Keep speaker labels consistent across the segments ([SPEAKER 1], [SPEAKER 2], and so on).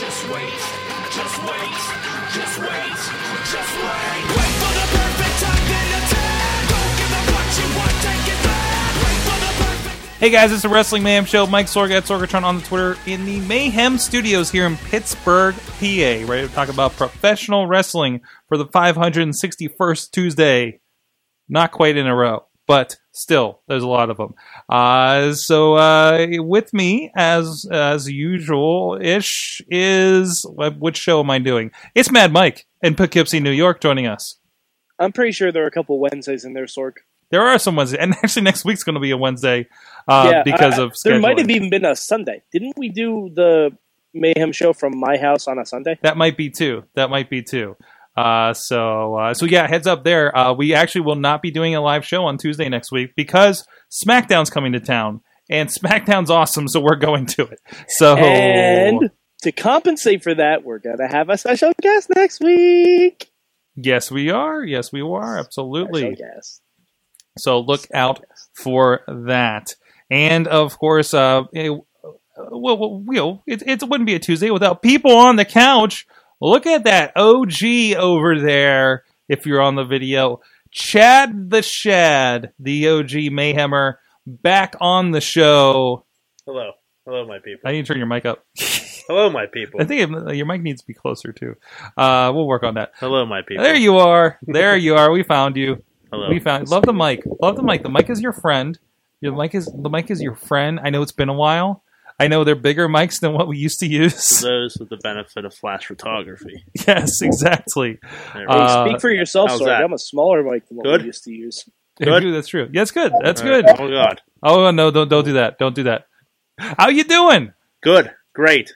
[SPEAKER 1] just wait, just wait, just wait, just wait. Wait for the perfect time then attack. Don't give up what you want, take it back. Wait for the perfect.
[SPEAKER 2] Hey guys, it's the Wrestling Mayhem Show. Mike Sorg at Sorgatron on the Twitter in the Mayhem Studios here in Pittsburgh, PA. Ready to talk about professional wrestling for the 561st Tuesday. Not quite in a row, but still, there's a lot of them. Uh, so uh, with me, as as usual, ish is uh, which show am I doing? It's Mad Mike in Poughkeepsie, New York, joining us.
[SPEAKER 3] I'm pretty sure there are a couple Wednesdays in there, Sork.
[SPEAKER 2] There are some Wednesdays, and actually next week's going to be a Wednesday uh, because
[SPEAKER 3] I-
[SPEAKER 2] of
[SPEAKER 3] there might
[SPEAKER 2] scheduling.
[SPEAKER 3] have even been a Sunday. Didn't we do the mayhem show from my house on a Sunday?
[SPEAKER 2] That might be two. That might be two. Uh, so uh, so yeah, heads up there. Uh, we actually will not be doing a live show on Tuesday next week because SmackDown's coming to town, and SmackDown's awesome, so we're going to it. So
[SPEAKER 3] And to compensate for that, we're gonna have a special guest next week.
[SPEAKER 2] yes, we are. Yes, we are. Absolutely.
[SPEAKER 3] Special guest.
[SPEAKER 2] So look out for that. And of course, uh, it, well, well, you know, it, it wouldn't be a Tuesday without people on the couch. Look at that OG over there. If you're on the video, Chad the Shad, the OG Mayhemmer, back on the show.
[SPEAKER 4] Hello. Hello, my people.
[SPEAKER 2] I need to turn your mic up.
[SPEAKER 4] Hello, my people.
[SPEAKER 2] I think uh, your mic needs to be closer too. Uh, we'll work on that.
[SPEAKER 4] Hello, my people.
[SPEAKER 2] There you are. There you are. We found you.
[SPEAKER 4] Hello.
[SPEAKER 2] We found love the mic. Love the mic. The mic is your friend. Your mic is the mic is your friend. I know it's been a while. I know they're bigger mics than what we used to use.
[SPEAKER 4] Those with the benefit of flash photography.
[SPEAKER 2] yes, exactly.
[SPEAKER 4] There we
[SPEAKER 3] Hey,
[SPEAKER 4] go.
[SPEAKER 2] Uh,
[SPEAKER 3] speak for yourself,
[SPEAKER 4] how's
[SPEAKER 3] Sork.
[SPEAKER 4] that?
[SPEAKER 3] I'm a smaller mic than what
[SPEAKER 4] Good?
[SPEAKER 3] we used to use.
[SPEAKER 4] Good?
[SPEAKER 2] That's true. That's good. That's
[SPEAKER 4] All right.
[SPEAKER 2] good.
[SPEAKER 4] Oh, God.
[SPEAKER 2] Oh no, don't don't do that. Don't do that. How you doing?
[SPEAKER 4] Good. Great.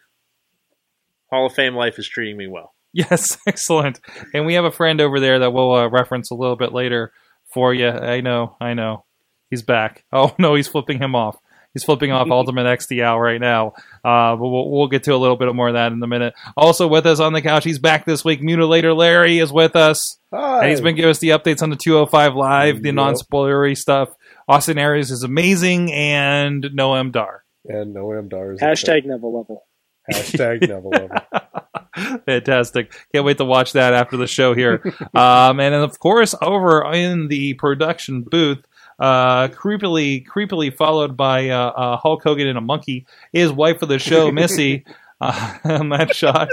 [SPEAKER 4] Hall of Fame life is treating me well.
[SPEAKER 2] Yes, excellent. And we have a friend over there that we'll uh, reference a little bit later for you. I know, I know. He's back. Oh no, he's flipping him off. He's flipping off Ultimate XDL right now. Uh, but we'll, we'll get to a little bit more of that in a minute. Also with us on the couch, he's back this week. Mutilator Larry is with us, and he's been giving us the updates on the 205 Live, the
[SPEAKER 5] Yep.
[SPEAKER 2] non-spoilery stuff. Austin Aries is amazing, and Noam Dar.
[SPEAKER 5] And no MDAR is
[SPEAKER 3] Hashtag never level.
[SPEAKER 5] hashtag never level.
[SPEAKER 2] Fantastic. Can't wait to watch that after the show here. um, and then, of course, over in the production booth, uh, creepily, creepily followed by uh, uh, Hulk Hogan and a monkey, is wife of the show, Missy. Uh, that shot.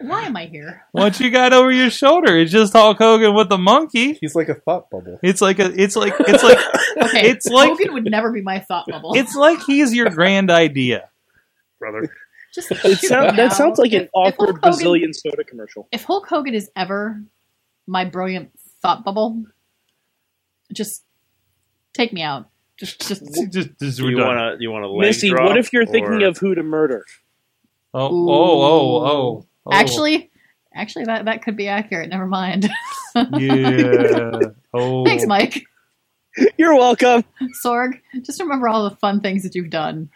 [SPEAKER 6] Why am I here?
[SPEAKER 2] What you got over your shoulder? It's just Hulk Hogan with the monkey.
[SPEAKER 5] He's like a thought bubble.
[SPEAKER 2] It's like a. It's like. It's like.
[SPEAKER 6] Okay,
[SPEAKER 2] It's like-
[SPEAKER 6] Hogan would never be my thought bubble.
[SPEAKER 2] It's like he's your grand idea.
[SPEAKER 4] Brother.
[SPEAKER 6] just
[SPEAKER 3] It
[SPEAKER 6] shoot
[SPEAKER 3] sound,
[SPEAKER 6] me
[SPEAKER 3] that
[SPEAKER 6] now.
[SPEAKER 3] sounds like an
[SPEAKER 6] If- if
[SPEAKER 3] awkward
[SPEAKER 6] Hulk Hogan-
[SPEAKER 3] Brazilian soda commercial.
[SPEAKER 6] If Hulk Hogan is ever my brilliant thought bubble, just take me out. Just, just
[SPEAKER 2] Just- just-
[SPEAKER 4] Do
[SPEAKER 2] we're
[SPEAKER 4] you
[SPEAKER 2] done.
[SPEAKER 4] want to you want a leg
[SPEAKER 3] Missy,
[SPEAKER 4] drop,
[SPEAKER 3] what if you're thinking
[SPEAKER 4] or-
[SPEAKER 3] of who to murder?
[SPEAKER 2] Oh, oh, oh, oh, oh.
[SPEAKER 6] actually, actually, that that could be accurate. Never mind.
[SPEAKER 2] yeah. Oh,
[SPEAKER 6] Thanks, Mike
[SPEAKER 3] You're welcome.
[SPEAKER 6] Sorg. Just remember all the fun things that you've done.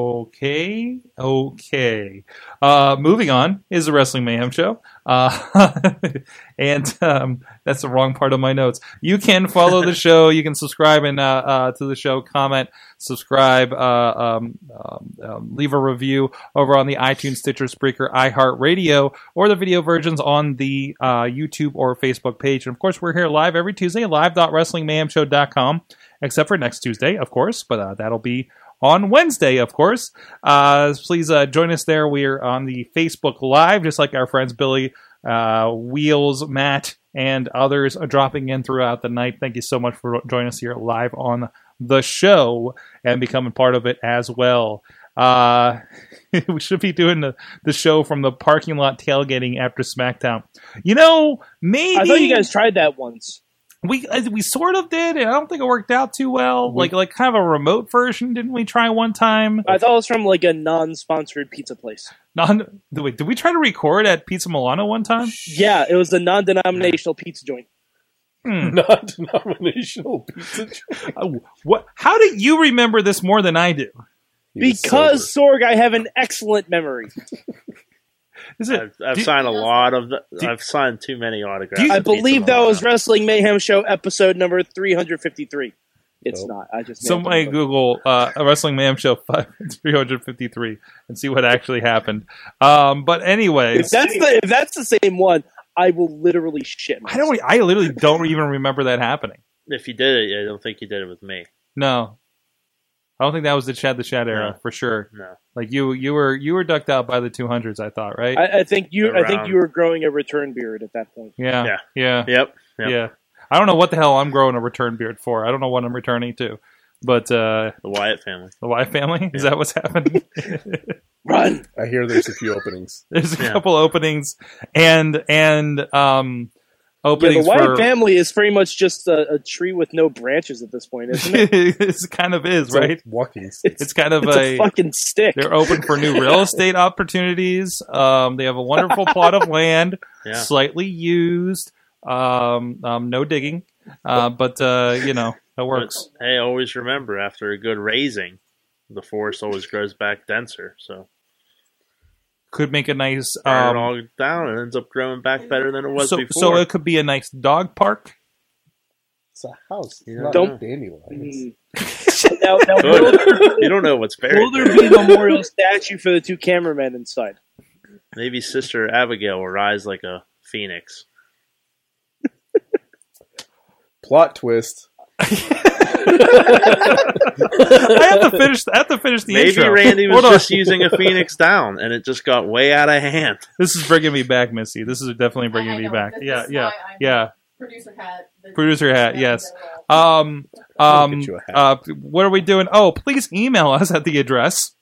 [SPEAKER 2] Okay, okay. Uh, moving on is the Wrestling Mayhem Show. Uh, and um, that's the wrong part of my notes. You can follow the show. You can subscribe and uh, uh, to the show, comment, subscribe, uh, um, um, um, leave a review over on the iTunes, Stitcher, Spreaker, iHeartRadio, or the video versions on the uh, YouTube or Facebook page. And of course, we're here live every Tuesday, live.wrestlingmayhemshow.com, except for next Tuesday, of course, but uh, that'll be on Wednesday, of course. Uh, please uh, join us there. We are on the Facebook Live, just like our friends Billy, uh, Wheels, Matt, and others are dropping in throughout the night. Thank you so much for joining us here live on the show and becoming part of it as well. Uh, we should be doing the, the show from the parking lot tailgating after SmackDown. You know, maybe
[SPEAKER 3] I thought you guys tried that once.
[SPEAKER 2] we uh, we sort of did, and I don't think it worked out too well. like like kind of a remote version, didn't we try one time?
[SPEAKER 3] I thought it was from like a non-sponsored pizza place.
[SPEAKER 2] Non, wait, did we try to record at Pizza Milano one time?
[SPEAKER 3] Yeah, it was a non-denominational pizza joint.
[SPEAKER 5] Non-denominational pizza. joint.
[SPEAKER 2] Uh, what? How do you remember this more than I do?
[SPEAKER 5] He was
[SPEAKER 3] Because Sorg, I have an excellent memory.
[SPEAKER 2] Is it?
[SPEAKER 4] I've, I've
[SPEAKER 2] do-
[SPEAKER 4] signed a lot of. The,
[SPEAKER 2] do-
[SPEAKER 4] I've signed too many autographs.
[SPEAKER 2] Do you-
[SPEAKER 4] at
[SPEAKER 3] I
[SPEAKER 4] Pizza
[SPEAKER 3] believe that was
[SPEAKER 4] Milano.
[SPEAKER 3] Wrestling Mayhem Show episode number 353. It's
[SPEAKER 5] Nope.
[SPEAKER 3] not. I just
[SPEAKER 2] Somebody
[SPEAKER 3] made it up.
[SPEAKER 2] Google uh, Wrestling Mayhem Show 5 353 and see what actually happened. Um, but anyways,
[SPEAKER 3] If that's the if that's the same one, I will literally shit.
[SPEAKER 2] I don't. I literally don't even remember that happening.
[SPEAKER 4] If you did it, I don't think you did it with me.
[SPEAKER 2] No, I don't think that was the Chad the Chad era
[SPEAKER 4] No.
[SPEAKER 2] for sure.
[SPEAKER 4] No.
[SPEAKER 2] Like you, you were you were ducked out by the two hundreds. I thought, right?
[SPEAKER 3] I, I think you. I think
[SPEAKER 4] Around.
[SPEAKER 3] you were growing a return beard at that point.
[SPEAKER 2] yeah, yeah,
[SPEAKER 4] Yeah.
[SPEAKER 2] yeah,
[SPEAKER 4] Yep. yep.
[SPEAKER 2] I don't know what the hell I'm growing a return beard for. I don't know what I'm returning to. But uh,
[SPEAKER 4] The Wyatt family.
[SPEAKER 2] the Wyatt family is that what's happening?
[SPEAKER 3] Run.
[SPEAKER 5] I hear there's a few openings.
[SPEAKER 2] There's a
[SPEAKER 4] Yeah.
[SPEAKER 2] couple openings and and um
[SPEAKER 3] Yeah, the
[SPEAKER 2] openings
[SPEAKER 3] Wyatt
[SPEAKER 2] for
[SPEAKER 3] family is pretty much just a, a tree with no branches at this point, isn't it?
[SPEAKER 2] it kind of is
[SPEAKER 5] It's like
[SPEAKER 2] right.
[SPEAKER 5] walking stick.
[SPEAKER 3] It's,
[SPEAKER 2] It's kind of
[SPEAKER 3] it's
[SPEAKER 2] a,
[SPEAKER 3] a fucking stick.
[SPEAKER 2] they're open for new real estate opportunities. Um, they have a wonderful plot of land,
[SPEAKER 4] Yeah.
[SPEAKER 2] slightly used, um, um, no digging, uh, but uh, you know it works.
[SPEAKER 4] But, hey, always remember after a good raising, the forest always grows back denser. So
[SPEAKER 2] Could make a nice
[SPEAKER 4] tear
[SPEAKER 2] um,
[SPEAKER 4] it all down and ends up growing back better than it was
[SPEAKER 2] so
[SPEAKER 4] before.
[SPEAKER 2] so it could be a nice dog park.
[SPEAKER 5] It's a house.
[SPEAKER 4] You
[SPEAKER 5] not
[SPEAKER 3] don't-
[SPEAKER 5] a dandelion.
[SPEAKER 3] Mm. now, now will,
[SPEAKER 4] Good. you don't know what's buried.
[SPEAKER 3] will there be a memorial statue for the two cameramen inside?
[SPEAKER 4] Maybe Sister Abigail will rise like a phoenix.
[SPEAKER 5] Plot twist.
[SPEAKER 2] I have to finish. I have to finish the
[SPEAKER 4] Maybe
[SPEAKER 2] intro.
[SPEAKER 4] Randy was
[SPEAKER 2] Hold on.
[SPEAKER 4] just using a phoenix down, and it just got way out of hand.
[SPEAKER 2] This is bringing me back, Missy. This is definitely
[SPEAKER 6] I- I
[SPEAKER 2] bringing me
[SPEAKER 6] know.
[SPEAKER 2] back.
[SPEAKER 6] This
[SPEAKER 2] Yeah,
[SPEAKER 6] is
[SPEAKER 2] yeah,
[SPEAKER 6] why I'm-
[SPEAKER 2] yeah.
[SPEAKER 6] Producer hat. The-
[SPEAKER 2] Producer hat, yes.
[SPEAKER 6] Uh,
[SPEAKER 2] Um,
[SPEAKER 5] I'll
[SPEAKER 2] um,
[SPEAKER 5] get you a hat.
[SPEAKER 2] uh, what are we doing? Oh, please email us at the address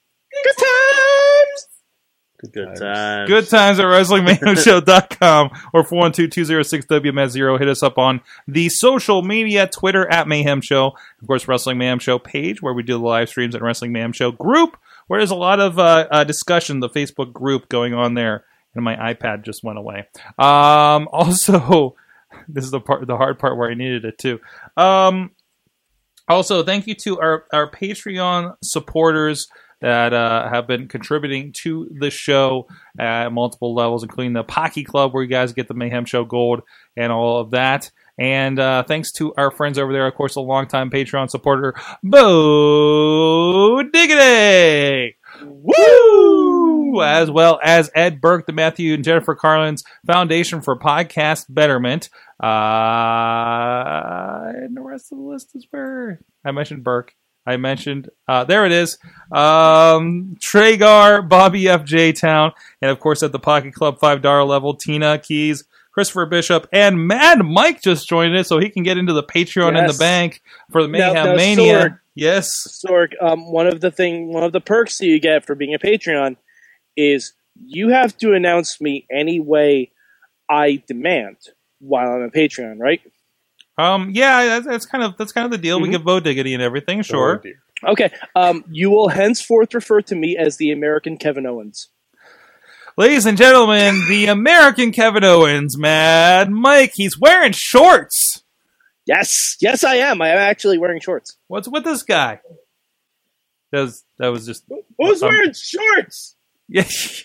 [SPEAKER 4] Good uh, times.
[SPEAKER 2] good times at WrestlingMayhemShow.com or 412 206 WMS0. Hit us up on the social media Twitter at Mayhem Show. Of course, Wrestling Mayhem Show page where we do the live streams and Wrestling Mayhem Show group where there's a lot of uh, uh, discussion, the Facebook group going on there. And my iPad just went away. Um, also, this is the part, the hard part where I needed it too. Um, also, thank you to our, our Patreon supporters that uh, have been contributing to the show at multiple levels, including the Pocky Club, where you guys get the Mayhem Show Gold and all of that. And uh, thanks to our friends over there, of course, a longtime Patreon supporter, Bo Diggity! Woo! As well as Ed Burke, the Matthew and Jennifer Carlin's Foundation for Podcast Betterment. Uh, and the rest of the list is where I mentioned Burke. I mentioned, uh, there it is. Um, Tragar, Bobby FJ Town, and of course at the Pocket Club $5 level, Tina Keys, Christopher Bishop, and Mad Mike just joined us so he can get into the Patreon and the
[SPEAKER 3] Yes.
[SPEAKER 2] bank for the
[SPEAKER 3] Now-
[SPEAKER 2] Mayhem
[SPEAKER 3] now,
[SPEAKER 2] Mania.
[SPEAKER 3] Sword.
[SPEAKER 2] Yes.
[SPEAKER 3] Sork, um, one of the thing, one of the perks that you get for being a Patreon is you have to announce me any way I demand while I'm a Patreon, right?
[SPEAKER 2] Um, yeah, that's, that's kind of that's kind of the deal. We
[SPEAKER 3] Mhm.
[SPEAKER 2] give Bo dignity and everything, sure.
[SPEAKER 5] Oh, dear.
[SPEAKER 3] Okay. Um, you will henceforth refer to me as the American Kevin Owens.
[SPEAKER 2] Ladies and gentlemen, the American Kevin Owens, Mad Mike, he's wearing shorts.
[SPEAKER 3] Yes, yes, I am. I am actually wearing shorts.
[SPEAKER 2] What's with this guy? That was that was just
[SPEAKER 3] Who's
[SPEAKER 2] Um,
[SPEAKER 3] wearing shorts?
[SPEAKER 2] yeah.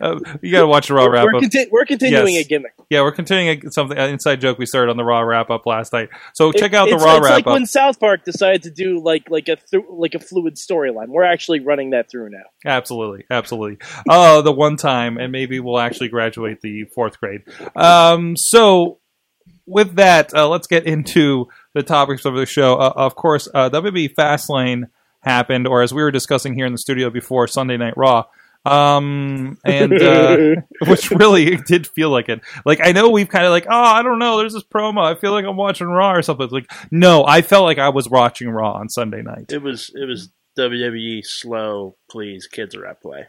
[SPEAKER 2] Uh, you gotta watch the raw wrap
[SPEAKER 3] We're,
[SPEAKER 2] up.
[SPEAKER 3] conti- we're continuing
[SPEAKER 2] Yes.
[SPEAKER 3] a gimmick.
[SPEAKER 2] yeah, we're continuing a, something an inside joke we started on the raw wrap up last night. So check
[SPEAKER 3] It-
[SPEAKER 2] out the
[SPEAKER 3] it's,
[SPEAKER 2] raw
[SPEAKER 3] it's
[SPEAKER 2] wrap
[SPEAKER 3] like
[SPEAKER 2] up.
[SPEAKER 3] when South Park decided to do like like a th- like a fluid storyline. We're actually running that through now.
[SPEAKER 2] Absolutely, absolutely. Oh, the one time, and maybe we'll actually graduate the fourth grade. Um, so, with that, uh, let's get into the topics of the show. Uh, of course, uh, WB Fastlane happened, or as we were discussing here in the studio before Sunday Night Raw. Um, and uh, which really did feel like it. Like I know we've kind of like, oh, I don't know. There's this promo. I feel like I'm watching Raw or something. It's Like no, I felt like I was watching Raw on Sunday night.
[SPEAKER 4] It was it was WWE slow, please, kids are at play.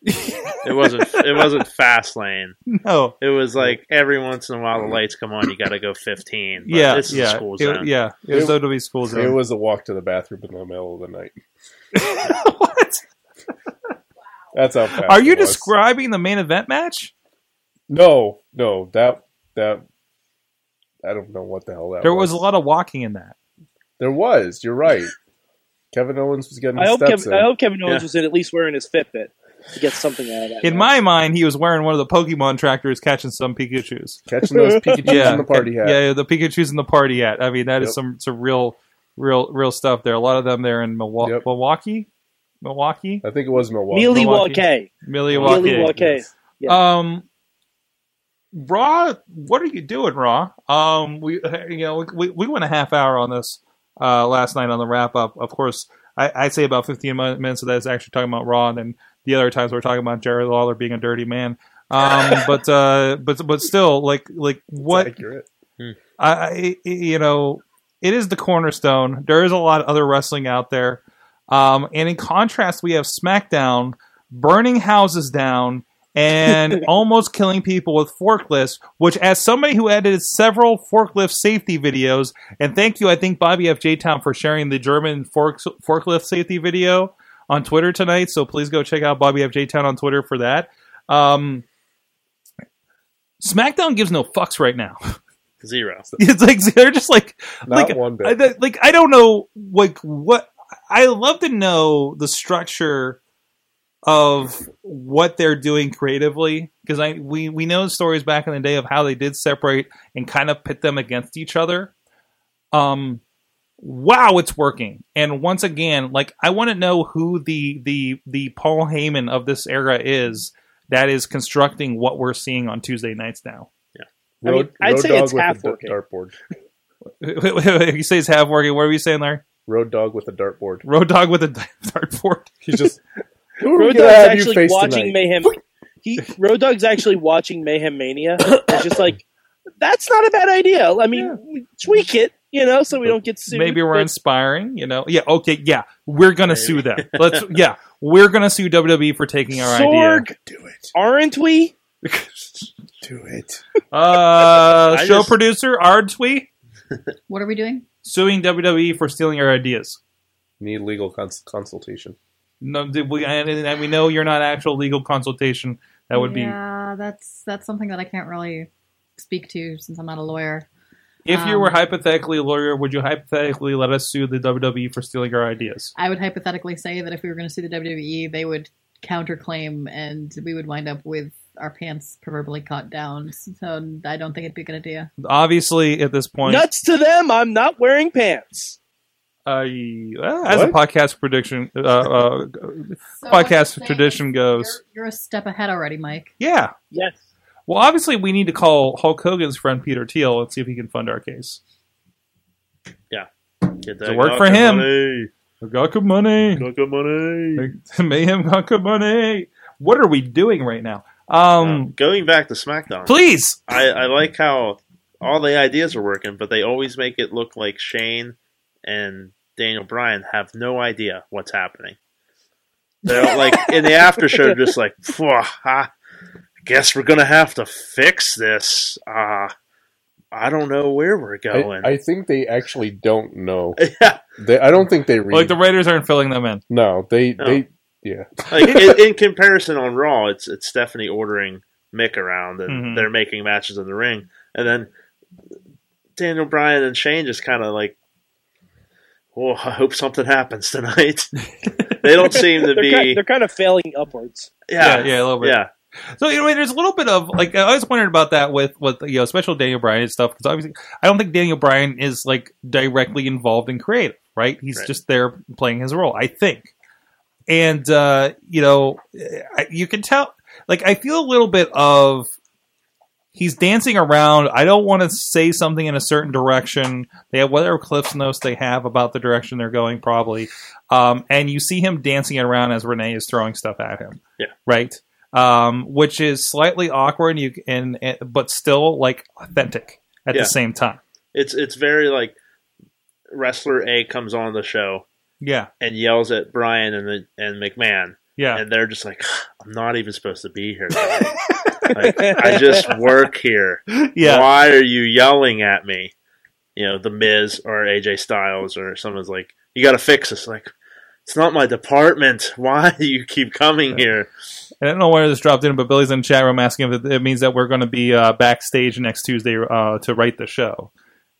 [SPEAKER 4] it wasn't it wasn't fast lane.
[SPEAKER 2] No,
[SPEAKER 4] It was like every once in a while the lights come on, you got to go fifteen. But
[SPEAKER 2] yeah,
[SPEAKER 4] this is
[SPEAKER 2] yeah,
[SPEAKER 4] school
[SPEAKER 2] It-
[SPEAKER 4] zone.
[SPEAKER 2] yeah. It was
[SPEAKER 5] It-
[SPEAKER 2] WWE school zone.
[SPEAKER 5] It was a walk to the bathroom in the middle of the night.
[SPEAKER 2] what?
[SPEAKER 5] That's how fast.
[SPEAKER 2] Are you
[SPEAKER 5] it was.
[SPEAKER 2] describing the main event match?
[SPEAKER 5] No, no, that that I don't know what the hell that.
[SPEAKER 2] There was a lot of walking in that.
[SPEAKER 5] There was. You're right. Kevin Owens was getting
[SPEAKER 3] I
[SPEAKER 5] his
[SPEAKER 3] hope,
[SPEAKER 5] steps
[SPEAKER 3] Kevin, I
[SPEAKER 5] in.
[SPEAKER 3] hope Kevin Owens
[SPEAKER 4] Yeah.
[SPEAKER 3] was in at least wearing his Fitbit to get something out of that.
[SPEAKER 2] In my
[SPEAKER 3] match.
[SPEAKER 2] mind, he was wearing one of the Pokemon tractors catching some Pikachu's.
[SPEAKER 5] catching those Pikachu's
[SPEAKER 2] Yeah,
[SPEAKER 5] in the party hat.
[SPEAKER 2] Yeah, the Pikachu's in the party hat. I mean, that is
[SPEAKER 5] Yep.
[SPEAKER 2] some some real, real, real stuff there. A lot of them there in Milwa-
[SPEAKER 5] Yep.
[SPEAKER 2] Milwaukee, Milwaukee,
[SPEAKER 5] I think it was Milwaukee.
[SPEAKER 3] Mealy
[SPEAKER 2] Milwaukee.
[SPEAKER 3] Walkay.
[SPEAKER 2] Milwaukee.
[SPEAKER 3] Mealy Walkay.
[SPEAKER 2] Um, Raw, what are you doing, Raw? Um, we you know we, we went a half hour on this uh, last night on the wrap up. Of course, I, I say about fifteen mi- minutes of that is actually talking about Raw, and then the other times we're talking about Jerry Lawler being a dirty man. Um, but uh, but but still, like like what
[SPEAKER 5] Accurate. Hmm.
[SPEAKER 2] I, I you know it is the cornerstone. There is a lot of other wrestling out there, um, and in contrast, we have SmackDown burning houses down and almost killing people with forklifts. Which, as somebody who edited several forklift safety videos, and thank you, I think Bobby F J Town for sharing the German fork, forklift safety video on Twitter tonight. So please go check out Bobby F J Town on Twitter for that. Um, SmackDown gives no fucks right now.
[SPEAKER 4] Zero.
[SPEAKER 2] It's like they're just like
[SPEAKER 5] Not
[SPEAKER 2] like
[SPEAKER 5] one bit.
[SPEAKER 2] I, that- like I don't know like what I love to know the structure of what they're doing creatively because I we we know stories back in the day of how they did separate and kind of pit them against each other. Um wow, it's working. And once again, like I want to know who the the the Paul Heyman of this era is that is constructing what we're seeing on Tuesday nights now.
[SPEAKER 3] I mean, I'd say it's
[SPEAKER 5] with
[SPEAKER 3] half
[SPEAKER 5] a
[SPEAKER 3] working.
[SPEAKER 5] dart- dartboard.
[SPEAKER 2] you say it's half working. What were you saying, Larry?
[SPEAKER 5] Road dog with a dartboard.
[SPEAKER 2] Road dog with a dartboard.
[SPEAKER 5] He's just. Who are we
[SPEAKER 3] Road
[SPEAKER 5] gonna
[SPEAKER 3] Dogg's
[SPEAKER 5] have you
[SPEAKER 3] actually
[SPEAKER 5] face tonight?
[SPEAKER 3] watching Mayhem. He Road Dogg's actually watching Mayhem Mania. It's just like that's not a bad idea. I mean, we tweak it, you know, so we don't get sued.
[SPEAKER 2] Maybe we're
[SPEAKER 3] but
[SPEAKER 2] inspiring. You know? Yeah. Okay. Yeah. We're gonna
[SPEAKER 4] Maybe.
[SPEAKER 2] sue them. Let's. Yeah. We're gonna sue WWE for taking our idea.
[SPEAKER 3] Sorg,
[SPEAKER 5] Do it.
[SPEAKER 3] aren't we?
[SPEAKER 5] Do it.
[SPEAKER 2] Uh,
[SPEAKER 4] I
[SPEAKER 2] show
[SPEAKER 4] just-
[SPEAKER 2] producer, aren't we
[SPEAKER 6] What are we doing?
[SPEAKER 2] suing WWE for stealing our ideas?
[SPEAKER 5] Need legal cons- consultation.
[SPEAKER 2] No, did we, and, and we know you're not actual legal consultation. That would
[SPEAKER 6] Yeah, that's that's something that I can't really speak to since I'm not a lawyer.
[SPEAKER 2] be if you were
[SPEAKER 6] Um,
[SPEAKER 2] hypothetically a lawyer. Would you hypothetically let us sue the WWE for stealing our ideas?
[SPEAKER 6] I would hypothetically say that if we were going to sue the WWE, they would counterclaim, and we would wind up with our pants proverbially caught down. So I don't think it'd be a good idea.
[SPEAKER 2] Obviously, at this point,
[SPEAKER 3] Nuts to them. I'm not wearing pants.
[SPEAKER 2] uh, as a podcast prediction, uh, uh, podcast tradition goes.
[SPEAKER 6] You're, you're a step ahead already, Mike.
[SPEAKER 2] Yeah.
[SPEAKER 3] Yes.
[SPEAKER 2] Well, obviously, we need to call Hulk Hogan's friend Peter Thiel and see if he can fund our case.
[SPEAKER 4] Get
[SPEAKER 2] It worked for
[SPEAKER 4] Gawker
[SPEAKER 2] him.
[SPEAKER 4] Money.
[SPEAKER 2] Gawker money.
[SPEAKER 4] Gawker money.
[SPEAKER 2] Mayhem Gawker money. What are we doing right now? Um,
[SPEAKER 4] Um, going back to SmackDown,
[SPEAKER 2] please.
[SPEAKER 4] I, I like how all the ideas are working, but they always make it look like Shane and Daniel Bryan have no idea what's happening. They're like in the after show, they're just like, "Phew, ah, I guess we're gonna have to fix this. Uh, I don't know where we're
[SPEAKER 5] I,
[SPEAKER 4] going.
[SPEAKER 5] I think they actually don't know.
[SPEAKER 4] yeah,
[SPEAKER 5] They, I don't think they read.
[SPEAKER 2] Like the writers aren't filling them in.
[SPEAKER 5] no, they
[SPEAKER 4] No.
[SPEAKER 5] they yeah.
[SPEAKER 4] like in, in comparison on Raw, it's it's Stephanie ordering Mick around, and
[SPEAKER 3] Mm-hmm.
[SPEAKER 2] Mhm.
[SPEAKER 4] they're making matches in the ring, and then Daniel Bryan and Shane just kind of like, oh, I hope something happens tonight. they don't seem to
[SPEAKER 3] They're,
[SPEAKER 4] be,
[SPEAKER 3] kind, they're kind of failing upwards.
[SPEAKER 4] yeah, yeah,
[SPEAKER 2] yeah, a little bit.
[SPEAKER 4] yeah.
[SPEAKER 2] So anyway, there's a little bit of like I always wondered about that with with you know special Daniel Bryan and stuff because obviously I don't think Daniel Bryan is like directly involved in creative, right? He's
[SPEAKER 4] Right.
[SPEAKER 2] just there playing his role, I think. And uh, you know, I- you can tell like I feel a little bit of he's dancing around. I don't want to say something in a certain direction. They have whatever cliff notes they have about the direction they're going, probably. Um, and you see him dancing around as Renee is throwing stuff at him.
[SPEAKER 4] Yeah.
[SPEAKER 2] Right. Um, which is slightly awkward, and you and, and but still like authentic at
[SPEAKER 4] Yeah.
[SPEAKER 2] the same time.
[SPEAKER 4] It's it's very like wrestler A comes on the show
[SPEAKER 2] Yeah.
[SPEAKER 4] and yells at Brian and the, and McMahon,
[SPEAKER 2] Yeah.
[SPEAKER 4] and they're just like, I'm not even supposed to be here. today. like, I just work here.
[SPEAKER 2] yeah.
[SPEAKER 4] Why are you yelling at me? You know, the Miz or AJ Styles or someone's like, you got to fix this. Like, it's not my department. Why do you keep coming here?
[SPEAKER 2] I don't know where this dropped in, but Billy's in the chat room asking if it- it means that we're going to be uh, backstage next Tuesday uh, to write the show.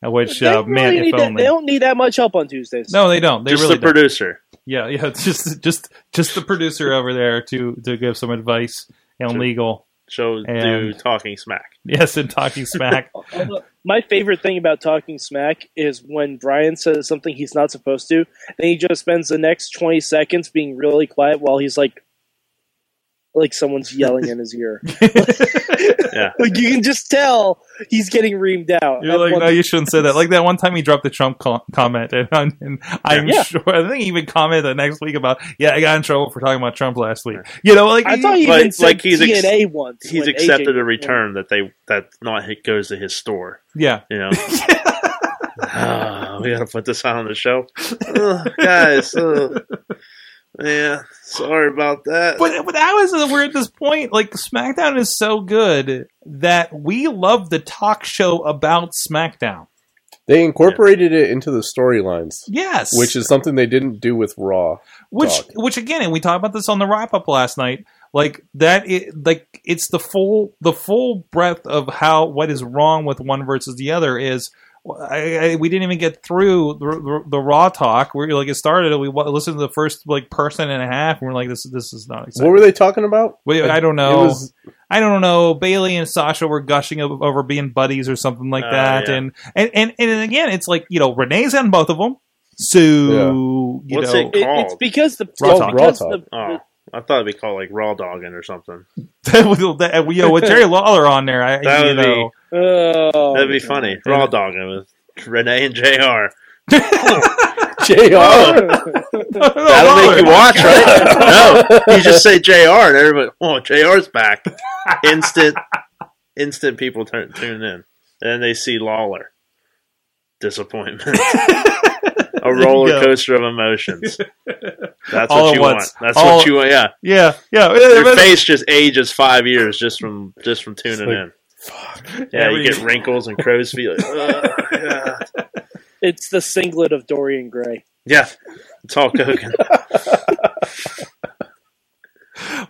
[SPEAKER 2] At Which,
[SPEAKER 3] They
[SPEAKER 2] uh,
[SPEAKER 3] don't
[SPEAKER 2] man,
[SPEAKER 3] really
[SPEAKER 2] if
[SPEAKER 3] need that-
[SPEAKER 2] only.
[SPEAKER 3] they don't need that much help on Tuesdays.
[SPEAKER 2] no, they don't. They
[SPEAKER 4] just
[SPEAKER 2] really
[SPEAKER 4] the
[SPEAKER 2] don't.
[SPEAKER 4] producer.
[SPEAKER 2] Yeah, yeah. it's Just, just, just the producer over there to to give some advice on
[SPEAKER 4] Sure.
[SPEAKER 2] legal.
[SPEAKER 4] She'll do
[SPEAKER 2] And-
[SPEAKER 4] talking smack.
[SPEAKER 2] Yes, and talking smack.
[SPEAKER 3] Although, My favorite thing about talking smack is when Brian says something he's not supposed to, then he just spends the next twenty seconds being really quiet while he's like, like someone's yelling in his ear.
[SPEAKER 4] Yeah.
[SPEAKER 3] Like you can just tell he's getting reamed out.
[SPEAKER 2] You're like,
[SPEAKER 3] At
[SPEAKER 2] no,
[SPEAKER 3] one-
[SPEAKER 2] you shouldn't say that. Like that one time he dropped the Trump co- comment, and, I'm- and I'm
[SPEAKER 3] Yeah.
[SPEAKER 2] sure I think he even commented the next week about, yeah, I got in trouble for talking about Trump last week. You know, like
[SPEAKER 3] I thought he
[SPEAKER 4] Like-
[SPEAKER 3] even said
[SPEAKER 4] like he's ex-
[SPEAKER 3] TNA once.
[SPEAKER 4] He's
[SPEAKER 3] when AJ
[SPEAKER 4] accepted a
[SPEAKER 3] was on.
[SPEAKER 4] return that they that not it goes to his store.
[SPEAKER 2] yeah,
[SPEAKER 4] You know. Ah, we gotta put this on the show, Ugh, guys. ugh. yeah, sorry about that.
[SPEAKER 2] but but that was we're at this point. Like SmackDown is so good that we love the talk show about SmackDown.
[SPEAKER 5] They incorporated it into the storylines,
[SPEAKER 2] Yes,
[SPEAKER 5] which is something they didn't do with Raw.
[SPEAKER 2] which
[SPEAKER 5] talk.
[SPEAKER 2] which again and we talked about this on the wrap up last night like that it, like it's the full the full breadth of how what is wrong with one versus the other is I, I, we didn't even get through the, the, the raw talk where like it started we wa- listened to the first like person and a half and we're like this this is not
[SPEAKER 5] What
[SPEAKER 2] exciting.
[SPEAKER 5] were they talking about?
[SPEAKER 2] Wait, I don't
[SPEAKER 5] It
[SPEAKER 2] know.
[SPEAKER 5] was-
[SPEAKER 2] I don't know. Bailey and Sasha were gushing o- over being buddies or something like
[SPEAKER 4] Oh,
[SPEAKER 2] that,
[SPEAKER 4] yeah.
[SPEAKER 2] and, and and and again, it's like you know Renee's on both of them, so you
[SPEAKER 4] What's
[SPEAKER 2] know
[SPEAKER 4] it
[SPEAKER 3] It- it's
[SPEAKER 4] Called.
[SPEAKER 3] because the
[SPEAKER 2] Raw
[SPEAKER 3] it's
[SPEAKER 2] talk.
[SPEAKER 3] because
[SPEAKER 5] Raw
[SPEAKER 3] the-
[SPEAKER 5] talk.
[SPEAKER 4] oh, I thought it'd be called like raw dogging or something.
[SPEAKER 2] that would that, you know, with Jerry Lawler on there, I,
[SPEAKER 4] That
[SPEAKER 2] you
[SPEAKER 4] would be-
[SPEAKER 2] know,
[SPEAKER 3] Oh,
[SPEAKER 4] That'd be funny.
[SPEAKER 2] Yeah.
[SPEAKER 4] Raw dogging with Renee and Jr.
[SPEAKER 5] JR.
[SPEAKER 4] That'll
[SPEAKER 2] Lawler.
[SPEAKER 4] make you watch, right? Oh. no, you just say Jr. and everybody, oh, Jr.'s back. Instant, instant people turn tune in, and then they see Lawler. Disappointment. a roller
[SPEAKER 2] go.
[SPEAKER 4] coaster of emotions. That's
[SPEAKER 2] All
[SPEAKER 4] what
[SPEAKER 2] at once.
[SPEAKER 4] you want. That's
[SPEAKER 2] All-
[SPEAKER 4] what you want. Yeah,
[SPEAKER 2] yeah, yeah.
[SPEAKER 4] your face just ages five years just from just from tuning
[SPEAKER 5] like,
[SPEAKER 4] in. Yeah,
[SPEAKER 2] Every-
[SPEAKER 4] you get wrinkles and crow's feet. Like,
[SPEAKER 2] uh,
[SPEAKER 4] "Ugh, yeah.
[SPEAKER 3] It's the singlet of Dorian Gray.
[SPEAKER 4] yeah, it's all Hogan.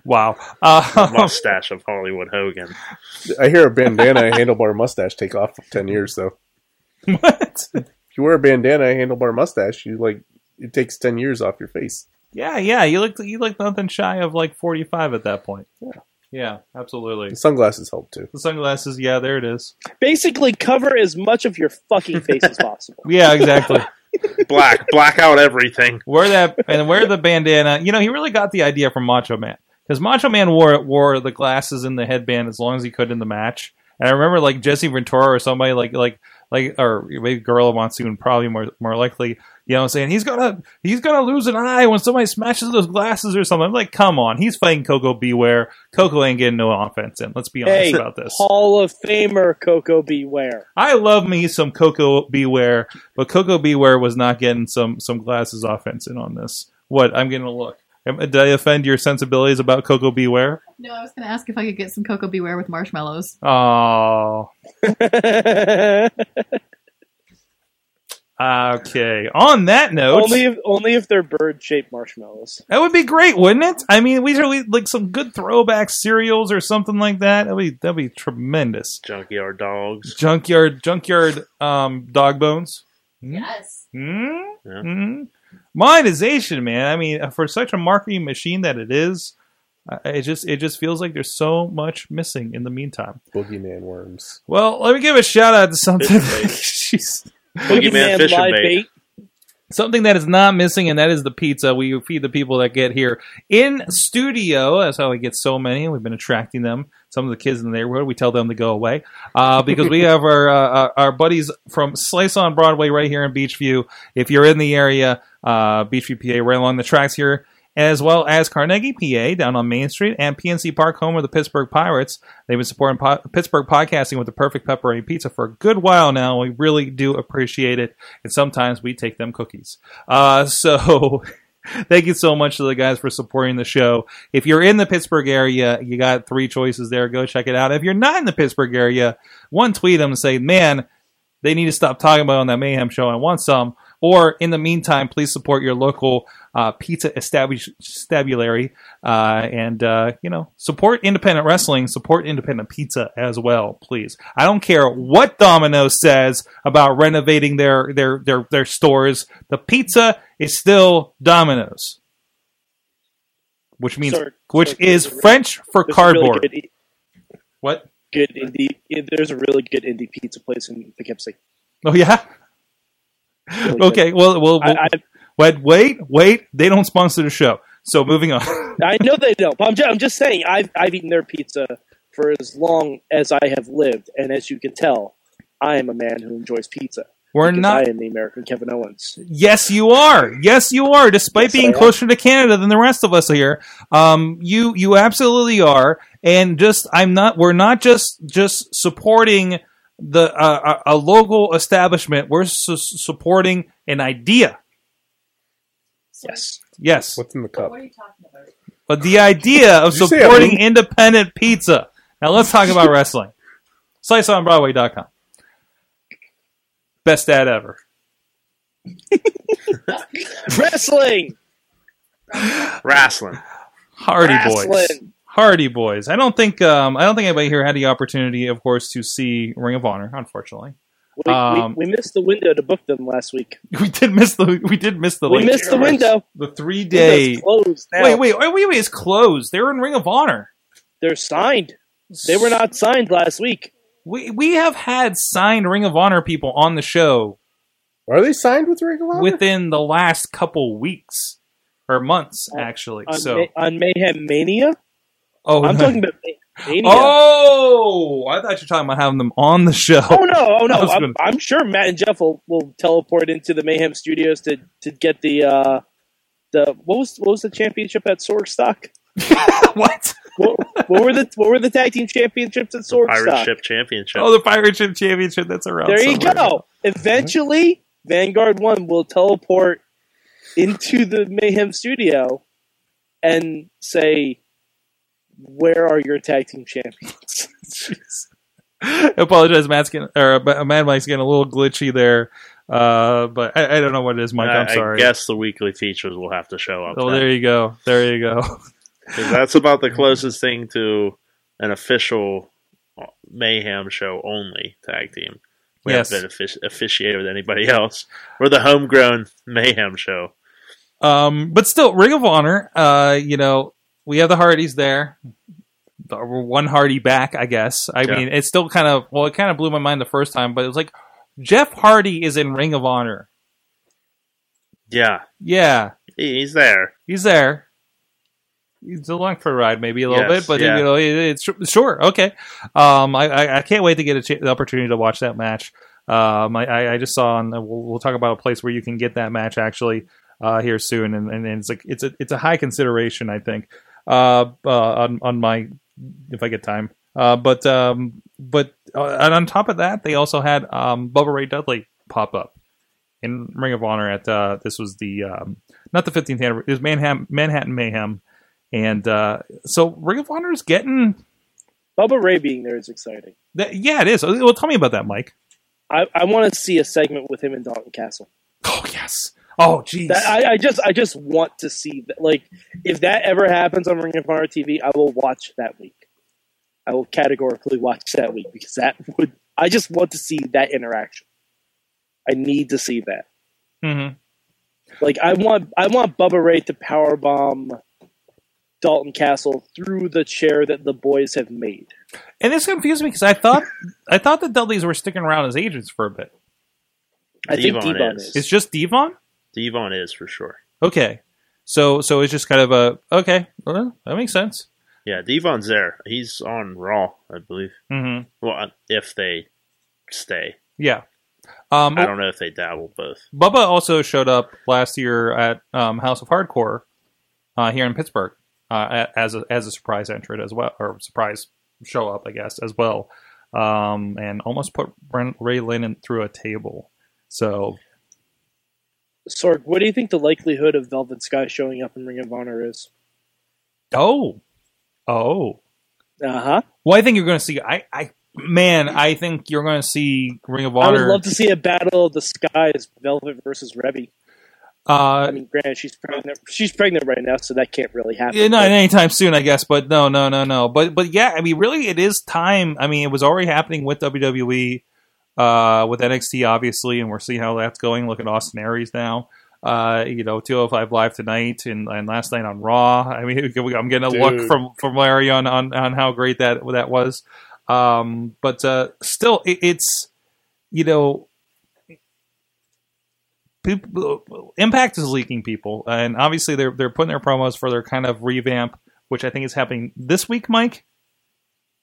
[SPEAKER 2] Wow. Uh,
[SPEAKER 4] Mustache of Hollywood Hogan.
[SPEAKER 5] I hear a bandana and handlebar mustache take off ten years though.
[SPEAKER 2] what?
[SPEAKER 5] If you wear a bandana and handlebar mustache, you like it takes ten years off your face.
[SPEAKER 2] Yeah, yeah. You look you look nothing shy of like forty five at that point. Yeah, yeah, absolutely.
[SPEAKER 5] The sunglasses help too.
[SPEAKER 2] The sunglasses. Yeah, there it is.
[SPEAKER 3] Basically, cover as much of your fucking face as possible.
[SPEAKER 2] Yeah, exactly.
[SPEAKER 4] Black, black out everything.
[SPEAKER 2] wear that and wear the bandana. You know, he really got the idea from Macho Man because Macho Man wore wore the glasses and the headband as long as he could in the match. And I remember like Jesse Ventura or somebody like like like or maybe Gorilla Monsoon probably more more likely. You know, what I'm saying he's gonna he's gonna lose an eye when somebody smashes those glasses or something. I'm like, come on, he's fighting Coco Beware. Coco ain't getting no offense in. Let's be honest
[SPEAKER 3] Hey,
[SPEAKER 2] about this.
[SPEAKER 3] Hall of Famer Coco Beware.
[SPEAKER 2] I love me some Coco Beware, but Coco Beware was not getting some some glasses offense in on this. What I'm getting a look. Am- Did I offend your sensibilities about Coco Beware?
[SPEAKER 6] No, I was going to ask if I could get some Cocoa Beware with marshmallows.
[SPEAKER 2] Oh, okay. On that note,
[SPEAKER 3] only if only if they're bird shaped marshmallows.
[SPEAKER 2] that would be great, wouldn't it? I mean, we should really like some good throwback cereals or something like that. That'd be that'd be tremendous.
[SPEAKER 4] Junkyard dogs.
[SPEAKER 2] Junkyard, junkyard, um, dog bones.
[SPEAKER 6] Yes.
[SPEAKER 2] mm
[SPEAKER 4] Yeah.
[SPEAKER 2] mm Monetization, man. I mean, for such a marketing machine that it is, uh, it just it just feels like there's so much missing in the meantime.
[SPEAKER 5] Boogeyman worms.
[SPEAKER 2] Well, let me give a shout out to something.
[SPEAKER 4] Fishing bait.
[SPEAKER 2] Jeez.
[SPEAKER 4] Boogeyman
[SPEAKER 3] Boogeyman
[SPEAKER 4] fishing
[SPEAKER 3] live
[SPEAKER 4] bait.
[SPEAKER 2] Something that is not missing, and that is the pizza we feed the people that get here in studio. That's how we get so many. We've been attracting them. Some of the kids in the neighborhood, we tell them to go away uh, because we have our, uh, our- our buddies from Slice on Broadway right here in Beachview. If you're in the area, uh, Beachview, PA, right along the tracks here, as well as Carnegie, PA, down on Main Street, and PNC Park, home of the Pittsburgh Pirates. They've been supporting po- Pittsburgh podcasting with the perfect pepperoni pizza for a good while now. We really do appreciate it, and sometimes we take them cookies. Uh, so. Thank you so much to the guys for supporting the show. If you're in the Pittsburgh area, you got three choices there. Go check it out. If you're not in the Pittsburgh area, one tweet them and say, "Man, they need to stop talking about it on that mayhem show i want some or in the meantime please support your local uh, pizza establish- estabulary uh, and uh, you know support independent wrestling support independent pizza as well please i don't care what domino's says about renovating their their their, their stores the pizza is still domino's which means
[SPEAKER 3] Sir,
[SPEAKER 2] which
[SPEAKER 3] sir,
[SPEAKER 2] is
[SPEAKER 3] there's a-
[SPEAKER 2] french for
[SPEAKER 3] There's a really
[SPEAKER 2] cardboard
[SPEAKER 3] good i-
[SPEAKER 2] what
[SPEAKER 3] good indie. yeah, There's a really good indie pizza place in Poughkeepsie.
[SPEAKER 2] oh yeah
[SPEAKER 3] Really good.
[SPEAKER 2] okay well we'll,
[SPEAKER 3] I, I,
[SPEAKER 2] Wait, wait, wait. They don't sponsor the show. So moving on.
[SPEAKER 3] I know they don't. But I'm just, I'm just saying, I've, I've eaten their pizza for as long as I have lived. And as you can tell, I am a man who enjoys pizza.
[SPEAKER 2] We're
[SPEAKER 3] because
[SPEAKER 2] not.
[SPEAKER 3] I am the American Kevin Owens.
[SPEAKER 2] Yes, you are. Yes, you are. Despite
[SPEAKER 3] Yes, I
[SPEAKER 2] being
[SPEAKER 3] am.
[SPEAKER 2] closer to Canada than the rest of us here, um, you you absolutely are. And just I'm not. We're not just just supporting the uh, a, a local establishment. We're su- supporting an idea.
[SPEAKER 3] Yes.
[SPEAKER 2] Yes,
[SPEAKER 5] What's in the cup?
[SPEAKER 6] are you talking about?
[SPEAKER 2] but the idea of
[SPEAKER 5] Did you say a
[SPEAKER 2] supporting
[SPEAKER 5] loop?
[SPEAKER 2] independent pizza. Now let's talk about wrestling. SliceOnBroadway.com. Best ad ever.
[SPEAKER 3] Wrestling!
[SPEAKER 4] Wrestling.
[SPEAKER 2] Hardy Boys.
[SPEAKER 3] Wrestling!
[SPEAKER 2] Hardy Boys. I don't think um, I don't think anybody here had the opportunity, of course, to see Ring of Honor. Unfortunately,
[SPEAKER 3] We,
[SPEAKER 2] Um,
[SPEAKER 3] we, we missed the window to book them last week.
[SPEAKER 2] we did miss the we did miss the
[SPEAKER 3] We
[SPEAKER 2] late-
[SPEAKER 3] missed the window.
[SPEAKER 2] the three day.
[SPEAKER 3] Window's closed now.
[SPEAKER 2] Wait, wait, wait, wait, wait! It's closed. They were in Ring of Honor.
[SPEAKER 3] They're signed. They were not signed last week.
[SPEAKER 2] We we have had signed Ring of Honor people on the show
[SPEAKER 5] Are they signed with Ring of Honor?
[SPEAKER 2] within the last couple weeks or months,
[SPEAKER 3] On-
[SPEAKER 2] actually.
[SPEAKER 3] On,
[SPEAKER 2] So,
[SPEAKER 3] Ma- on Mayhem Mania?
[SPEAKER 2] oh,
[SPEAKER 3] I'm talking about Ma- Mania.
[SPEAKER 2] oh, I thought you were talking about having them on the show.
[SPEAKER 3] Oh no! Oh no!
[SPEAKER 2] I was
[SPEAKER 3] I'm,
[SPEAKER 2] gonna-
[SPEAKER 3] I'm sure Matt and Jeff will, will teleport into the Mayhem Studios to, to get the uh, the what was what was the championship at Sorgstock?
[SPEAKER 2] what?
[SPEAKER 3] What, what were the what were the tag team championships at
[SPEAKER 4] Pirate
[SPEAKER 3] Sorgstock?
[SPEAKER 4] Ship Championship.
[SPEAKER 2] Oh, the Pirate Ship Championship. That's around.
[SPEAKER 3] There you
[SPEAKER 2] somewhere.
[SPEAKER 3] go. Eventually, Vanguard One will teleport into the Mayhem Studio and say, "Where are your tag team champions?"
[SPEAKER 2] Jeez. I apologize, Matt's getting, or uh, Mad Mike's getting a little glitchy there, uh, but I, I don't know what it is, Mike. I'm
[SPEAKER 4] I-
[SPEAKER 2] sorry.
[SPEAKER 4] I guess the weekly features will have to show up.
[SPEAKER 2] oh,
[SPEAKER 4] then.
[SPEAKER 2] there you go. There you go.
[SPEAKER 4] 'Cause that's about the closest thing to an official uh, mayhem show only tag team. We
[SPEAKER 2] Yes.
[SPEAKER 4] haven't been offici- officiated with anybody else. We're the homegrown mayhem show.
[SPEAKER 2] Um, but still, Ring of Honor. Uh, you know, we have the Hardys there. The- We're one Hardy back, I guess. I
[SPEAKER 4] Yeah.
[SPEAKER 2] mean, it's still kind of well, it kind of blew my mind the first time, but it was like Jeff Hardy is in Ring of Honor.
[SPEAKER 4] Yeah,
[SPEAKER 2] Yeah,
[SPEAKER 4] he- he's there.
[SPEAKER 2] he's there. He's along for a ride, maybe a little
[SPEAKER 4] Yes,
[SPEAKER 2] bit, but
[SPEAKER 4] yeah.
[SPEAKER 2] you know, it, it's sure okay. Um, I, I, I can't wait to get a ch- the opportunity to watch that match. Um, I- I, I just saw, and we'll, we'll talk about a place where you can get that match actually uh, here soon, and, and, it's like it's a it's a high consideration, I think, uh, uh, on on my if I get time. Uh, but um, but uh, and on top of that, they also had um, Bubba Ray Dudley pop up in Ring of Honor at uh, this was the um, not the 15th anniversary. It was Manhattan, Manhattan Mayhem, and uh, so Ring of Honor is getting.
[SPEAKER 3] Bubba Ray being there is exciting.
[SPEAKER 2] That, yeah, it is. Uh, Well, tell me about that, Mike.
[SPEAKER 3] I, I want to see a segment with him and Dalton Castle.
[SPEAKER 2] Oh yes. Oh jeez.
[SPEAKER 3] That, I, I just I just want to see that. Like if that ever happens on Ring of Honor TV, I will watch that week. I will categorically watch that week because that would I just want to see that interaction. I need to see that.
[SPEAKER 4] Mm-hmm.
[SPEAKER 2] Mhm.
[SPEAKER 3] Like I want I want Bubba Ray to powerbomb Dalton Castle through the chair that the boys have made.
[SPEAKER 2] And this confused me because I thought I thought the Dudleys were sticking around as agents for a bit.
[SPEAKER 3] I think
[SPEAKER 4] Devon
[SPEAKER 3] Devon
[SPEAKER 4] is.
[SPEAKER 3] is.
[SPEAKER 2] It's just Devon.
[SPEAKER 4] The Yvonne is for sure.
[SPEAKER 2] Okay. So so it's just kind of a okay. Well, that makes sense.
[SPEAKER 4] Yeah, the Yvonne's there. He's on Raw, I believe.
[SPEAKER 2] Mm-hmm.
[SPEAKER 4] Well, uh, if they stay,
[SPEAKER 2] Yeah. Um,
[SPEAKER 4] I don't know if they dabble both.
[SPEAKER 2] Bubba also showed up last year at um, House of Hardcore uh, here in Pittsburgh uh, a- as a, as a surprise entrant as well, or surprise show up, I guess, as well, um, and almost put Ren- Ray Lennon through a table. So
[SPEAKER 3] Sorg, what do you think the likelihood of Velvet Sky showing up in Ring of Honor is?
[SPEAKER 2] oh oh,
[SPEAKER 3] Uh huh.
[SPEAKER 2] well, I think you're going to see. I I man, I think you're going to see Ring of
[SPEAKER 3] I would
[SPEAKER 2] Honor.
[SPEAKER 3] love to see a battle of the skies, Velvet versus Rebby.
[SPEAKER 2] uh,
[SPEAKER 3] I mean, granted, she's pregnant. She's pregnant right now, so that can't really happen.
[SPEAKER 2] Yeah, not
[SPEAKER 3] but
[SPEAKER 2] anytime soon, I guess. But no, no, no, no. But but yeah, I mean, really, it is time. I mean, it was already happening with E. WWE, uh, with NXT, obviously, and we're seeing how that's going. Look at Austin Aries now. Uh, you know, 205 live tonight and, and last night on Raw. I mean, I'm getting a look
[SPEAKER 5] Dude.
[SPEAKER 2] from from Larry on on, on how great that that was. Um, but uh, still, it, it's you know, people, Impact is leaking people, and obviously they're they're putting their promos for their kind of revamp, which I think is happening this week, Mike.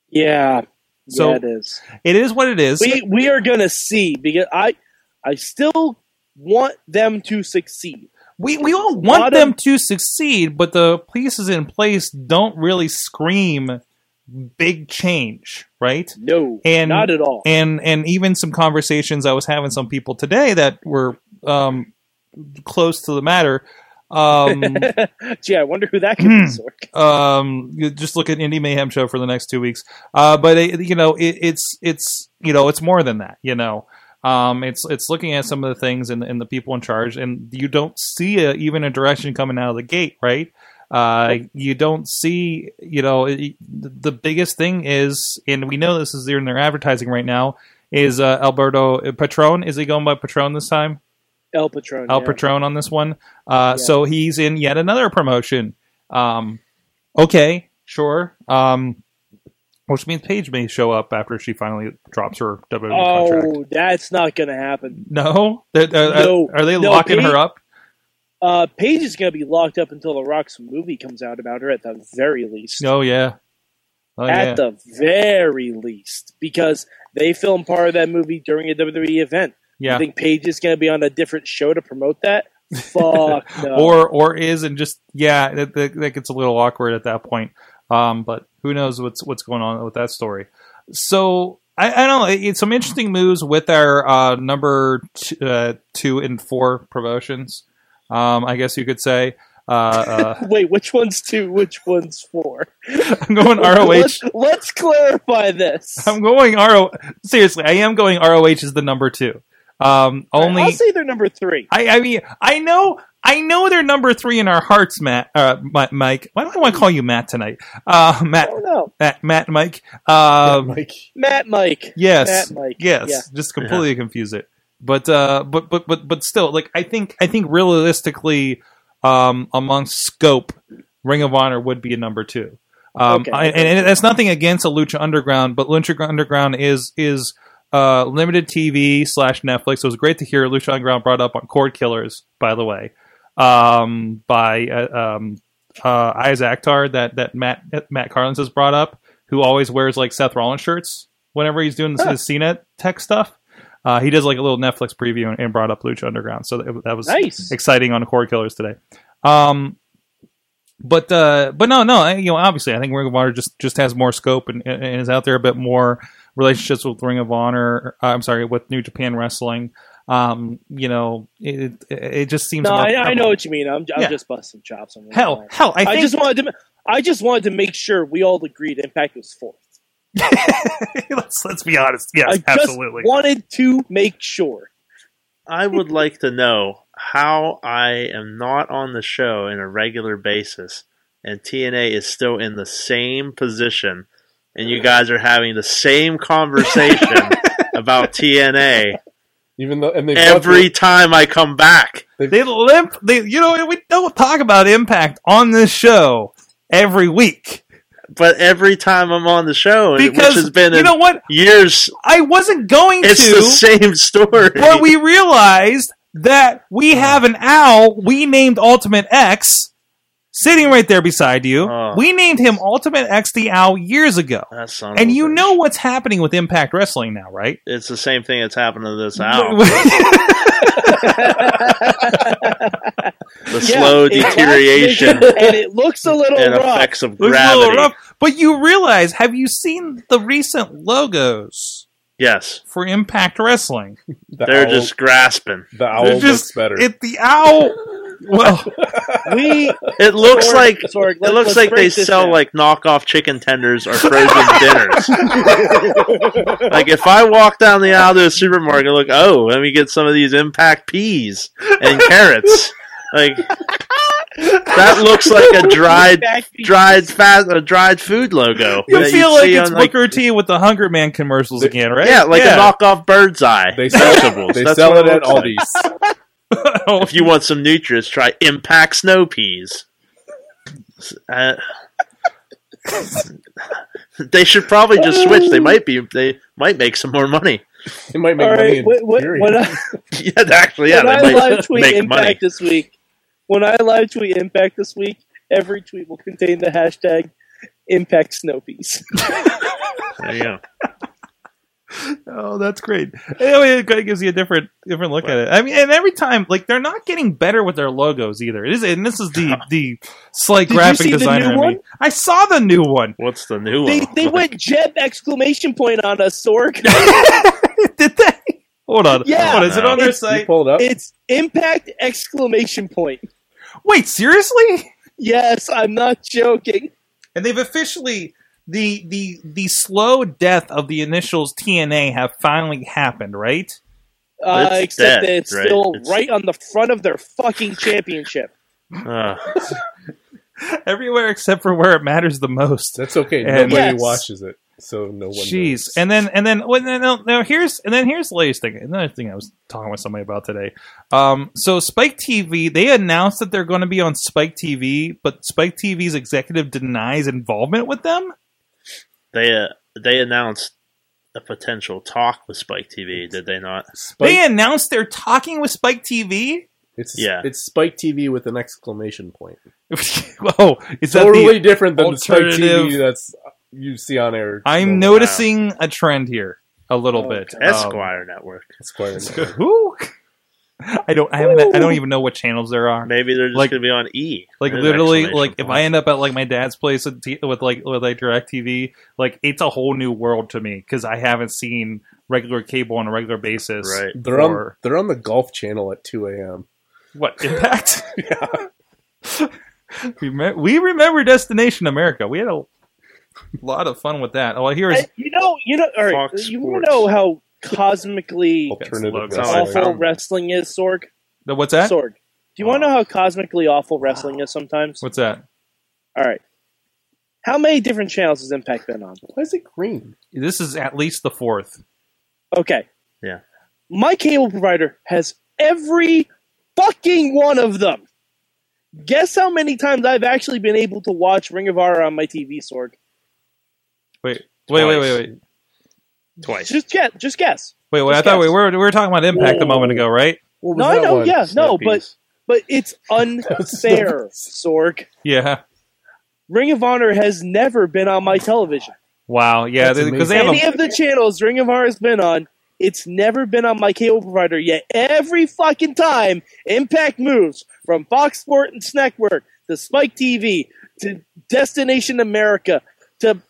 [SPEAKER 3] yeah,
[SPEAKER 2] So-
[SPEAKER 3] yeah, it is.
[SPEAKER 2] It is what it is.
[SPEAKER 3] We we are gonna see because I I still want them to succeed.
[SPEAKER 2] we, we all
[SPEAKER 3] A
[SPEAKER 2] want
[SPEAKER 3] lot
[SPEAKER 2] them
[SPEAKER 3] of-
[SPEAKER 2] to succeed, but the pieces in place don't really scream big change, right?
[SPEAKER 3] No,
[SPEAKER 2] And-
[SPEAKER 3] not at all.
[SPEAKER 2] and and even some conversations I was having some people today that were um, close to the matter. Um, Hmm.
[SPEAKER 3] Gee, I wonder who that could be. Sorg.
[SPEAKER 2] um, you just look at Indie Mayhem show for the next two weeks. Uh, but it, you know, it, it's it's you know, it's more than that. You know, um, it's it's looking at some of the things and, and the people in charge, and you don't see a, even a direction coming out of the gate, right? Uh, you don't see, you know, it, the the biggest thing is, and we know this is in their advertising right now. Is uh, Alberto Patron? Is he going by Patron this time?
[SPEAKER 3] El Patron.
[SPEAKER 2] Al
[SPEAKER 3] yeah.
[SPEAKER 2] Patron on this one. Uh,
[SPEAKER 3] Yeah.
[SPEAKER 2] So he's in yet another promotion. Um, okay, sure. Um, which means Paige may show up after she finally drops her WWE contract.
[SPEAKER 3] Oh, that's not gonna happen.
[SPEAKER 2] No, They're- they're- are,
[SPEAKER 3] No.
[SPEAKER 2] are they
[SPEAKER 3] No,
[SPEAKER 2] locking
[SPEAKER 3] Paige-
[SPEAKER 2] her up?
[SPEAKER 3] Uh, Paige is gonna be locked up until the Rock's movie comes out about her at the very least.
[SPEAKER 2] Oh yeah. Oh,
[SPEAKER 3] at
[SPEAKER 2] yeah.
[SPEAKER 3] the very least, because they filmed part of that movie during a WWE event.
[SPEAKER 2] yeah.
[SPEAKER 3] You think Paige is going to be on a different show to promote that? Fuck no.
[SPEAKER 2] Or or is and just yeah, that, that, that gets a little awkward at that point. Um, but who knows what's what's going on with that story? So I, I don't know. It- It's some interesting moves with our uh, number t- uh, two and four promotions. Um, I guess you could say. Uh, uh,
[SPEAKER 3] Wait, which one's two? Which one's four?
[SPEAKER 2] I'm going ROH.
[SPEAKER 3] Let's, let's clarify this.
[SPEAKER 2] I'm going ROH. Seriously, I am going ROH is the number two. Um, only
[SPEAKER 3] I'll say they're number three.
[SPEAKER 2] I, I mean, I know, I know they're number three in our hearts, Matt, uh, Mi- Mike. Why do I want to call you Matt tonight? Uh,
[SPEAKER 3] I
[SPEAKER 2] Matt,
[SPEAKER 3] don't know.
[SPEAKER 2] Matt, Matt, Mike. Um,
[SPEAKER 5] Mike,
[SPEAKER 3] Oh, Matt, Mike.
[SPEAKER 2] Yes,
[SPEAKER 3] Matt, Mike.
[SPEAKER 2] yes,
[SPEAKER 3] Yeah.
[SPEAKER 2] just completely confuse it. But uh, but but but but still, like I think I think realistically, um, amongst scope, Ring of Honor would be a number two. Um,
[SPEAKER 3] Okay.
[SPEAKER 2] I- and, and that's nothing against a Lucha Underground, but Lucha Underground is is uh, limited TV slash Netflix. So it was great to hear Lucha Underground brought up on Cord Killers, by the way, um, by uh, um, uh, Isaac Actar that that Matt Matt Carlins has brought up, who always wears like Seth Rollins shirts whenever he's doing his Cena tech stuff. Uh, he does like a little Netflix preview and, and brought up Lucha Underground, so that, that was
[SPEAKER 3] Nice.
[SPEAKER 2] exciting on Cord Killers today. Um, but uh, but no, no, I- you know, obviously, I think Ring of Honor just just has more scope and, and is out there a bit more relationships with Ring of Honor. Uh, I'm sorry, with New Japan Wrestling. Um, you know, it it, it just seems.
[SPEAKER 3] No,
[SPEAKER 2] more
[SPEAKER 3] I, I know
[SPEAKER 2] prevalent.
[SPEAKER 3] what you mean. I'm, I'm
[SPEAKER 2] Yeah.
[SPEAKER 3] just busting chops. On Ring of
[SPEAKER 2] Hell,
[SPEAKER 3] Honor.
[SPEAKER 2] hell, I,
[SPEAKER 3] I,
[SPEAKER 2] think,
[SPEAKER 3] just wanted to. I just wanted to make sure we all agreed Impact was fourth.
[SPEAKER 2] let's let's be honest. Yes,
[SPEAKER 3] I just
[SPEAKER 2] absolutely.
[SPEAKER 3] wanted to make sure.
[SPEAKER 4] I would like to know how I am not on the show in a regular basis and TNA is still in the same position and you guys are having the same conversation about TNA
[SPEAKER 5] even though and they
[SPEAKER 4] every time I come back.
[SPEAKER 2] They limp. They you know we don't talk about impact on this show every week
[SPEAKER 4] But every time I'm on the show,
[SPEAKER 2] because
[SPEAKER 4] which has been
[SPEAKER 2] you
[SPEAKER 4] in
[SPEAKER 2] know what
[SPEAKER 4] years,
[SPEAKER 2] I wasn't going
[SPEAKER 4] it's
[SPEAKER 2] to,
[SPEAKER 4] the same story.
[SPEAKER 2] but we realized that we have an owl we named Ultimate X sitting right there beside you.
[SPEAKER 4] Oh.
[SPEAKER 2] We named him Ultimate X the Owl years ago.
[SPEAKER 4] That son of
[SPEAKER 2] And
[SPEAKER 4] a
[SPEAKER 2] you
[SPEAKER 4] bitch.
[SPEAKER 2] know what's happening with Impact Wrestling now, right?
[SPEAKER 4] it's the same thing that's happened to this owl. the
[SPEAKER 3] Yeah,
[SPEAKER 4] slow
[SPEAKER 3] it has
[SPEAKER 4] deterioration
[SPEAKER 3] been- and it looks a little
[SPEAKER 4] and
[SPEAKER 3] rough.
[SPEAKER 4] effects of
[SPEAKER 2] It was a little
[SPEAKER 4] gravity.
[SPEAKER 2] rough. But you realize, have you seen the recent logos
[SPEAKER 4] Yes,
[SPEAKER 2] for Impact Wrestling?
[SPEAKER 5] The
[SPEAKER 4] they're
[SPEAKER 5] owl,
[SPEAKER 4] just grasping.
[SPEAKER 5] the owl
[SPEAKER 2] They're
[SPEAKER 5] looks
[SPEAKER 2] just-
[SPEAKER 5] better.
[SPEAKER 2] It, the owl. Well,
[SPEAKER 3] We
[SPEAKER 4] It looks
[SPEAKER 3] Sorg,
[SPEAKER 4] like
[SPEAKER 3] Sorg,
[SPEAKER 4] it
[SPEAKER 3] let-
[SPEAKER 4] looks
[SPEAKER 3] let's
[SPEAKER 4] like they
[SPEAKER 3] break this
[SPEAKER 4] sell
[SPEAKER 3] down.
[SPEAKER 4] like knockoff chicken tenders or frozen dinners. like if I walk down the aisle to a supermarket, look, oh, let me get some of these impact peas and carrots. like that looks like a dried
[SPEAKER 3] Impact peas.
[SPEAKER 4] dried fat a dried food logo.
[SPEAKER 2] you
[SPEAKER 4] that
[SPEAKER 2] feel
[SPEAKER 4] you'd
[SPEAKER 2] like
[SPEAKER 4] see
[SPEAKER 2] it's
[SPEAKER 4] on,
[SPEAKER 2] Booker T with the Hunger Man commercials again, right?
[SPEAKER 4] Yeah, like a knockoff bird's eye.
[SPEAKER 5] they sell,
[SPEAKER 4] vegetables.
[SPEAKER 5] they
[SPEAKER 4] That's
[SPEAKER 5] sell
[SPEAKER 4] what
[SPEAKER 5] it at
[SPEAKER 4] looks like.
[SPEAKER 5] Aldi's.
[SPEAKER 4] If you want some nutrients, try Impact Snow Peas. Uh, they should probably just switch. They might be. They might make some more money.
[SPEAKER 5] It might make
[SPEAKER 3] all
[SPEAKER 5] money
[SPEAKER 3] right.
[SPEAKER 5] in
[SPEAKER 3] When, when,
[SPEAKER 5] period.
[SPEAKER 3] when I,
[SPEAKER 4] Yeah, actually, yeah,
[SPEAKER 3] when I
[SPEAKER 4] they
[SPEAKER 3] live
[SPEAKER 4] might
[SPEAKER 3] tweet
[SPEAKER 4] make
[SPEAKER 3] Impact
[SPEAKER 4] money.
[SPEAKER 3] this week, when I live tweet Impact this week, every tweet will contain the hashtag Impact Snowpiece.
[SPEAKER 4] There you go.
[SPEAKER 2] Oh, that's great. Anyway, it kinda gives you a different different look at it. I mean, and every time, like they're not getting better with their logos either. It is, and this is the the slight
[SPEAKER 3] Did you
[SPEAKER 2] graphic
[SPEAKER 3] see the
[SPEAKER 2] designer.
[SPEAKER 3] new
[SPEAKER 2] in me.
[SPEAKER 3] one?
[SPEAKER 2] I saw the new one.
[SPEAKER 4] What's the new
[SPEAKER 3] They
[SPEAKER 4] one?
[SPEAKER 3] they went Jeb exclamation point on us, Sorg.
[SPEAKER 2] Did they? Hold on.
[SPEAKER 3] Yeah.
[SPEAKER 2] Hold on. Is it on their
[SPEAKER 3] It's-
[SPEAKER 5] you
[SPEAKER 2] site?
[SPEAKER 5] pulled up.
[SPEAKER 3] It's Impact exclamation point.
[SPEAKER 2] Wait, seriously?
[SPEAKER 3] Yes, I'm not joking.
[SPEAKER 2] And they've officially the the the slow death of the initials TNA have finally happened, right?
[SPEAKER 3] Uh,
[SPEAKER 4] It's
[SPEAKER 3] except
[SPEAKER 4] dead,
[SPEAKER 3] that it's
[SPEAKER 4] right?
[SPEAKER 3] still
[SPEAKER 4] It's-
[SPEAKER 3] right on the front of their fucking championship.
[SPEAKER 4] Ugh.
[SPEAKER 2] Everywhere except for where it matters the most.
[SPEAKER 5] That's okay.
[SPEAKER 2] And-
[SPEAKER 5] Nobody
[SPEAKER 3] Yes.
[SPEAKER 5] watches it, so no one.
[SPEAKER 2] Jeez,
[SPEAKER 5] knows.
[SPEAKER 2] and then and then well, no, no, no, here's and then here's the latest thing. Another thing I was talking with somebody about today. Um, so Spike TV, they announced that they're going to be on Spike TV, but Spike TV's executive denies involvement with them.
[SPEAKER 4] They uh, they announced a potential talk with Spike TV. Did they not?
[SPEAKER 5] Spike,
[SPEAKER 2] They announced they're talking with Spike TV.
[SPEAKER 5] it's
[SPEAKER 4] Yeah.
[SPEAKER 5] it's Spike TV with an exclamation point.
[SPEAKER 2] Whoa, is that
[SPEAKER 5] Totally
[SPEAKER 2] the?
[SPEAKER 5] different than the Spike
[SPEAKER 2] alternative-
[SPEAKER 5] TV that's you see on air.
[SPEAKER 2] I'm
[SPEAKER 5] normally.
[SPEAKER 2] noticing a trend here a little bit. Um,
[SPEAKER 4] Esquire Network.
[SPEAKER 5] It's quite annoying.
[SPEAKER 2] Who? I don't. I haven't. I don't even know what channels there are.
[SPEAKER 4] Maybe they're just
[SPEAKER 2] Like-
[SPEAKER 4] going to be on E.
[SPEAKER 2] Like
[SPEAKER 4] There's
[SPEAKER 2] literally,
[SPEAKER 4] exclamation
[SPEAKER 2] like if I
[SPEAKER 4] point.
[SPEAKER 2] end up at like my dad's place with, t- with like with like Direct TV, like it's a whole new world to me because I haven't seen regular cable on a regular basis.
[SPEAKER 4] Right.
[SPEAKER 5] They're on,
[SPEAKER 2] for-
[SPEAKER 5] they're on the golf channel at 2 a.m.
[SPEAKER 2] What impact? we, me- we remember Destination America. We had a lot of fun with that. All I hear is
[SPEAKER 3] I- you know, you know, all right,
[SPEAKER 4] Fox
[SPEAKER 3] you wanna
[SPEAKER 4] Sports.
[SPEAKER 3] know how cosmically
[SPEAKER 5] Alternative
[SPEAKER 2] That's
[SPEAKER 4] low.
[SPEAKER 5] wrestling.
[SPEAKER 3] awful
[SPEAKER 4] found it.
[SPEAKER 3] wrestling is, Sorg.
[SPEAKER 2] the- what's that?
[SPEAKER 3] Sorg, do you want to know how cosmically awful wrestling is sometimes?
[SPEAKER 2] What's that?
[SPEAKER 3] All right. How many different channels has Impact been on?
[SPEAKER 5] Why is it green?
[SPEAKER 2] This is at least the fourth.
[SPEAKER 3] Okay.
[SPEAKER 4] Yeah.
[SPEAKER 3] My cable provider has every fucking one of them. Guess how many times I've actually been able to watch Ring of Honor on my TV, Sorg?
[SPEAKER 2] Wait, wait, wait, wait, wait,
[SPEAKER 4] twice.
[SPEAKER 3] Just guess. Just guess.
[SPEAKER 2] wait, wait. I
[SPEAKER 3] Just
[SPEAKER 2] thought we
[SPEAKER 3] guess.
[SPEAKER 2] were we were talking about impact a moment ago, right?
[SPEAKER 5] What was
[SPEAKER 3] No, I
[SPEAKER 5] that
[SPEAKER 3] know,
[SPEAKER 5] one?
[SPEAKER 3] yeah, no,
[SPEAKER 5] Snap
[SPEAKER 3] but-
[SPEAKER 5] piece.
[SPEAKER 3] But it's unfair, Sorg.
[SPEAKER 2] Yeah.
[SPEAKER 3] Ring of Honor has never been on my television.
[SPEAKER 2] Wow. Yeah.
[SPEAKER 5] That's
[SPEAKER 2] Because they have
[SPEAKER 3] Any
[SPEAKER 2] a,
[SPEAKER 3] of the channels Ring of Honor has been on, it's never been on my cable provider yet. Every fucking time Impact moves from Fox Sport and Snackwork to Spike TV to Destination America to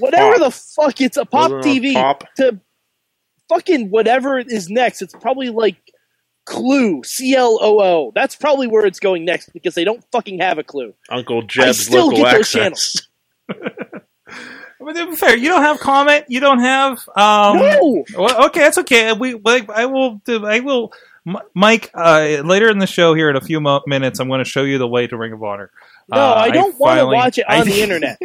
[SPEAKER 3] whatever the fuck it's a pop
[SPEAKER 2] uh,
[SPEAKER 4] Wasn't it
[SPEAKER 3] TV
[SPEAKER 4] Pop?
[SPEAKER 3] to fucking whatever is next. It's probably like Clue, C L O O. That's probably where it's going next because they don't fucking have a clue.
[SPEAKER 4] Uncle Jeb's
[SPEAKER 3] still
[SPEAKER 4] local
[SPEAKER 3] get those
[SPEAKER 4] access.
[SPEAKER 2] But to be fair, you don't have comment. You don't have. Um,
[SPEAKER 3] no,
[SPEAKER 2] Well, okay, that's okay. We like. I will. I will. M- Mike, uh, later in the show here in a few mo- minutes, I'm going to show you the way to Ring of Honor.
[SPEAKER 3] no,
[SPEAKER 2] Uh,
[SPEAKER 3] I don't want to
[SPEAKER 2] finally-
[SPEAKER 3] watch it
[SPEAKER 2] I-
[SPEAKER 3] on the internet.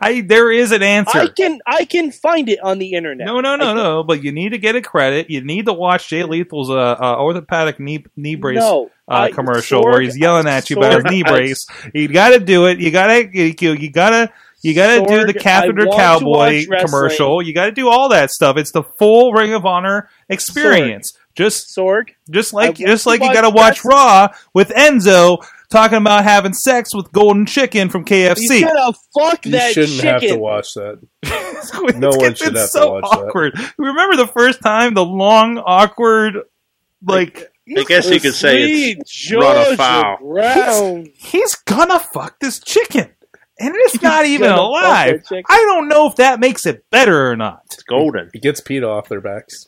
[SPEAKER 2] I there is an
[SPEAKER 3] I
[SPEAKER 2] answer.
[SPEAKER 3] can I can find it on the internet.
[SPEAKER 2] No, no, no,
[SPEAKER 3] I can-
[SPEAKER 2] no. But you need to get a credit. You need to watch Jay Lethal's uh, uh, orthopedic knee knee brace
[SPEAKER 3] No,
[SPEAKER 2] uh,
[SPEAKER 3] I-
[SPEAKER 2] commercial
[SPEAKER 3] Sorg,
[SPEAKER 2] where he's yelling at you about his
[SPEAKER 3] Sorg,
[SPEAKER 2] knee
[SPEAKER 3] I-
[SPEAKER 2] brace. You got to do it. You got to you, you got to you got to do the
[SPEAKER 3] Sorg, I
[SPEAKER 2] catheter
[SPEAKER 3] want to
[SPEAKER 2] cowboy
[SPEAKER 3] watch wrestling.
[SPEAKER 2] commercial. You got to do all that stuff. It's the full Ring of Honor experience. Just
[SPEAKER 3] Sorg.
[SPEAKER 2] just like
[SPEAKER 3] I
[SPEAKER 2] just like
[SPEAKER 3] want to
[SPEAKER 2] you got to watch
[SPEAKER 3] watch
[SPEAKER 2] Raw with Enzo talking about having sex with Golden Chicken from
[SPEAKER 3] He's
[SPEAKER 2] KFC.
[SPEAKER 3] gonna fuck
[SPEAKER 5] You
[SPEAKER 3] that
[SPEAKER 5] shouldn't have to
[SPEAKER 3] chicken.
[SPEAKER 5] watch that.
[SPEAKER 2] It's-
[SPEAKER 5] No one
[SPEAKER 2] it's
[SPEAKER 5] should have to
[SPEAKER 2] so
[SPEAKER 5] watch that.
[SPEAKER 2] awkward. Remember the first time the long awkward like
[SPEAKER 4] I guess you could say it's
[SPEAKER 3] Sweet
[SPEAKER 4] run
[SPEAKER 3] Georgia
[SPEAKER 4] afoul.
[SPEAKER 3] Brown.
[SPEAKER 2] he's gonna fuck this chicken. And it's not even
[SPEAKER 3] gonna fuck
[SPEAKER 2] alive.
[SPEAKER 3] that chicken.
[SPEAKER 2] I don't know if that makes it better or not.
[SPEAKER 4] It's golden.
[SPEAKER 5] It gets peed off their backs.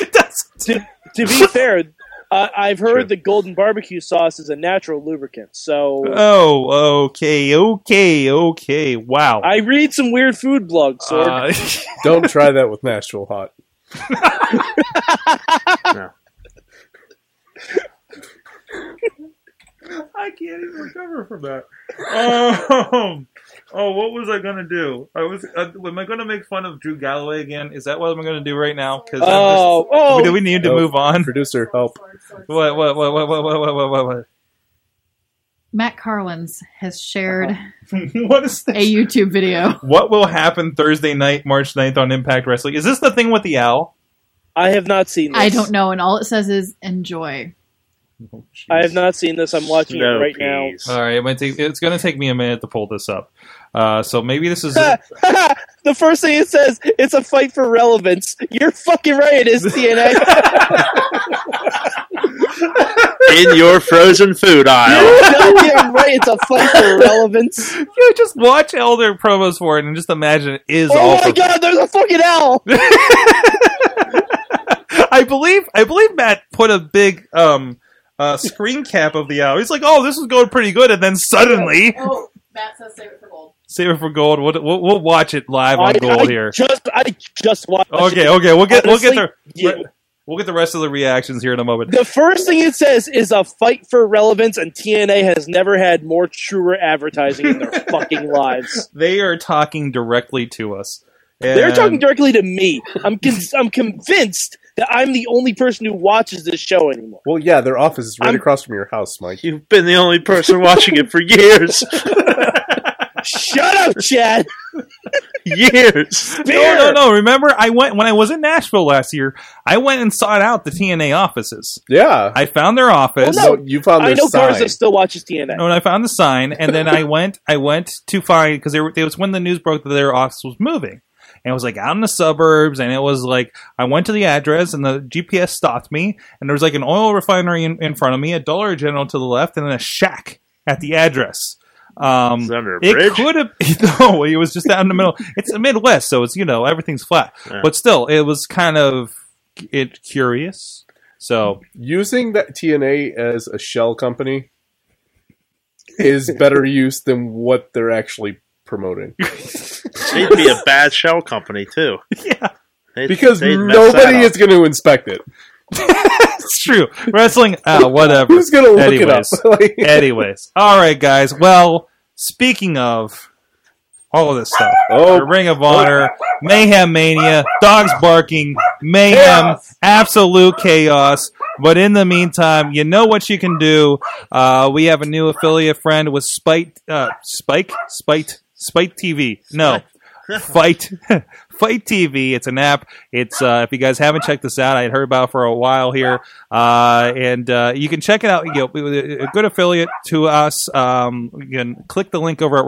[SPEAKER 2] It doesn't
[SPEAKER 3] to, to be fair, uh, I've heard
[SPEAKER 4] Sure.
[SPEAKER 3] the golden barbecue sauce is a natural lubricant. So
[SPEAKER 2] Oh, okay, okay, okay. Wow.
[SPEAKER 3] I read some weird food blogs. Sorg.
[SPEAKER 2] Uh,
[SPEAKER 5] Don't try that with Nashville hot.
[SPEAKER 2] I can't even recover from that. Um, oh, what was I gonna do? I was. Uh, am I gonna make fun of Drew Galloway again? Is that what I'm gonna do right now? Because
[SPEAKER 3] oh, oh,
[SPEAKER 2] do we need to
[SPEAKER 5] Nope.
[SPEAKER 2] move on?
[SPEAKER 5] Producer, help.
[SPEAKER 2] What? What? What? What? What? What? What? What? What? What?
[SPEAKER 6] Matt Carlins has shared
[SPEAKER 2] what is this?
[SPEAKER 6] a YouTube video.
[SPEAKER 2] What will happen Thursday night, March 9th on Impact Wrestling? Is this the thing with the owl?
[SPEAKER 3] I have not seen. This.
[SPEAKER 6] I don't know, and all it says is enjoy.
[SPEAKER 3] I have not seen this. I'm watching
[SPEAKER 4] No
[SPEAKER 3] it right
[SPEAKER 4] peas.
[SPEAKER 2] All right, it might take, it's going to take me a minute to pull this up. Uh, so maybe this is.
[SPEAKER 3] now. the first thing it says, it's a fight for relevance. You're fucking right. It is TNA.
[SPEAKER 4] In your frozen food aisle.
[SPEAKER 3] You're goddamn right. It's a fight for relevance.
[SPEAKER 2] you just watch Elder promos for it and just imagine it is all
[SPEAKER 3] Oh my
[SPEAKER 2] for
[SPEAKER 3] god, there's a fucking owl.
[SPEAKER 2] I believe I believe Matt put a big um uh screen cap of the hour. He's like, "Oh, this is going pretty good," and then suddenly,
[SPEAKER 6] Oh, Matt says save it for gold.
[SPEAKER 2] save it for gold. We'll, we'll, we'll watch it live on
[SPEAKER 3] I-
[SPEAKER 2] gold
[SPEAKER 3] I
[SPEAKER 2] here.
[SPEAKER 3] Just, I just watched.
[SPEAKER 2] Okay,
[SPEAKER 3] it.
[SPEAKER 2] okay, we'll get we'll get the
[SPEAKER 3] Honestly, yeah.
[SPEAKER 2] we'll get the rest of the reactions here in a moment.
[SPEAKER 3] The first thing it says is a fight for relevance, and TNA has never had more truer advertising in their fucking lives.
[SPEAKER 2] They are talking directly to us. And
[SPEAKER 3] They're talking directly to me. I'm con- I'm convinced that I'm the only person who watches this show anymore.
[SPEAKER 5] Well, yeah, their office is right
[SPEAKER 3] I'm-
[SPEAKER 5] across from your house, Mike.
[SPEAKER 4] You've been the only person watching it for years.
[SPEAKER 3] Shut up, Chad.
[SPEAKER 4] years.
[SPEAKER 3] Beer!
[SPEAKER 2] No, no, no. Remember, I went when I was in Nashville last year. I went and sought out the TNA offices.
[SPEAKER 5] Yeah.
[SPEAKER 2] I found their office.
[SPEAKER 3] Well, no.
[SPEAKER 5] you found
[SPEAKER 3] I
[SPEAKER 5] their
[SPEAKER 3] know
[SPEAKER 5] sign.
[SPEAKER 3] Garza still watches TNA.
[SPEAKER 2] when I found the sign, and then I went, I went to find because there it was when the news broke that their office was moving, and it was like out in the suburbs, and it was like I went to the address, and the GPS stopped me, and there was like an oil refinery in, in front of me, a Dollar General to the left, and then a shack at the address. Um,
[SPEAKER 4] It's under a
[SPEAKER 2] it
[SPEAKER 4] bridge.
[SPEAKER 2] could have no. It was just out in the middle. It's the Midwest, so it's you know everything's flat,
[SPEAKER 4] Yeah.
[SPEAKER 2] but still, it was kind of it curious. So
[SPEAKER 5] Using that TNA as a shell company is better use than what they're actually promoting.
[SPEAKER 4] They'd be a bad shell company too.
[SPEAKER 2] yeah,
[SPEAKER 4] They'd-
[SPEAKER 5] Because
[SPEAKER 4] they'd mess that
[SPEAKER 5] nobody
[SPEAKER 4] up.
[SPEAKER 5] is going to inspect it.
[SPEAKER 2] it's true. Wrestling, uh, whatever.
[SPEAKER 5] Who's going to look
[SPEAKER 2] Anyways.
[SPEAKER 5] it up? Like-
[SPEAKER 2] Anyways, all right, guys. Well, speaking of all of this stuff,
[SPEAKER 5] Oh.
[SPEAKER 2] the Ring of Honor, Mayhem Mania, dogs barking, mayhem, absolute chaos. But in the meantime, you know what you can do. Uh, we have a new affiliate friend with Spite, uh, Spike, Spite, Spite TV. No, Fight Fight TV. It's an app. It's uh, if you guys haven't checked this out, I had heard about it for a while here, uh, and uh, you can check it out. You know, a good affiliate to us. Um, you can click the link over at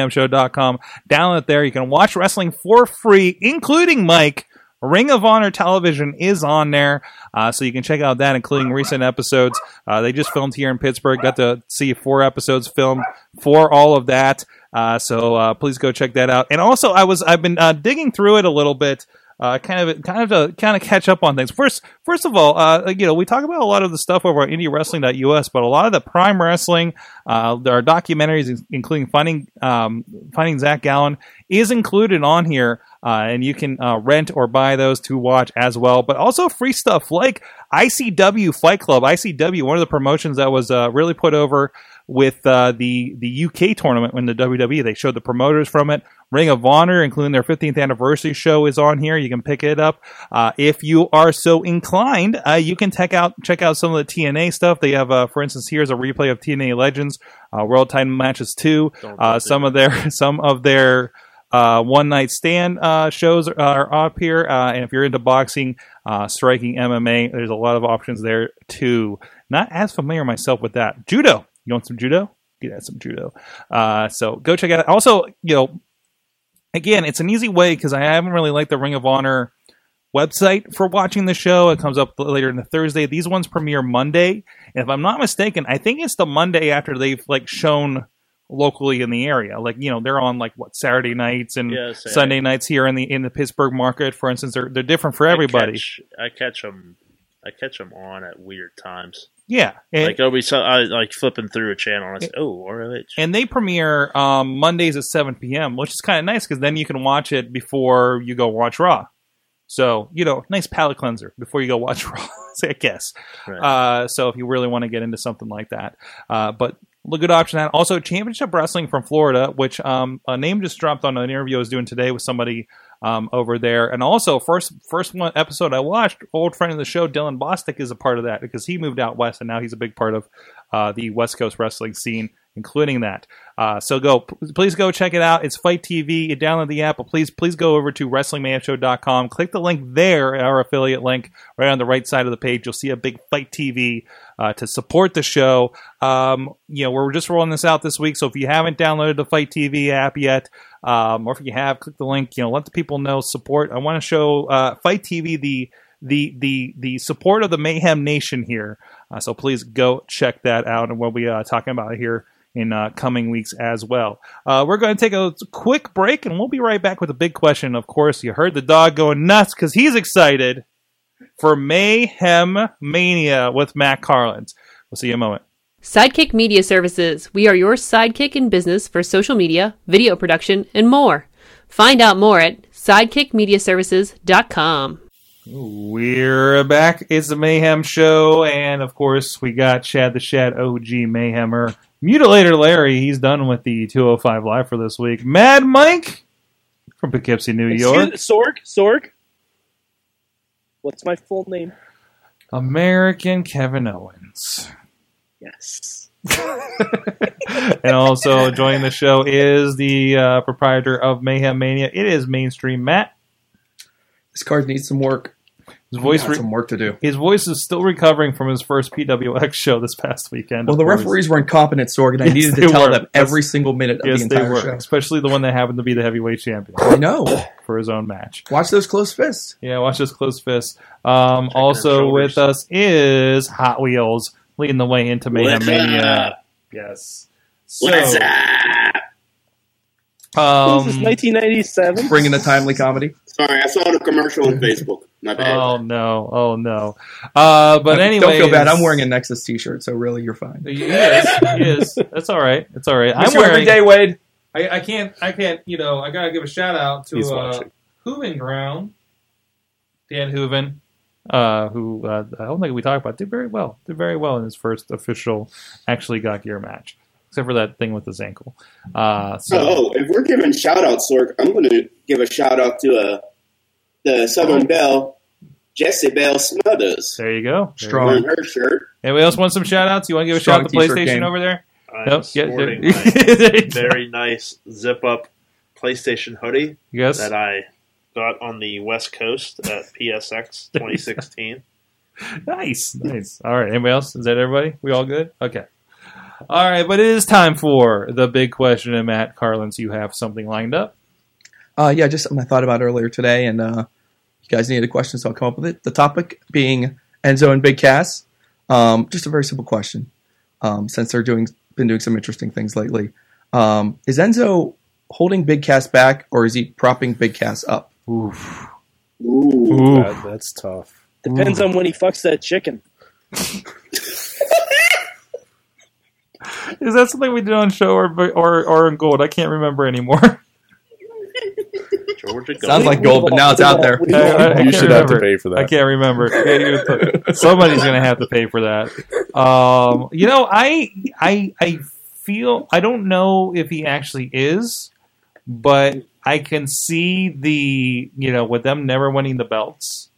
[SPEAKER 2] WrestlingMayhemShow.com. Download it there. You can watch wrestling for free, including Mike. Ring of Honor Television is on there, uh, so you can check out that, including recent episodes. Uh, they just filmed here in Pittsburgh. Got to see four episodes filmed for all of that. Uh, so uh, please go check that out. And also, I was I've been uh, digging through it a little bit, uh, kind of kind of to kind of catch up on things. First, first of all, uh, you know we talk about a lot of the stuff over at IndieWrestling.us, but a lot of the Prime Wrestling, uh, there are documentaries including finding um, finding Zach Gallen is included on here. Uh, and you can uh, rent or buy those to watch as well, but also free stuff like ICW Fight Club. ICW, one of the promotions that was uh, really put over with uh, the the UK tournament when the WWE. They showed the promoters from it. Ring of Honor, including their 15th anniversary show, is on here. You can pick it up uh, if you are so inclined. Uh, you can check out check out some of the TNA stuff. They have, uh, for instance, here's a replay of TNA Legends, uh, World Title Matches Two. Uh, some of their some of their Uh, one night stand uh, shows are up here, uh, and if you're into boxing, uh, striking, MMA, there's a lot of options there too. Not as familiar myself with that. Judo, you want some judo? Get at some judo. Uh, so go check it out. Also, you know, again, it's an easy way because I haven't really liked the Ring of Honor website for watching the show. It comes up later in the Thursday. These ones premiere Monday, and if I'm not mistaken, I think it's the Monday after they've like shown locally in the area. Like you know, they're on like what Saturday nights and
[SPEAKER 4] Yeah, Saturday.
[SPEAKER 2] Sunday nights here in the in the Pittsburgh market. For instance, they're they're different for everybody.
[SPEAKER 4] I catch, I catch 'em- I catch 'em on at weird times.
[SPEAKER 2] yeah, and,
[SPEAKER 4] like I'll be so, I, like flipping through a channel and I say, "Oh, ROH."
[SPEAKER 2] and they premiere um, Mondays at 7 p.m., which is kind of nice because then you can watch it before you go watch Raw. So you know, nice palate cleanser before you go watch Raw. I guess.
[SPEAKER 4] Right.
[SPEAKER 2] Uh, so if you really want to get into something like that, uh, but a good option. That also Championship Wrestling from Florida, which um, a name just dropped on an interview I was doing today with somebody um, over there, and also first first one episode I watched, old friend of the show Dylan Bostic is a part of that because he moved out west and now he's a big part of uh, the West Coast wrestling scene, including that. Uh, so go, p- please go check it out. It's Fight TV. You download the app, but please, please go over to WrestlingManShow.com. Click the link there, our affiliate link, right on the right side of the page. You'll see a big Fight TV uh, to support the show. Um, you know, we're just rolling this out this week, so if you haven't downloaded the Fight TV app yet, um, or if you have, click the link. You know, let the people know support. I want to show uh, Fight TV the the the the support of the Mayhem Nation here. Uh, so please go check that out, and we'll be uh, talking about it here in uh, coming weeks as well. Uh, we're going to take a quick break, and we'll be right back with a big question. Of course, you heard the dog going nuts because he's excited for Mayhem Mania with Matt Carlins. We'll see you in a moment.
[SPEAKER 7] Sidekick Media Services. We are your sidekick in business for social media, video production, and more. Find out more at sidekickmediaservices.com.
[SPEAKER 2] We're back. It's the Mayhem Show, and of course, we got Chad the Shad, OG Mayhemmer, Mutilator Larry. He's done with the 205 Live for this week. Mad Mike from Poughkeepsie, New York.
[SPEAKER 3] Excuse- Sorg, Sorg. What's my full name?
[SPEAKER 2] American Kevin Owens.
[SPEAKER 3] Yes.
[SPEAKER 2] and also joining the show is the uh, proprietor of Mayhem Mania. It is Mainstream Matt.
[SPEAKER 8] This card needs some work.
[SPEAKER 2] His voice,
[SPEAKER 8] Got
[SPEAKER 2] re-
[SPEAKER 8] some work to do.
[SPEAKER 2] his voice is still recovering from his first PWX show this past weekend.
[SPEAKER 8] Well,
[SPEAKER 2] of
[SPEAKER 8] the
[SPEAKER 2] course.
[SPEAKER 8] referees were incompetent, Sorg, and I
[SPEAKER 2] Yes,
[SPEAKER 8] needed
[SPEAKER 2] they
[SPEAKER 8] to tell
[SPEAKER 2] were.
[SPEAKER 8] them every single minute of
[SPEAKER 2] Yes,
[SPEAKER 8] the
[SPEAKER 2] they
[SPEAKER 8] entire
[SPEAKER 2] were,
[SPEAKER 8] show.
[SPEAKER 2] especially the one that happened to be the heavyweight champion
[SPEAKER 8] I know.
[SPEAKER 2] for his own match.
[SPEAKER 8] Watch those close fists.
[SPEAKER 2] Yeah, watch this close fist. Um,
[SPEAKER 4] their
[SPEAKER 2] also
[SPEAKER 4] shoulders.
[SPEAKER 2] with us is Hot Wheels leading the way into Mayhem
[SPEAKER 4] What's
[SPEAKER 2] Mania. Yes. So,
[SPEAKER 3] this is
[SPEAKER 2] um,
[SPEAKER 3] 1997.
[SPEAKER 8] Bringing the timely comedy.
[SPEAKER 9] Sorry, I saw the commercial on Facebook. My bad.
[SPEAKER 2] oh no, oh no. Uh, but
[SPEAKER 8] Okay,
[SPEAKER 2] anyway,
[SPEAKER 8] don't feel bad. I'm wearing a Nexus T-shirt, so really, you're fine.
[SPEAKER 2] He is. He is. That's all right. That's all right. I'm
[SPEAKER 8] Miss you
[SPEAKER 2] wearing.
[SPEAKER 8] every day, Wade.
[SPEAKER 2] I, I can't. I can't. You know. I gotta give a shout out
[SPEAKER 5] He's
[SPEAKER 2] to uh,
[SPEAKER 5] watching.
[SPEAKER 2] Hooven Ground, Dan Hooven, uh, who uh, I don't think we talked about. Did very well. Did very well in his first official, actually got gear match, except for that thing with his ankle. Uh, so
[SPEAKER 9] Oh, oh, if we're giving shout outs, Sork, I'm going to give a shout out to uh, the Southern Belle, Jesse Bell Smothers.
[SPEAKER 2] there you go. There you
[SPEAKER 8] Strong.
[SPEAKER 2] go.
[SPEAKER 9] Wearing her shirt.
[SPEAKER 2] Anybody else want some shout outs? You want to give a
[SPEAKER 8] Strong
[SPEAKER 2] shout out to
[SPEAKER 8] t-shirt
[SPEAKER 2] PlayStation
[SPEAKER 8] game.
[SPEAKER 2] over there?
[SPEAKER 4] I'm
[SPEAKER 2] Nope. Yeah,
[SPEAKER 4] sporting
[SPEAKER 2] there-
[SPEAKER 4] my
[SPEAKER 2] there you go.
[SPEAKER 4] very nice zip up PlayStation hoodie
[SPEAKER 2] Yes.
[SPEAKER 4] that I got on the West Coast at PSX 2016.
[SPEAKER 2] Nice, nice. All right. Anybody else? Is that everybody? We all good? Okay. All right, but it is time for the big question. And Matt Carlins, you have something lined up.
[SPEAKER 8] Uh, yeah, just something I thought about earlier today, and uh, you guys needed a question, so I'll come up with it. The topic being Enzo and Big Cass. Um, just a very simple question, um, since they're doing been doing some interesting things lately. Um, is Enzo holding Big Cass back, or is he propping Big Cass up?
[SPEAKER 2] Ooh.
[SPEAKER 5] That- that's tough.
[SPEAKER 3] Depends on when he fucks that chicken.
[SPEAKER 2] Is that something we did on show or or or in gold? I can't remember anymore.
[SPEAKER 4] Georgia Gold.
[SPEAKER 8] Sounds like gold, but now it's out there.
[SPEAKER 2] I, I- I
[SPEAKER 5] You
[SPEAKER 2] can't
[SPEAKER 5] should have to
[SPEAKER 2] remember.
[SPEAKER 5] pay for
[SPEAKER 2] I
[SPEAKER 5] that.
[SPEAKER 2] can't remember. Yeah, you- Somebody's gonna have to pay for that. Um, you know, I I I feel I don't know if he actually is, but I can see the you know with them never winning the belts.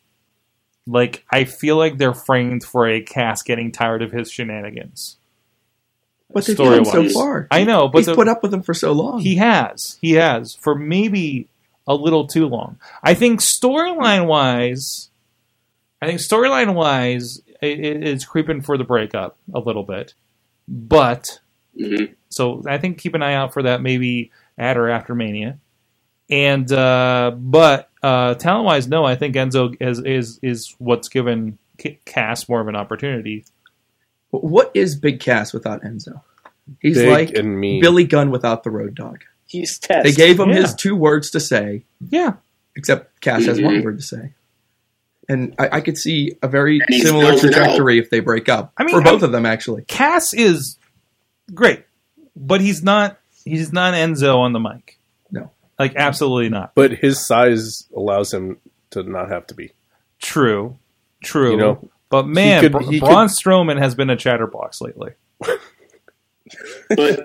[SPEAKER 2] Like I feel like they're framed for a cast getting tired of his shenanigans.
[SPEAKER 8] But they've gone so
[SPEAKER 2] story-wise.
[SPEAKER 8] far.
[SPEAKER 2] I know, but
[SPEAKER 8] He's
[SPEAKER 2] the-
[SPEAKER 8] put up with them for so long.
[SPEAKER 2] He has. He has for maybe a little too long. I think storyline wise, I think storyline wise, it, it- it's creeping for the breakup a little bit. But so I think keep an eye out for that maybe at or after Mania. And uh, but uh, talent wise, no, I think Enzo is is is what's given K- Cass more of an opportunity.
[SPEAKER 8] What is Big Cass without Enzo? He's
[SPEAKER 2] Big
[SPEAKER 8] like
[SPEAKER 2] and mean.
[SPEAKER 8] Billy Gunn without the Road Dog.
[SPEAKER 3] He's test.
[SPEAKER 8] They gave him
[SPEAKER 3] Yeah.
[SPEAKER 8] his two words to say.
[SPEAKER 2] Yeah.
[SPEAKER 8] Except Cass has one
[SPEAKER 2] Mm-hmm.
[SPEAKER 3] Mhm.
[SPEAKER 8] word to say. And I, I could see a very
[SPEAKER 2] he's
[SPEAKER 8] similar
[SPEAKER 2] belting out.
[SPEAKER 8] trajectory if they break up.
[SPEAKER 2] I mean,
[SPEAKER 8] for both
[SPEAKER 2] I-
[SPEAKER 8] of them, actually.
[SPEAKER 2] Cass is great, but he's not he's not Enzo on the mic.
[SPEAKER 8] No.
[SPEAKER 2] Like absolutely not.
[SPEAKER 5] But his size allows him to not have to be.
[SPEAKER 2] True. True.
[SPEAKER 5] You know,
[SPEAKER 2] but
[SPEAKER 5] he
[SPEAKER 2] man,
[SPEAKER 5] could-
[SPEAKER 2] Br-
[SPEAKER 5] he could-
[SPEAKER 2] Braun Strowman has been a chatterbox lately.
[SPEAKER 8] He's,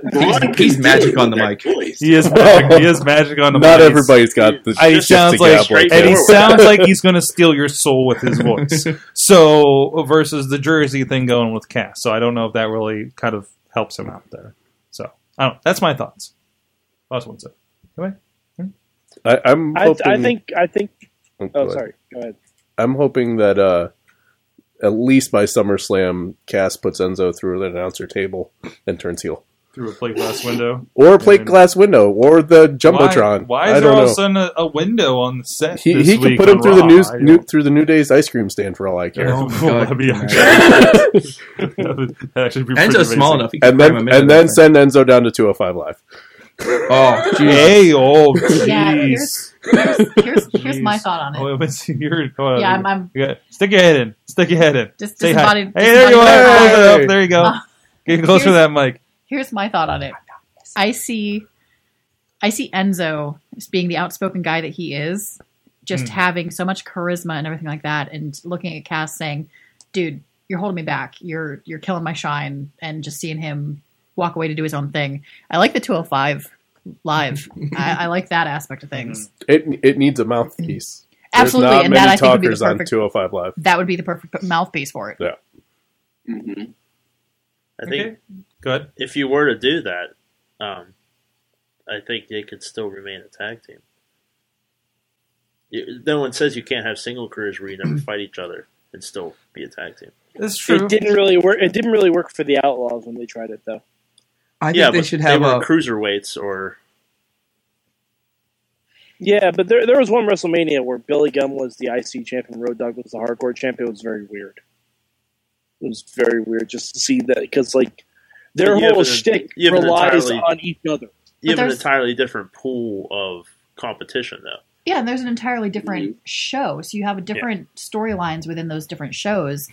[SPEAKER 8] he's magic on the mic.
[SPEAKER 2] He is magic. he is magic on the
[SPEAKER 5] Not
[SPEAKER 2] mic.
[SPEAKER 5] everybody's got the
[SPEAKER 2] Uh, he
[SPEAKER 5] shit
[SPEAKER 2] sounds
[SPEAKER 5] to
[SPEAKER 2] like,
[SPEAKER 5] gab like
[SPEAKER 2] and he
[SPEAKER 5] that.
[SPEAKER 2] sounds like he's going to steal your soul with his voice. so versus the Jersey thing going with Cass. So I don't know if that really kind of helps him out there. So I don't. That's my thoughts. Last one, so.
[SPEAKER 5] I, I'm
[SPEAKER 3] I,
[SPEAKER 5] hoping,
[SPEAKER 3] I think. I think.
[SPEAKER 5] Oh, go
[SPEAKER 3] Oh,
[SPEAKER 5] ahead.
[SPEAKER 3] sorry. Go ahead.
[SPEAKER 5] I'm hoping that uh, at least by SummerSlam, Cass puts Enzo through an announcer table and turns heel,
[SPEAKER 2] Through a plate glass window.
[SPEAKER 5] or a plate glass window, or the
[SPEAKER 2] Why,
[SPEAKER 5] jumbotron.
[SPEAKER 2] why
[SPEAKER 5] I
[SPEAKER 2] is there
[SPEAKER 5] don't
[SPEAKER 2] all of a
[SPEAKER 5] know.
[SPEAKER 2] sudden a, a window on the set?
[SPEAKER 5] He,
[SPEAKER 2] this
[SPEAKER 5] he could
[SPEAKER 2] week
[SPEAKER 5] put him
[SPEAKER 2] on
[SPEAKER 5] through the
[SPEAKER 2] Raw?
[SPEAKER 5] news
[SPEAKER 2] I
[SPEAKER 5] new, through the New Day's ice cream stand for all I care.
[SPEAKER 2] Oh, God. That'd be actually- that would that'd actually be pretty
[SPEAKER 8] Enzo's small
[SPEAKER 2] amazing.
[SPEAKER 8] enough. He can
[SPEAKER 5] and then
[SPEAKER 8] cram him into
[SPEAKER 5] and then
[SPEAKER 8] that
[SPEAKER 5] send Enzo down to 205 live.
[SPEAKER 8] Oh,
[SPEAKER 2] geez. Hey, oh,
[SPEAKER 6] Yeah,
[SPEAKER 2] jeez.
[SPEAKER 6] here's, here's, here's, here's my thought on it.
[SPEAKER 2] Oh, it's your, hold on.
[SPEAKER 6] Yeah, I'm- I'm-
[SPEAKER 2] You got- stick your head in. Stick your head in.
[SPEAKER 6] Just
[SPEAKER 2] Say hi. Hey,
[SPEAKER 6] disembodied-
[SPEAKER 2] there you
[SPEAKER 6] disembodied
[SPEAKER 2] are.
[SPEAKER 6] voice.
[SPEAKER 2] Close it up. There you go.
[SPEAKER 6] Uh,
[SPEAKER 2] Getting closer to
[SPEAKER 6] here's-
[SPEAKER 2] that mic.
[SPEAKER 6] Here's my thought on it. I see, I see Enzo as being the outspoken guy that he is, just
[SPEAKER 7] Hmm.
[SPEAKER 6] having so much charisma and everything like that, and looking at Cass saying, "Dude, you're holding me back. You're you're killing my shine," and just seeing him walk away to do his own thing. I like the 205 live. I, I like that aspect of things.
[SPEAKER 5] It it needs a mouthpiece. There's
[SPEAKER 6] Absolutely,
[SPEAKER 5] not
[SPEAKER 6] and
[SPEAKER 5] many
[SPEAKER 6] that I think would be the
[SPEAKER 5] talkers on
[SPEAKER 6] perfect-
[SPEAKER 5] 205 live.
[SPEAKER 6] That would be the perfect mouthpiece for it.
[SPEAKER 5] Yeah.
[SPEAKER 4] I think
[SPEAKER 2] Good.
[SPEAKER 4] If you were to do that, um, I think they could still remain a tag team. You- No one says you can't have single careers where you never fight each other and still be a tag team.
[SPEAKER 2] That's
[SPEAKER 3] It didn't really work. It didn't really work for the Outlaws when they tried it, though.
[SPEAKER 8] I think
[SPEAKER 4] yeah,
[SPEAKER 8] they
[SPEAKER 4] but
[SPEAKER 8] should have
[SPEAKER 4] they were
[SPEAKER 8] a-
[SPEAKER 4] cruiserweights or
[SPEAKER 3] Yeah, but there there was one WrestleMania where Billy Gunn was the IC champion, Road Dogg was the Hardcore champion. It was very weird. It was very weird just to see that because like their
[SPEAKER 4] You have
[SPEAKER 3] whole
[SPEAKER 4] an-
[SPEAKER 3] shtick
[SPEAKER 4] you have an
[SPEAKER 3] relies
[SPEAKER 4] entirely-
[SPEAKER 3] on each other.
[SPEAKER 6] But
[SPEAKER 4] you have an
[SPEAKER 6] there's-
[SPEAKER 4] entirely different pool of competition though.
[SPEAKER 6] Yeah, and there's an entirely different show, so you have a different storylines within those different shows.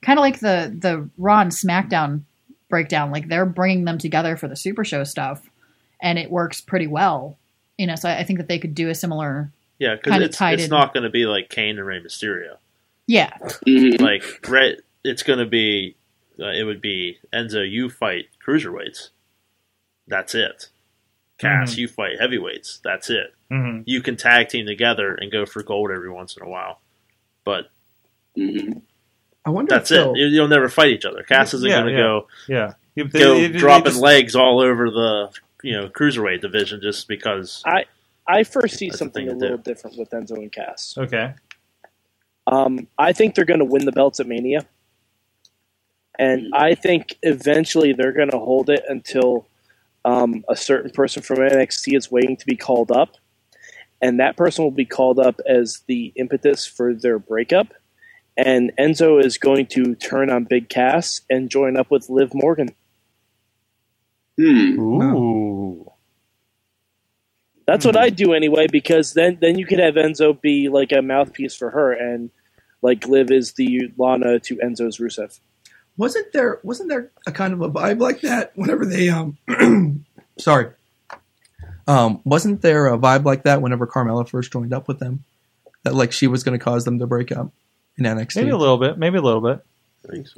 [SPEAKER 6] Kind of like the the Raw and SmackDown breakdown, like they're bringing them together for the Super Show stuff, and it works pretty well. You know, so I, I think that they could do a similar.
[SPEAKER 4] Yeah, because
[SPEAKER 6] Kinda
[SPEAKER 4] it's,
[SPEAKER 6] tied
[SPEAKER 4] it's
[SPEAKER 6] in.
[SPEAKER 4] not going to be like Kane and Rey Mysterio.
[SPEAKER 6] Yeah, Mm-hmm.
[SPEAKER 4] Like, Rey, it's going to be, uh, it would be Enzo, you fight cruiserweights. That's it. Cass,
[SPEAKER 2] Mhm.
[SPEAKER 4] you fight heavyweights. That's it.
[SPEAKER 2] Mhm.
[SPEAKER 4] You can tag team together and go for gold every once in a while, but
[SPEAKER 8] I wonder
[SPEAKER 4] that's
[SPEAKER 8] if
[SPEAKER 4] it.
[SPEAKER 8] they'll-
[SPEAKER 4] You- You'll never fight each other. Cass isn't
[SPEAKER 2] Yeah,
[SPEAKER 4] going to
[SPEAKER 2] yeah.
[SPEAKER 4] go
[SPEAKER 2] Yeah. If they-
[SPEAKER 4] go
[SPEAKER 2] if they
[SPEAKER 4] dropping
[SPEAKER 2] just-
[SPEAKER 4] legs all over the you know cruiserweight division just because.
[SPEAKER 3] I I foresee
[SPEAKER 4] That's the
[SPEAKER 3] something
[SPEAKER 4] thing to
[SPEAKER 3] a little different with Enzo and Cass.
[SPEAKER 2] Okay.
[SPEAKER 3] Um, I think they're going to win the belts at Mania,
[SPEAKER 4] Mm.
[SPEAKER 3] and I think eventually they're going to hold it until um, a certain person from NXT is waiting to be called up, and that person will be called up as the impetus for their breakup. And Enzo is going to turn on Big Cass and join up with Liv Morgan.
[SPEAKER 9] Hmm.
[SPEAKER 5] Ooh.
[SPEAKER 3] That's what I
[SPEAKER 2] Mm-hmm.
[SPEAKER 3] do anyway, because then then you could have Enzo be like a mouthpiece for her, and like Liv is the Lana to Enzo's Rusev.
[SPEAKER 8] wasn't there wasn't there a kind of a vibe like that whenever they um sorry um wasn't there a vibe like that whenever Carmella first joined up with them that like she was going to cause them to break up in NXT
[SPEAKER 2] Maybe a little bit. Maybe a little bit.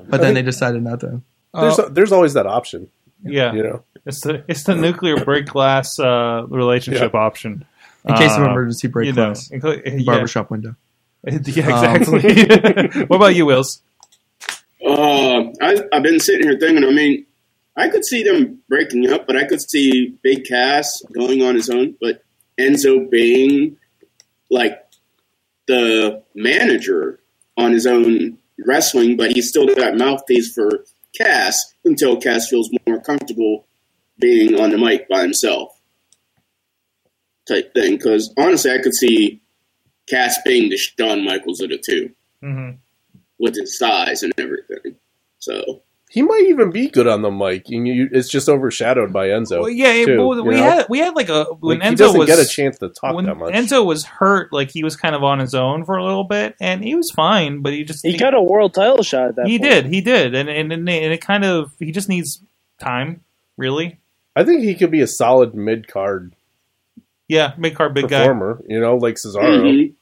[SPEAKER 8] but then they decided not to
[SPEAKER 5] There's
[SPEAKER 2] Uh,
[SPEAKER 5] there's always that option.
[SPEAKER 2] Yeah.
[SPEAKER 5] You know.
[SPEAKER 2] It's the it's the nuclear break glass uh, relationship option.
[SPEAKER 8] in case of
[SPEAKER 2] Uh,
[SPEAKER 8] emergency break
[SPEAKER 2] you know,
[SPEAKER 8] glass
[SPEAKER 2] inclu- yeah.
[SPEAKER 8] barbershop window Um,
[SPEAKER 2] Yeah, exactly. Um, what about you, Wills?
[SPEAKER 9] Um, Uh, I, I've been sitting here thinking. I mean, I could see them breaking up, but I could see Big Cass going on his own, but Enzo being like the manager on his own wrestling, but he's still that mouthpiece for Cass until Cass feels more comfortable being on the mic by himself type thing. Because honestly, I could see Cass being the Shawn Michaels of the two
[SPEAKER 8] Um,
[SPEAKER 5] Mm-hmm.
[SPEAKER 9] with his size and everything. So
[SPEAKER 5] He might even be good on the mic. You, you, it's just overshadowed by Enzo.
[SPEAKER 2] Well, yeah,
[SPEAKER 5] too,
[SPEAKER 2] well,
[SPEAKER 5] you
[SPEAKER 2] we
[SPEAKER 5] know?
[SPEAKER 2] had we had like a when
[SPEAKER 5] Like, he
[SPEAKER 2] Enzo
[SPEAKER 5] doesn't
[SPEAKER 2] was
[SPEAKER 5] get a chance to talk
[SPEAKER 2] when
[SPEAKER 5] that much.
[SPEAKER 2] Enzo was hurt, like he was kind of on his own for a little bit, and he was fine, but he just
[SPEAKER 3] He got a world title shot at that
[SPEAKER 2] he
[SPEAKER 3] point.
[SPEAKER 2] did he did, and and and it kind of he just needs time, really.
[SPEAKER 5] I think he could be a solid mid card
[SPEAKER 2] Yeah, mid card big guy.
[SPEAKER 5] performer. You know, like Cesaro.
[SPEAKER 2] Mhm.
[SPEAKER 5] On his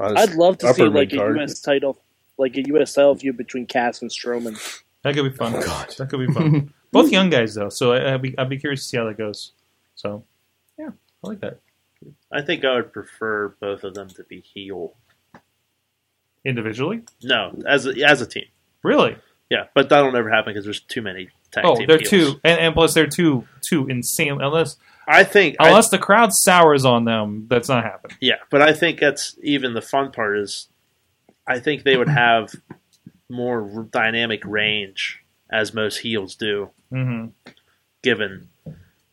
[SPEAKER 3] Mm-hmm. I'd love to see
[SPEAKER 5] upper
[SPEAKER 3] like a
[SPEAKER 5] mid-card.
[SPEAKER 3] U.S. title, like a U.S. title feud between Cass and Strowman.
[SPEAKER 2] That could be fun. That could be fun. Both young guys though, so I, I'd be I'd be curious to see how that goes. So yeah, I like that
[SPEAKER 4] I think I would prefer both of them to be heel.
[SPEAKER 2] individually.
[SPEAKER 4] No, as a, as a team.
[SPEAKER 2] Really?
[SPEAKER 4] Yeah, but that'll never happen because there's too many tag
[SPEAKER 2] oh,
[SPEAKER 4] team
[SPEAKER 2] they're
[SPEAKER 4] heels.
[SPEAKER 2] two, and, and plus they're two two insane. Unless
[SPEAKER 4] I think I-
[SPEAKER 2] unless the crowd sours on them, that's not happening.
[SPEAKER 4] Yeah, but I think that's even the fun part is I think they would have more r- dynamic range as most heels do,
[SPEAKER 2] Mm-hmm.
[SPEAKER 4] given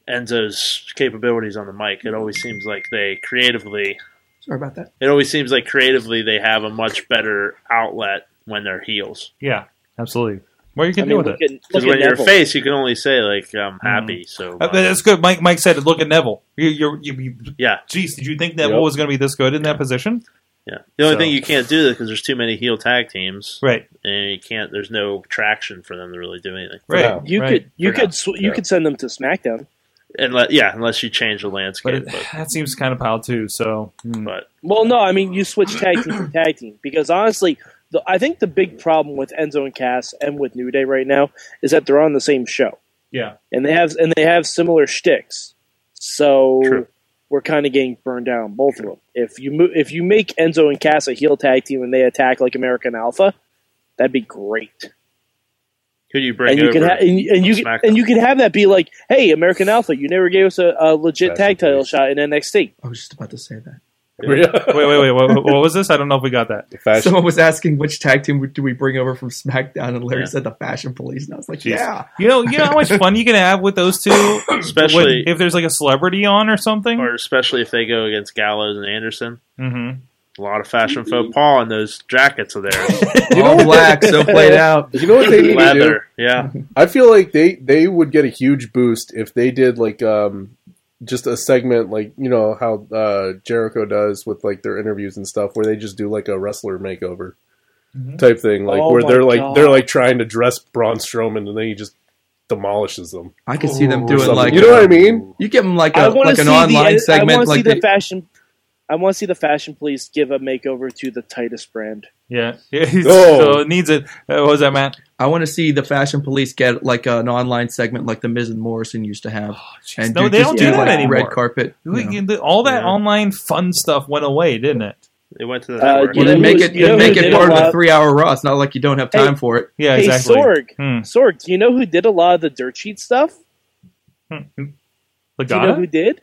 [SPEAKER 4] Enzo's capabilities on the mic. It always seems like they creatively
[SPEAKER 8] Sorry about that.
[SPEAKER 4] it always seems like creatively they have a much better outlet when they're heels.
[SPEAKER 2] Yeah, absolutely. What you can
[SPEAKER 4] I
[SPEAKER 2] do
[SPEAKER 4] mean,
[SPEAKER 2] with
[SPEAKER 4] look
[SPEAKER 2] it?
[SPEAKER 4] at- Because when you're a face, you can only say like "I'm
[SPEAKER 3] Mm.
[SPEAKER 4] happy." So
[SPEAKER 2] Uh, but that's good. Mike Mike said, "Look at Neville. You, you, you, you
[SPEAKER 4] yeah.
[SPEAKER 2] Geez, did you think Neville
[SPEAKER 4] Yep.
[SPEAKER 2] was going to be this good in that position?
[SPEAKER 4] Yeah. The only
[SPEAKER 2] So-
[SPEAKER 4] thing you can't do is because there's too many heel tag teams,
[SPEAKER 2] Right.
[SPEAKER 4] And you can't. There's no traction for them to really do anything.
[SPEAKER 3] You could you could sw- you
[SPEAKER 4] Yeah.
[SPEAKER 3] could send them to SmackDown.
[SPEAKER 4] Unless, yeah, unless you change the
[SPEAKER 2] But
[SPEAKER 4] landscape.
[SPEAKER 2] it,
[SPEAKER 4] But,
[SPEAKER 2] that seems kind of piled too. So, hmm.
[SPEAKER 3] Well, no, I mean you switch tag team for tag team because honestly, the, I think the big problem with Enzo and Cass and with New Day right now is that they're on the same show
[SPEAKER 2] yeah,
[SPEAKER 3] and they have and they have similar shticks. So we're kind of getting burned down, both of them. If you mo- if you make Enzo and Cass a heel tag team and they attack like American Alpha, that'd be great.
[SPEAKER 4] who do you bring
[SPEAKER 3] and you
[SPEAKER 4] over?
[SPEAKER 3] can ha- and, you- and you can, and you can have that be like, hey, American Alpha, you never gave us a, a legit tag title shot in NXT.
[SPEAKER 8] I was Oh, just about to say that.
[SPEAKER 2] wait, wait, wait. What, what was this? I don't know if we got that.
[SPEAKER 8] Someone was asking which tag team do we bring over from SmackDown, and Larry
[SPEAKER 2] Yeah.
[SPEAKER 8] said the Fashion Police, and I was like,
[SPEAKER 2] Jeez.
[SPEAKER 8] yeah.
[SPEAKER 2] You know, you know how much fun you can have with those two, When-
[SPEAKER 4] Especially-
[SPEAKER 2] if there's like a celebrity on or something.
[SPEAKER 4] or especially if they go against Gallows and Anderson.
[SPEAKER 2] Mhm.
[SPEAKER 4] A lot of fashion faux pas in those jackets of theirs.
[SPEAKER 8] All black, so played out.
[SPEAKER 5] You know what they need
[SPEAKER 4] Leather,
[SPEAKER 5] to do?
[SPEAKER 4] yeah.
[SPEAKER 5] I feel like they they would get a huge boost if they did like um just a segment like you know how uh Jericho does with like their interviews and stuff where they just do like a wrestler makeover type thing like
[SPEAKER 8] Oh
[SPEAKER 5] where
[SPEAKER 8] my
[SPEAKER 5] they're like
[SPEAKER 8] God.
[SPEAKER 5] they're like trying to dress Braun Strowman and then he just demolishes them.
[SPEAKER 8] I could see them
[SPEAKER 5] Or
[SPEAKER 8] doing
[SPEAKER 5] something.
[SPEAKER 8] like
[SPEAKER 5] you know what I mean?
[SPEAKER 8] You give them like
[SPEAKER 3] I
[SPEAKER 8] a
[SPEAKER 3] want
[SPEAKER 8] like
[SPEAKER 3] to
[SPEAKER 8] an
[SPEAKER 3] see
[SPEAKER 8] online
[SPEAKER 3] the, I
[SPEAKER 8] segment,
[SPEAKER 3] want to see
[SPEAKER 8] like
[SPEAKER 3] the
[SPEAKER 8] they-
[SPEAKER 3] fashion. I want to see the fashion police give a makeover to the Titus brand.
[SPEAKER 2] Yeah, yeah he's,
[SPEAKER 8] Oh.
[SPEAKER 2] so it needs it. Uh, what was that, Matt?
[SPEAKER 8] I want to see the Fashion Police get like an online segment, like the Miz and Morrison used to have, and
[SPEAKER 2] Oh, No,
[SPEAKER 8] do-
[SPEAKER 2] they
[SPEAKER 8] just
[SPEAKER 2] don't do that
[SPEAKER 8] like
[SPEAKER 2] anymore.
[SPEAKER 8] red carpet. you
[SPEAKER 2] We-
[SPEAKER 8] know.
[SPEAKER 2] you- All that online fun stuff went away, didn't it?
[SPEAKER 4] They went
[SPEAKER 3] Uh,
[SPEAKER 4] to the
[SPEAKER 8] Well, then make it then make it part of the three hour Raw. It's not like you don't have time
[SPEAKER 3] Hey-
[SPEAKER 8] for it. Hmm.
[SPEAKER 3] hey, Sorg,
[SPEAKER 2] Hmm.
[SPEAKER 3] Sorg, do you know who did a lot of the dirt sheet stuff?
[SPEAKER 8] Hmm.
[SPEAKER 3] Do you know who did?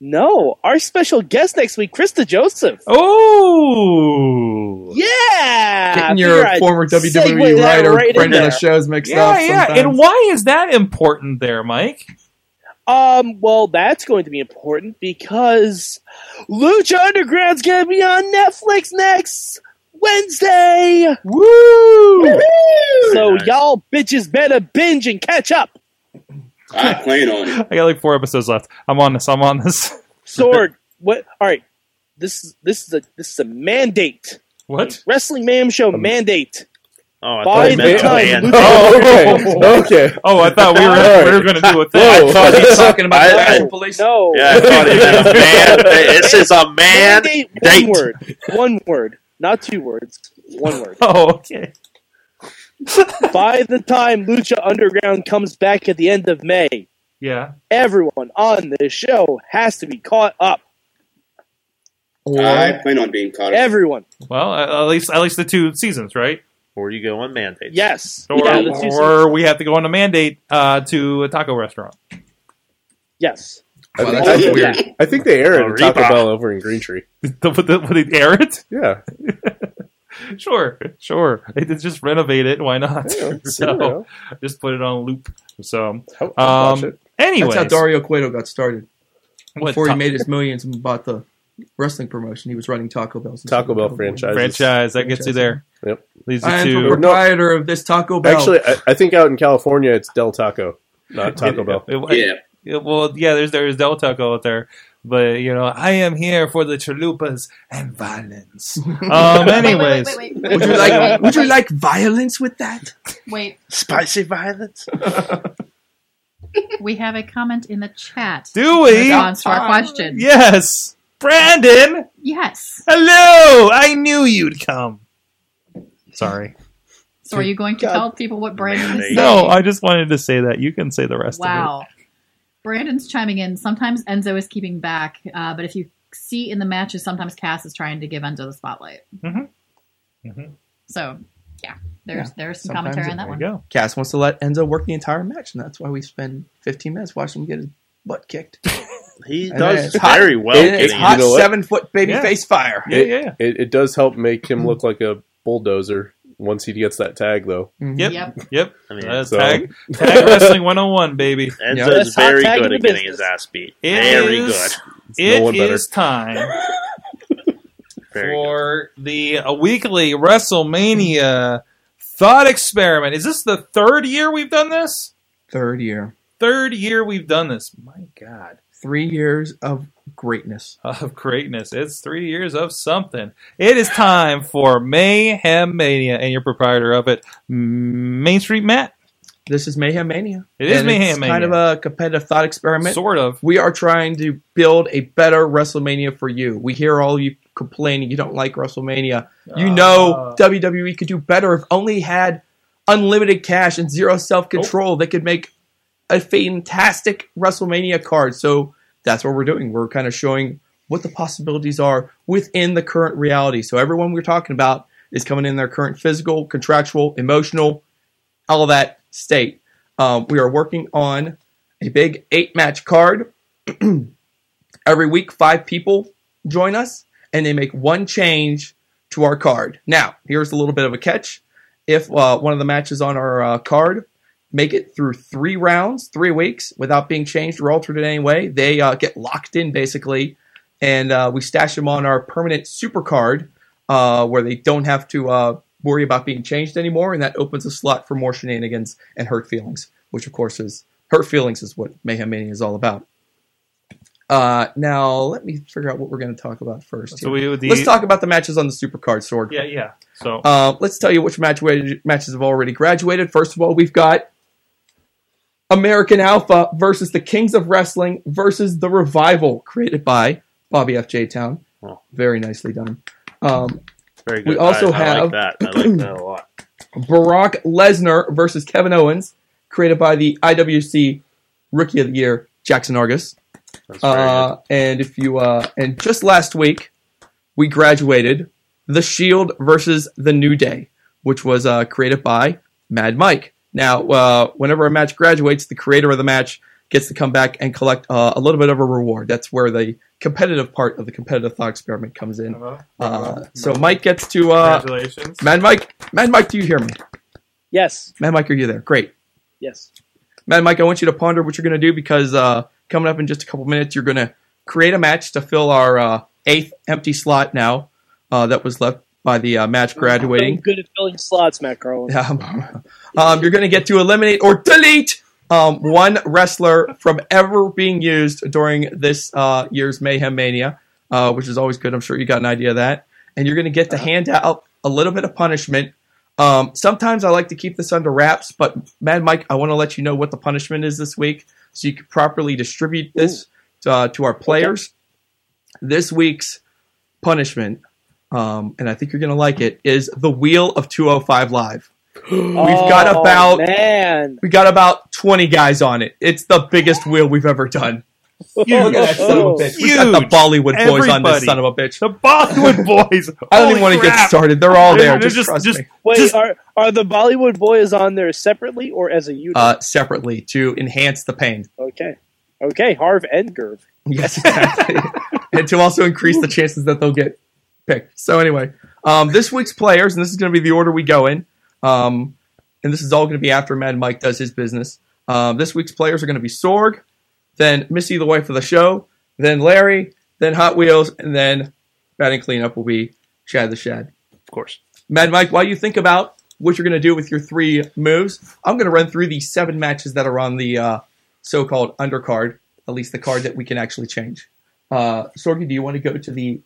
[SPEAKER 3] No, our special guest next week, Krista Joseph.
[SPEAKER 2] Oh,
[SPEAKER 3] yeah,
[SPEAKER 8] Getting
[SPEAKER 3] Figure
[SPEAKER 8] your
[SPEAKER 3] I'd
[SPEAKER 8] former WWE
[SPEAKER 3] segue that
[SPEAKER 8] E writer
[SPEAKER 3] right in
[SPEAKER 8] friend of the
[SPEAKER 3] there.
[SPEAKER 8] shows mixed
[SPEAKER 2] yeah,
[SPEAKER 8] up.
[SPEAKER 2] yeah. And
[SPEAKER 8] sometimes.
[SPEAKER 2] why is that important there, Mike?
[SPEAKER 3] Um, well, that's going to be important because Lucha Underground's going to be on Netflix next Wednesday.
[SPEAKER 2] Woo!
[SPEAKER 3] So y'all bitches better binge and catch up.
[SPEAKER 9] I plan on it.
[SPEAKER 2] I got like four episodes left. I'm on this. I'm on this.
[SPEAKER 3] Sword, what? All right, this is this is a this is a mandate.
[SPEAKER 2] What
[SPEAKER 3] wrestling man show mandate?
[SPEAKER 4] Oh,
[SPEAKER 3] I By the time Lucha Underground-
[SPEAKER 5] Oh, okay.
[SPEAKER 2] Oh, I thought we were we were going to do a thing.
[SPEAKER 4] Whoa.
[SPEAKER 2] I thought you were talking about
[SPEAKER 4] I-
[SPEAKER 2] the
[SPEAKER 4] I-
[SPEAKER 2] fashion
[SPEAKER 3] police. No.
[SPEAKER 4] Yeah, I thought it meant a man. This is a man.
[SPEAKER 3] Mandate,
[SPEAKER 4] date.
[SPEAKER 3] one word, one word, not two words, one word.
[SPEAKER 2] Oh, okay.
[SPEAKER 3] By the time Lucha Underground comes back at the end of May,
[SPEAKER 2] Yeah.
[SPEAKER 3] everyone on this show has to be caught up.
[SPEAKER 9] I plan on being caught up.
[SPEAKER 3] Everyone.
[SPEAKER 2] Well, a- at least at least the two seasons, right?
[SPEAKER 4] or you go on mandate.
[SPEAKER 3] Yes.
[SPEAKER 2] Or,
[SPEAKER 3] Yeah, the two
[SPEAKER 2] or we have to go on a mandate uh, to a taco restaurant.
[SPEAKER 3] Yes.
[SPEAKER 5] I think,
[SPEAKER 3] that's
[SPEAKER 5] I think-
[SPEAKER 3] weird.
[SPEAKER 5] I think they air it
[SPEAKER 4] Oh,
[SPEAKER 5] at Taco
[SPEAKER 4] Reebok.
[SPEAKER 5] Bell over in Green Tree.
[SPEAKER 2] Would they- would they air it?
[SPEAKER 5] Yeah.
[SPEAKER 2] Sure, sure. They did just renovate it. Why not?
[SPEAKER 5] Yeah,
[SPEAKER 2] so,
[SPEAKER 5] you know.
[SPEAKER 2] just put it on loop. So,
[SPEAKER 5] I'll- I'll watch
[SPEAKER 2] um,
[SPEAKER 5] it.
[SPEAKER 2] anyway,
[SPEAKER 8] That's how Dario Cueto got started. Before he
[SPEAKER 2] ta-
[SPEAKER 8] made his millions and bought the wrestling promotion, he was running Taco Bell's and
[SPEAKER 5] Taco
[SPEAKER 8] stuff.
[SPEAKER 5] Bell franchise.
[SPEAKER 2] franchise that gets you there.
[SPEAKER 5] Yep.
[SPEAKER 2] Leads
[SPEAKER 8] I am
[SPEAKER 2] you
[SPEAKER 8] the
[SPEAKER 2] to
[SPEAKER 8] proprietor of this Taco Bell.
[SPEAKER 5] Actually, I, I think out in California it's Del Taco, not Uh, Taco Bell.
[SPEAKER 2] It-
[SPEAKER 9] Yeah.
[SPEAKER 2] Yeah, well, yeah, there's there's Del Taco out there, but you know, I am here for the chalupas and violence. Um, anyways,
[SPEAKER 6] Wait, wait, wait,
[SPEAKER 8] would
[SPEAKER 6] wait,
[SPEAKER 8] you
[SPEAKER 6] wait,
[SPEAKER 8] like would you like violence with that?
[SPEAKER 6] wait,
[SPEAKER 4] Spicy violence.
[SPEAKER 6] wait. we have a comment in the chat.
[SPEAKER 2] do
[SPEAKER 6] in
[SPEAKER 2] we?
[SPEAKER 6] response to our question.
[SPEAKER 2] Yes, Brandon.
[SPEAKER 6] Yes.
[SPEAKER 2] Hello, I knew you'd come. Sorry.
[SPEAKER 6] So are you going to tell people what Brandon is saying?
[SPEAKER 2] No, I just wanted to say that. You can say the rest of
[SPEAKER 6] Wow. Brandon's chiming in. Sometimes Enzo is keeping back, uh, but if you see in the matches, sometimes Cass is trying to give Enzo the spotlight.
[SPEAKER 2] Mhm.
[SPEAKER 6] So, yeah,
[SPEAKER 8] Mm-hmm.
[SPEAKER 6] there's
[SPEAKER 8] Yeah,
[SPEAKER 6] there's some
[SPEAKER 8] sometimes
[SPEAKER 6] commentary
[SPEAKER 8] it-
[SPEAKER 6] on that
[SPEAKER 2] it. There you
[SPEAKER 6] one.
[SPEAKER 2] go.
[SPEAKER 8] Cass wants to let Enzo work the entire match, and that's why we spend 15 minutes watching him get his butt kicked.
[SPEAKER 4] He
[SPEAKER 8] And then
[SPEAKER 4] does
[SPEAKER 8] it's hot-
[SPEAKER 4] very well.
[SPEAKER 8] And it's
[SPEAKER 4] getting
[SPEAKER 8] hot
[SPEAKER 5] You know what?
[SPEAKER 8] seven foot baby
[SPEAKER 2] Yeah.
[SPEAKER 8] face fire.
[SPEAKER 2] Yeah, yeah, yeah.
[SPEAKER 5] It, it does help make him look like a bulldozer once he gets that tag, though.
[SPEAKER 8] Mm-hmm.
[SPEAKER 2] Yep.
[SPEAKER 6] Yep.
[SPEAKER 2] Yep.
[SPEAKER 4] I mean,
[SPEAKER 2] That's
[SPEAKER 5] So-
[SPEAKER 2] tag, tag wrestling 101, baby.
[SPEAKER 8] Yeah.
[SPEAKER 4] Enzo's
[SPEAKER 3] That's hot
[SPEAKER 4] very
[SPEAKER 3] tag
[SPEAKER 4] good
[SPEAKER 3] in
[SPEAKER 4] at
[SPEAKER 3] the
[SPEAKER 4] getting his
[SPEAKER 3] business.
[SPEAKER 4] ass beat.
[SPEAKER 2] It
[SPEAKER 4] very
[SPEAKER 2] is-
[SPEAKER 4] good.
[SPEAKER 2] It is
[SPEAKER 5] no one better.
[SPEAKER 2] time
[SPEAKER 4] Very good.
[SPEAKER 2] for the uh, weekly WrestleMania thought experiment. Is this the third year we've done this?
[SPEAKER 8] Third year,
[SPEAKER 2] Third year we've done this. My God.
[SPEAKER 8] three years of greatness.
[SPEAKER 2] Of greatness. It's three years of something. It is time for Mayhem Mania and your proprietor of it, Main Street Matt.
[SPEAKER 8] This is Mayhem Mania.
[SPEAKER 2] It is
[SPEAKER 8] And
[SPEAKER 2] Mayhem
[SPEAKER 8] it's Kind of
[SPEAKER 2] Mania.
[SPEAKER 8] a competitive thought experiment.
[SPEAKER 2] Sort of.
[SPEAKER 8] We are trying to build a better WrestleMania for you. We hear all you complaining you don't like WrestleMania. You know
[SPEAKER 2] Uh.
[SPEAKER 8] WWE could do better if only had unlimited cash and zero self
[SPEAKER 2] Oh.
[SPEAKER 8] control. They could make a fantastic WrestleMania card. So that's what we're doing. We're kind of showing what the possibilities are within the current reality. So everyone we're talking about is coming in their current physical, contractual, emotional, all that state. Um, we are working on a big eight match card. Every week, five people join us and they make one change to our card. Now, here's a little bit of a catch. If uh, one of the matches on our uh, card make it through three rounds, three weeks, without being changed or altered in any way, they uh, get locked in basically. And uh, we stash them on our permanent super card uh, where they don't have to uh, worry about being changed anymore. And that opens a slot for more shenanigans and hurt feelings, which, of course, is hurt feelings is what Mayhem Mania is all about. Uh, now, let me figure out what we're going to talk about first.
[SPEAKER 2] So
[SPEAKER 8] here.
[SPEAKER 2] we would the-
[SPEAKER 8] Let's talk about the matches on the supercard sword.
[SPEAKER 2] Yeah, yeah. So
[SPEAKER 8] Uh, let's tell you which match matches have already graduated. First of all, we've got American Alpha versus the Kings of Wrestling versus the Revival, created by Bobby F. J. Town.
[SPEAKER 4] Wow.
[SPEAKER 8] Very nicely done. Um,
[SPEAKER 4] Very
[SPEAKER 8] we
[SPEAKER 4] good.
[SPEAKER 8] also
[SPEAKER 4] I,
[SPEAKER 8] have-
[SPEAKER 4] I like that. I like that a lot.
[SPEAKER 8] Barack Lesnar versus Kevin Owens, created by the IWC Rookie of the Year Jackson Argus.
[SPEAKER 4] That's very
[SPEAKER 8] Uh, and if you uh, and just last week we graduated the Shield versus the New Day, which was uh, created by Mad Mike. Now, uh, whenever a match graduates, the creator of the match gets to come back and collect uh, a little bit of a reward. That's where the competitive part of the competitive thought experiment comes in.
[SPEAKER 4] Uh-huh.
[SPEAKER 8] Uh, so Mike gets to uh,
[SPEAKER 2] congratulations.
[SPEAKER 8] Mad Mike. Mad Mike, do you hear me?
[SPEAKER 3] Yes.
[SPEAKER 8] Mad Mike, are you there? Great.
[SPEAKER 3] Yes.
[SPEAKER 8] Matt and Mike, I want you to ponder what you're going to do because uh, coming up in just a couple minutes, you're going to create a match to fill our uh, eighth empty slot now uh, that was left by the uh, match
[SPEAKER 3] I'm
[SPEAKER 8] graduating.
[SPEAKER 3] good at filling slots, Matt Carlin.
[SPEAKER 8] Um, um, you're going to get to eliminate or delete um, one wrestler from ever being used during this uh, year's Mayhem Mania, uh, which is always good. I'm sure you got an idea of that. And you're going to get to hand out a little bit of punishment. Um, sometimes I like to keep this under wraps, but Mad Mike, I want to let you know what the punishment is this week so you can properly distribute this uh, to our players. This week's punishment, um, and I think you're going to like it, is the Wheel of 205 Live.
[SPEAKER 3] We've
[SPEAKER 6] Oh,
[SPEAKER 8] got about-
[SPEAKER 3] man.
[SPEAKER 8] We got about 20 guys on it. It's the biggest wheel we've ever done. Look at that son of a bitch. We got the
[SPEAKER 2] Huge.
[SPEAKER 8] Bollywood boys on this
[SPEAKER 2] Everybody.
[SPEAKER 8] son of a bitch.
[SPEAKER 2] The Bollywood boys.
[SPEAKER 8] I don't even
[SPEAKER 2] Holy
[SPEAKER 8] want to get
[SPEAKER 2] crap.
[SPEAKER 8] started. They're all there.
[SPEAKER 2] They're
[SPEAKER 8] Just,
[SPEAKER 2] just-
[SPEAKER 8] trust
[SPEAKER 2] just-
[SPEAKER 8] me.
[SPEAKER 3] Wait,
[SPEAKER 2] Just-
[SPEAKER 3] are are the Bollywood boys on there separately or as a unit?
[SPEAKER 8] Uh, separately to enhance the pain.
[SPEAKER 3] okay, okay, Harv and Gerv.
[SPEAKER 8] Yes, exactly. and to also increase the chances that they'll get picked. So anyway, um, this week's players, and this is going to be the order we go in, um, and this is all going to be after Mad Mike does his business. Um, this week's players are going to be Sorg, then Missy, the wife of the show, then Larry, then Hot Wheels, and then batting cleanup will be Chad the Shad.
[SPEAKER 4] of course.
[SPEAKER 8] Mad Mike, while you think about what you're going to do with your three moves, I'm going to run through the seven matches that are on the uh, so-called undercard, at least the card that we can actually change. Uh, Sorgi, do you want to go to the?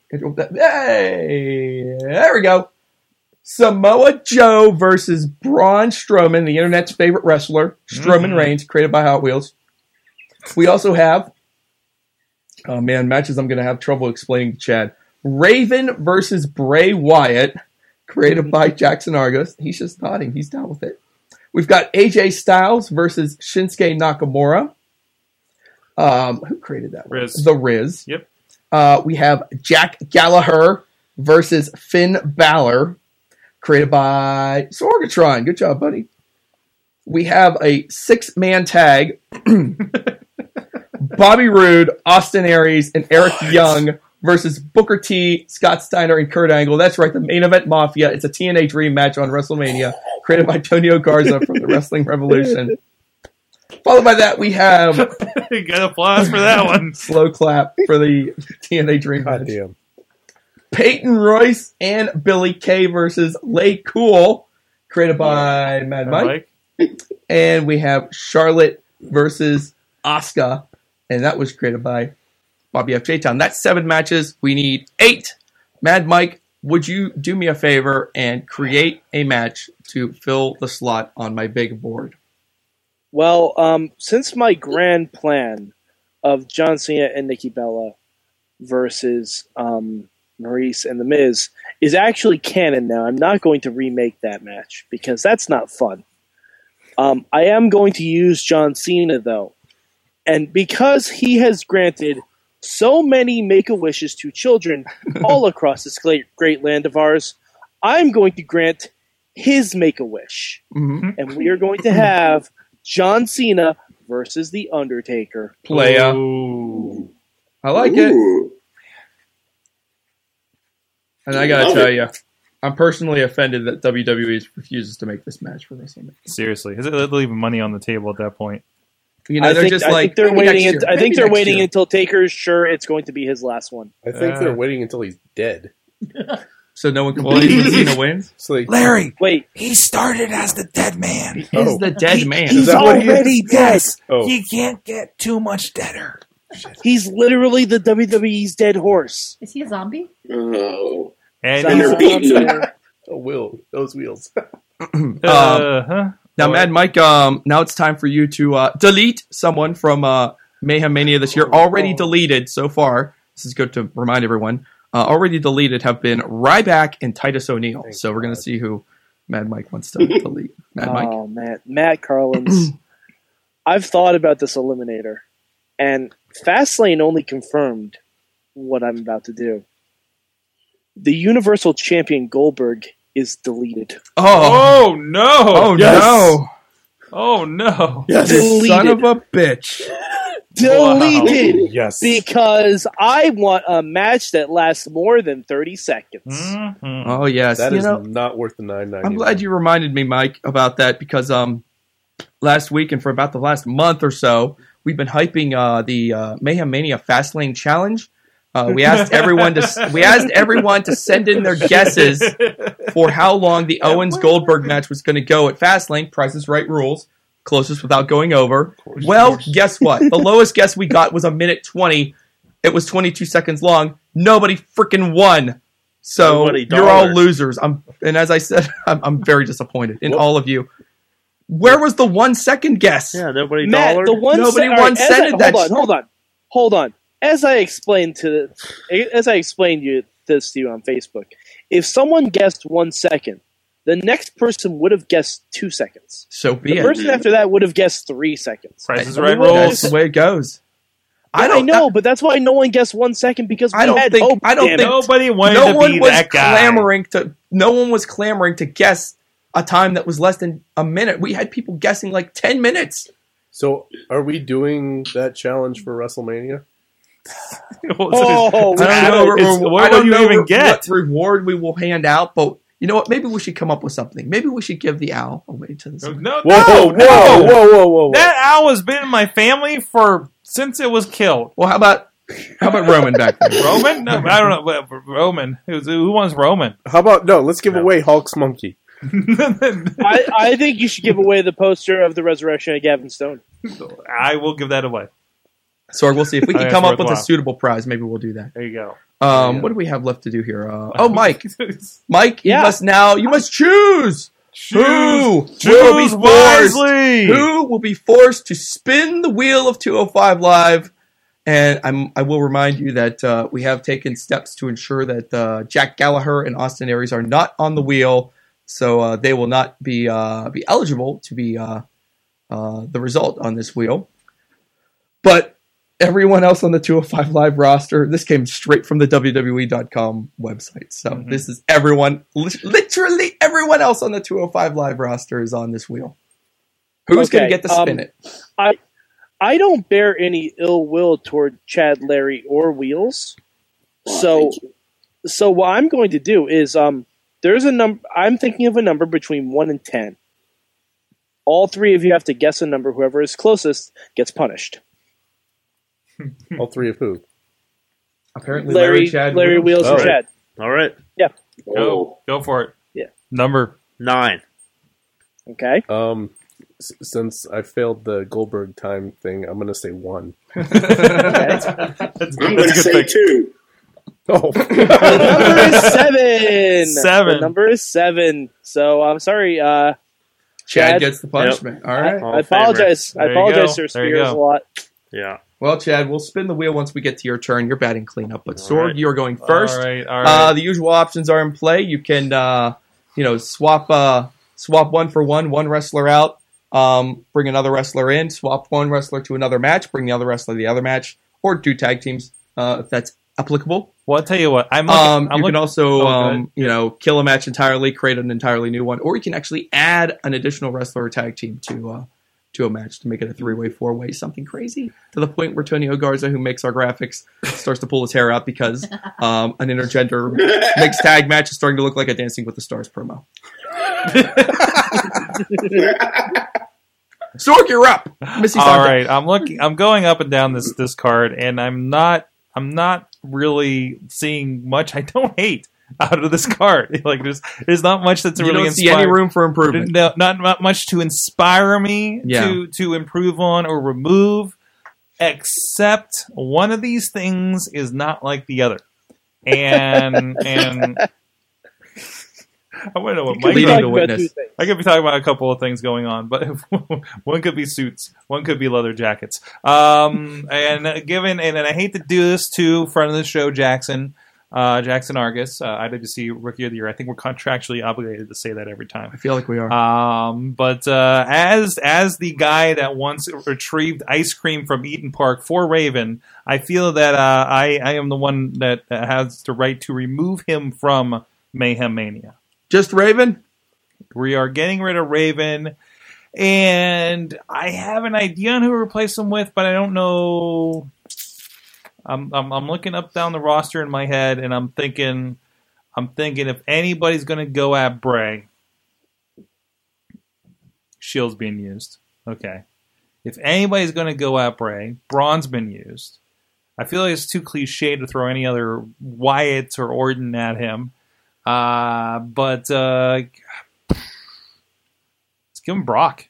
[SPEAKER 8] Hey, there we go. Samoa Joe versus Braun Strowman, the internet's favorite wrestler, Strowman Reigns, created by Hot Wheels. We also have, oh man, matches I'm going to have trouble explaining to Chad. Raven versus Bray Wyatt, created by Jackson Argos. He's just nodding. He's down with it. We've got AJ Styles versus Shinsuke Nakamura. Um, who created that? one?
[SPEAKER 2] Riz.
[SPEAKER 8] The Riz.
[SPEAKER 2] Yep.
[SPEAKER 8] Uh, we have Jack Gallagher versus Finn Balor, created by Sorgatron. Good job, buddy. We have a six man tag Bobby Roode, Austin Aries, and Eric Young versus Booker T, Scott Steiner, and Kurt Angle. That's right, the main event Mafia. It's a TNA dream match on WrestleMania, created by Antonio Garza from the Wrestling Revolution. Followed by that, we have
[SPEAKER 2] You got applause for that one.
[SPEAKER 8] slow clap for the TNA dream match.
[SPEAKER 5] God damn.
[SPEAKER 8] Peyton Royce and Billy Kay versus Lay Cool, created by Mad Mike.
[SPEAKER 2] Mike.
[SPEAKER 8] And we have Charlotte versus Asuka, and that was created by Bobby F. J. Town. That's seven matches. We need eight. Mad Mike, would you do me a favor and create a match to fill the slot on my big board?
[SPEAKER 3] Well, um, since my grand plan of John Cena and Nikki Bella versus um, Maurice and The Miz is actually canon now, I'm not going to remake that match because that's not fun. Um, I am going to use John Cena, though. And because he has granted so many make a wishes to children all across this great, great land of ours, I'm going to grant his make a wish
[SPEAKER 8] Mm-hmm.
[SPEAKER 3] and we are going to have John Cena versus The Undertaker.
[SPEAKER 8] Playa.
[SPEAKER 2] Ooh.
[SPEAKER 8] I like it.
[SPEAKER 9] Ooh.
[SPEAKER 8] And I gotta
[SPEAKER 9] Love
[SPEAKER 8] tell
[SPEAKER 9] it.
[SPEAKER 8] you, I'm personally offended that WWE refuses to make this match for WrestleMania.
[SPEAKER 2] Seriously, is it they're leaving money on the table at that point?
[SPEAKER 8] You know,
[SPEAKER 3] I
[SPEAKER 8] they're
[SPEAKER 3] think,
[SPEAKER 8] just
[SPEAKER 3] I
[SPEAKER 8] like
[SPEAKER 3] think they're
[SPEAKER 8] "Maybe
[SPEAKER 3] waiting.
[SPEAKER 8] next
[SPEAKER 3] int-
[SPEAKER 8] year,
[SPEAKER 3] I think
[SPEAKER 8] maybe
[SPEAKER 3] they're
[SPEAKER 8] next
[SPEAKER 3] waiting
[SPEAKER 8] year."
[SPEAKER 3] until Taker is sure it's going to be his last one.
[SPEAKER 5] I think
[SPEAKER 2] Uh.
[SPEAKER 5] they're waiting until he's dead.
[SPEAKER 8] so no one complains when Cena wins.
[SPEAKER 5] It's like,
[SPEAKER 10] Larry,
[SPEAKER 3] Wait,
[SPEAKER 10] he started as the dead man.
[SPEAKER 8] He's the dead man.
[SPEAKER 5] Oh. Is
[SPEAKER 10] He's
[SPEAKER 5] that what he is?
[SPEAKER 10] already dead.
[SPEAKER 5] Oh.
[SPEAKER 10] You can't get too much deader.
[SPEAKER 3] he's literally the WWE's dead horse.
[SPEAKER 6] Is he a zombie?
[SPEAKER 9] Oh.
[SPEAKER 2] And
[SPEAKER 3] Sounds
[SPEAKER 9] they're
[SPEAKER 3] like
[SPEAKER 9] beating
[SPEAKER 3] I'm
[SPEAKER 9] him.
[SPEAKER 3] sorry.
[SPEAKER 5] oh, Will, those wheels.
[SPEAKER 8] Um,
[SPEAKER 2] uh, huh?
[SPEAKER 8] now, Mad Mike, um, now it's time for you to uh, delete someone from uh, Mayhem Mania this year. Already deleted so far. This is good to remind everyone. Uh, already deleted have been Ryback and Titus O'Neil.
[SPEAKER 5] Thank
[SPEAKER 8] So we're gonna
[SPEAKER 5] God.
[SPEAKER 8] see who Mad Mike wants to delete. Mad Mike.
[SPEAKER 3] Oh man, Matt Carlins. I've thought about this eliminator, and Fastlane only confirmed what I'm about to do. The Universal Champion Goldberg is deleted.
[SPEAKER 8] Oh,
[SPEAKER 2] Oh no!
[SPEAKER 8] oh
[SPEAKER 2] Yes.
[SPEAKER 8] no!
[SPEAKER 2] Oh no!
[SPEAKER 3] Deleted.
[SPEAKER 8] Son of a bitch!
[SPEAKER 3] deleted.
[SPEAKER 5] Yes.
[SPEAKER 3] because I want a match that lasts more than 30 seconds.
[SPEAKER 2] Mhm.
[SPEAKER 8] Oh yes,
[SPEAKER 5] That
[SPEAKER 8] You
[SPEAKER 5] is
[SPEAKER 8] know-
[SPEAKER 5] not worth the nine ninety.
[SPEAKER 8] I'm glad you reminded me, Mike, about that because um, last week and for about the last month or so, we've been hyping uh, the uh, Mayhem Mania Fastlane Challenge. Uh, we asked everyone to we asked everyone to send in their guesses for how long the Owens Goldberg match was going to go at Fastlane. Price is Right rules, closest without going over. well, guess what? The lowest guess we got was a minute twenty. It was twenty two seconds long. Nobody freaking won. So
[SPEAKER 4] Nobody
[SPEAKER 8] you're all
[SPEAKER 4] dollared.
[SPEAKER 8] losers. I'm, and as I said, I'm, I'm very disappointed in
[SPEAKER 5] Well-
[SPEAKER 8] all of you. Where was the one second guess?
[SPEAKER 4] Yeah, nobody
[SPEAKER 3] Matt,
[SPEAKER 4] dollar.
[SPEAKER 3] the one
[SPEAKER 8] Nobody
[SPEAKER 3] all
[SPEAKER 8] once
[SPEAKER 3] as
[SPEAKER 8] said
[SPEAKER 3] I-
[SPEAKER 8] it,
[SPEAKER 3] Hold
[SPEAKER 8] that's-
[SPEAKER 3] on, hold on, hold on. As I explained to as I explained you this to you on Facebook, if someone guessed one second, the next person would have guessed two seconds.
[SPEAKER 8] So be
[SPEAKER 3] The
[SPEAKER 8] it.
[SPEAKER 3] person after that would have guessed three seconds.
[SPEAKER 2] Price is
[SPEAKER 3] I-
[SPEAKER 2] right
[SPEAKER 3] I-
[SPEAKER 2] rules.
[SPEAKER 8] That's the way it goes.
[SPEAKER 3] I, know, but that's why no one guessed one second because we
[SPEAKER 8] I don't
[SPEAKER 3] had
[SPEAKER 8] think.
[SPEAKER 3] hope,
[SPEAKER 8] I don't
[SPEAKER 3] damn
[SPEAKER 8] think
[SPEAKER 3] it.
[SPEAKER 2] Nobody wanted
[SPEAKER 8] no
[SPEAKER 2] to
[SPEAKER 8] one
[SPEAKER 2] be
[SPEAKER 8] was
[SPEAKER 2] that guy.
[SPEAKER 8] clamoring to. No one was clamoring to guess a time that was less than a minute. We had people guessing like ten minutes.
[SPEAKER 5] So, are we doing that challenge for WrestleMania?
[SPEAKER 3] Oh,
[SPEAKER 8] I don't know.
[SPEAKER 2] It's-
[SPEAKER 8] re-
[SPEAKER 2] what
[SPEAKER 8] I don't
[SPEAKER 2] would you
[SPEAKER 8] know
[SPEAKER 2] even
[SPEAKER 8] re-
[SPEAKER 2] get?
[SPEAKER 8] what reward we will hand out, but you know what? Maybe we should come up with something. Maybe we should give the owl away to the.
[SPEAKER 2] No, no,
[SPEAKER 5] whoa,
[SPEAKER 2] no.
[SPEAKER 5] whoa, whoa, whoa, whoa!
[SPEAKER 2] That owl has been in my family for since it was killed.
[SPEAKER 8] Well, how about how about Roman back there?
[SPEAKER 2] Roman? No, I don't know. but Roman. Who's, who wants Roman?
[SPEAKER 5] How about no? Let's give away Hulk's monkey.
[SPEAKER 3] I, I think you should give away the poster of the resurrection of Gavin Stone.
[SPEAKER 2] I will give that away.
[SPEAKER 8] Sorg, we'll see if we
[SPEAKER 2] I
[SPEAKER 8] can
[SPEAKER 2] think
[SPEAKER 8] come
[SPEAKER 2] it's
[SPEAKER 8] up with a
[SPEAKER 2] worthwhile.
[SPEAKER 8] suitable prize. Maybe we'll do that.
[SPEAKER 2] There you go.
[SPEAKER 8] Um,
[SPEAKER 5] Yeah.
[SPEAKER 8] What do we have left to do here? Uh, oh, Mike,
[SPEAKER 2] Choose,
[SPEAKER 8] Mike, you
[SPEAKER 3] Yeah.
[SPEAKER 8] must now. You must choose who will be
[SPEAKER 2] choose
[SPEAKER 8] forced.
[SPEAKER 2] wisely.
[SPEAKER 8] Who will be forced to spin the wheel of 205 Live? And I'm, I will remind you that uh, we have taken steps to ensure that uh, Jack Gallagher and Austin Aries are not on the wheel, so uh, they will not be uh, be eligible to be uh, uh, the result on this wheel. But everyone else on the 205 Live roster, this came straight from the WWE.com website. So
[SPEAKER 2] Mm-hmm.
[SPEAKER 8] this is everyone, lit- literally everyone else on the 205 Live roster is on this wheel. Who's going
[SPEAKER 3] Okay,
[SPEAKER 8] to get to spin
[SPEAKER 3] um,
[SPEAKER 8] it?
[SPEAKER 3] I I don't bear any ill will toward Chad, Larry, or Wheels.
[SPEAKER 9] Well,
[SPEAKER 3] So,
[SPEAKER 9] thank you.
[SPEAKER 3] so what I'm going to do is um, there's a number. I'm thinking of a number between one and ten. All three of you have to guess a number. Whoever is closest gets punished.
[SPEAKER 5] All three of who?
[SPEAKER 8] Apparently,
[SPEAKER 3] Larry, Larry, Wheels,
[SPEAKER 5] Oh.
[SPEAKER 3] and Chad.
[SPEAKER 4] All right,
[SPEAKER 2] Go, go for it.
[SPEAKER 3] Yeah.
[SPEAKER 2] Number.
[SPEAKER 4] nine.
[SPEAKER 3] Okay.
[SPEAKER 5] Um, s- since I failed the Goldberg time thing, I'm gonna say one.
[SPEAKER 9] I'm going to say two.
[SPEAKER 5] Oh,
[SPEAKER 3] The number is seven.
[SPEAKER 2] Seven.
[SPEAKER 3] The number is seven. So I'm sorry. Uh,
[SPEAKER 8] Chad,
[SPEAKER 3] Chad.
[SPEAKER 8] gets the punishment. All
[SPEAKER 3] I,
[SPEAKER 8] right.
[SPEAKER 4] All
[SPEAKER 3] I
[SPEAKER 4] in favor.
[SPEAKER 3] apologize.
[SPEAKER 2] There
[SPEAKER 3] I
[SPEAKER 2] you
[SPEAKER 3] apologize,
[SPEAKER 2] go.
[SPEAKER 3] Sir
[SPEAKER 2] There you
[SPEAKER 3] Spears, a
[SPEAKER 2] go.
[SPEAKER 3] lot.
[SPEAKER 4] Yeah,
[SPEAKER 8] Well, Chad, we'll spin the wheel once we get to your turn. You're batting cleanup, but
[SPEAKER 4] All
[SPEAKER 8] Sorg,
[SPEAKER 4] right.
[SPEAKER 8] you are going first.
[SPEAKER 2] All right. All
[SPEAKER 8] Uh,
[SPEAKER 2] right.
[SPEAKER 8] the usual options are in play. You can, uh, you know, swap uh, swap one for one, one wrestler out, um, bring another wrestler in, swap one wrestler to another match, bring the other wrestler to the other match, or do tag teams uh, if that's applicable.
[SPEAKER 2] well, I'll tell you what. I'm looking.
[SPEAKER 8] Um,
[SPEAKER 2] I'm
[SPEAKER 8] you
[SPEAKER 2] looking
[SPEAKER 8] can also,
[SPEAKER 2] oh, go ahead.
[SPEAKER 8] um, you know, kill a match entirely, create an entirely new one, or you can actually add an additional wrestler or tag team to uh, to a match to make it a three way, four way, something crazy to the point where Tony Garza, who makes our graphics, starts to pull his hair out because um, an intergender mixed tag match is starting to look like a Dancing with the Stars promo. Sork, you're up, Missy.
[SPEAKER 2] All
[SPEAKER 8] Santa.
[SPEAKER 2] right, I'm looking. I'm going up and down this this card, and I'm not. I'm not really seeing much. I don't hate out of this card. Like there's there's not much that's
[SPEAKER 8] You
[SPEAKER 2] really
[SPEAKER 8] don't see
[SPEAKER 2] inspired.
[SPEAKER 8] any room for improvement.
[SPEAKER 2] No, not not much to inspire me
[SPEAKER 8] Yeah.
[SPEAKER 2] to to improve on or remove, except one of these things is not like the other, and and. I want to know what Mike
[SPEAKER 8] Leading
[SPEAKER 2] thought.
[SPEAKER 8] the
[SPEAKER 3] Talk about
[SPEAKER 8] witness.
[SPEAKER 3] two things.
[SPEAKER 2] I could be talking about a couple of things going on, but one could be suits, one could be leather jackets. Um, and uh, given, and, and I hate to do this to front of the show, Jackson, uh, Jackson Argus, uh, IWC Rookie of the Year. I think we're contractually obligated to say that every time.
[SPEAKER 8] I feel like we are.
[SPEAKER 2] Um, but uh, as as the guy that once retrieved ice cream from Eaton Park for Raven, I feel that uh, I I am the one that has the right to remove him from Mayhem Mania.
[SPEAKER 8] Just Raven.
[SPEAKER 2] We are getting rid of Raven, and I have an idea on who to replace him with, but I don't know. I'm, I'm I'm looking up down the roster in my head, and I'm thinking, I'm thinking if anybody's going to go at Bray, Shield's being used. Okay, if anybody's going to go at Bray, Braun's been used. I feel like it's too cliche to throw any other Wyatt or Orton at him. Uh, but uh, Let's give him Brock.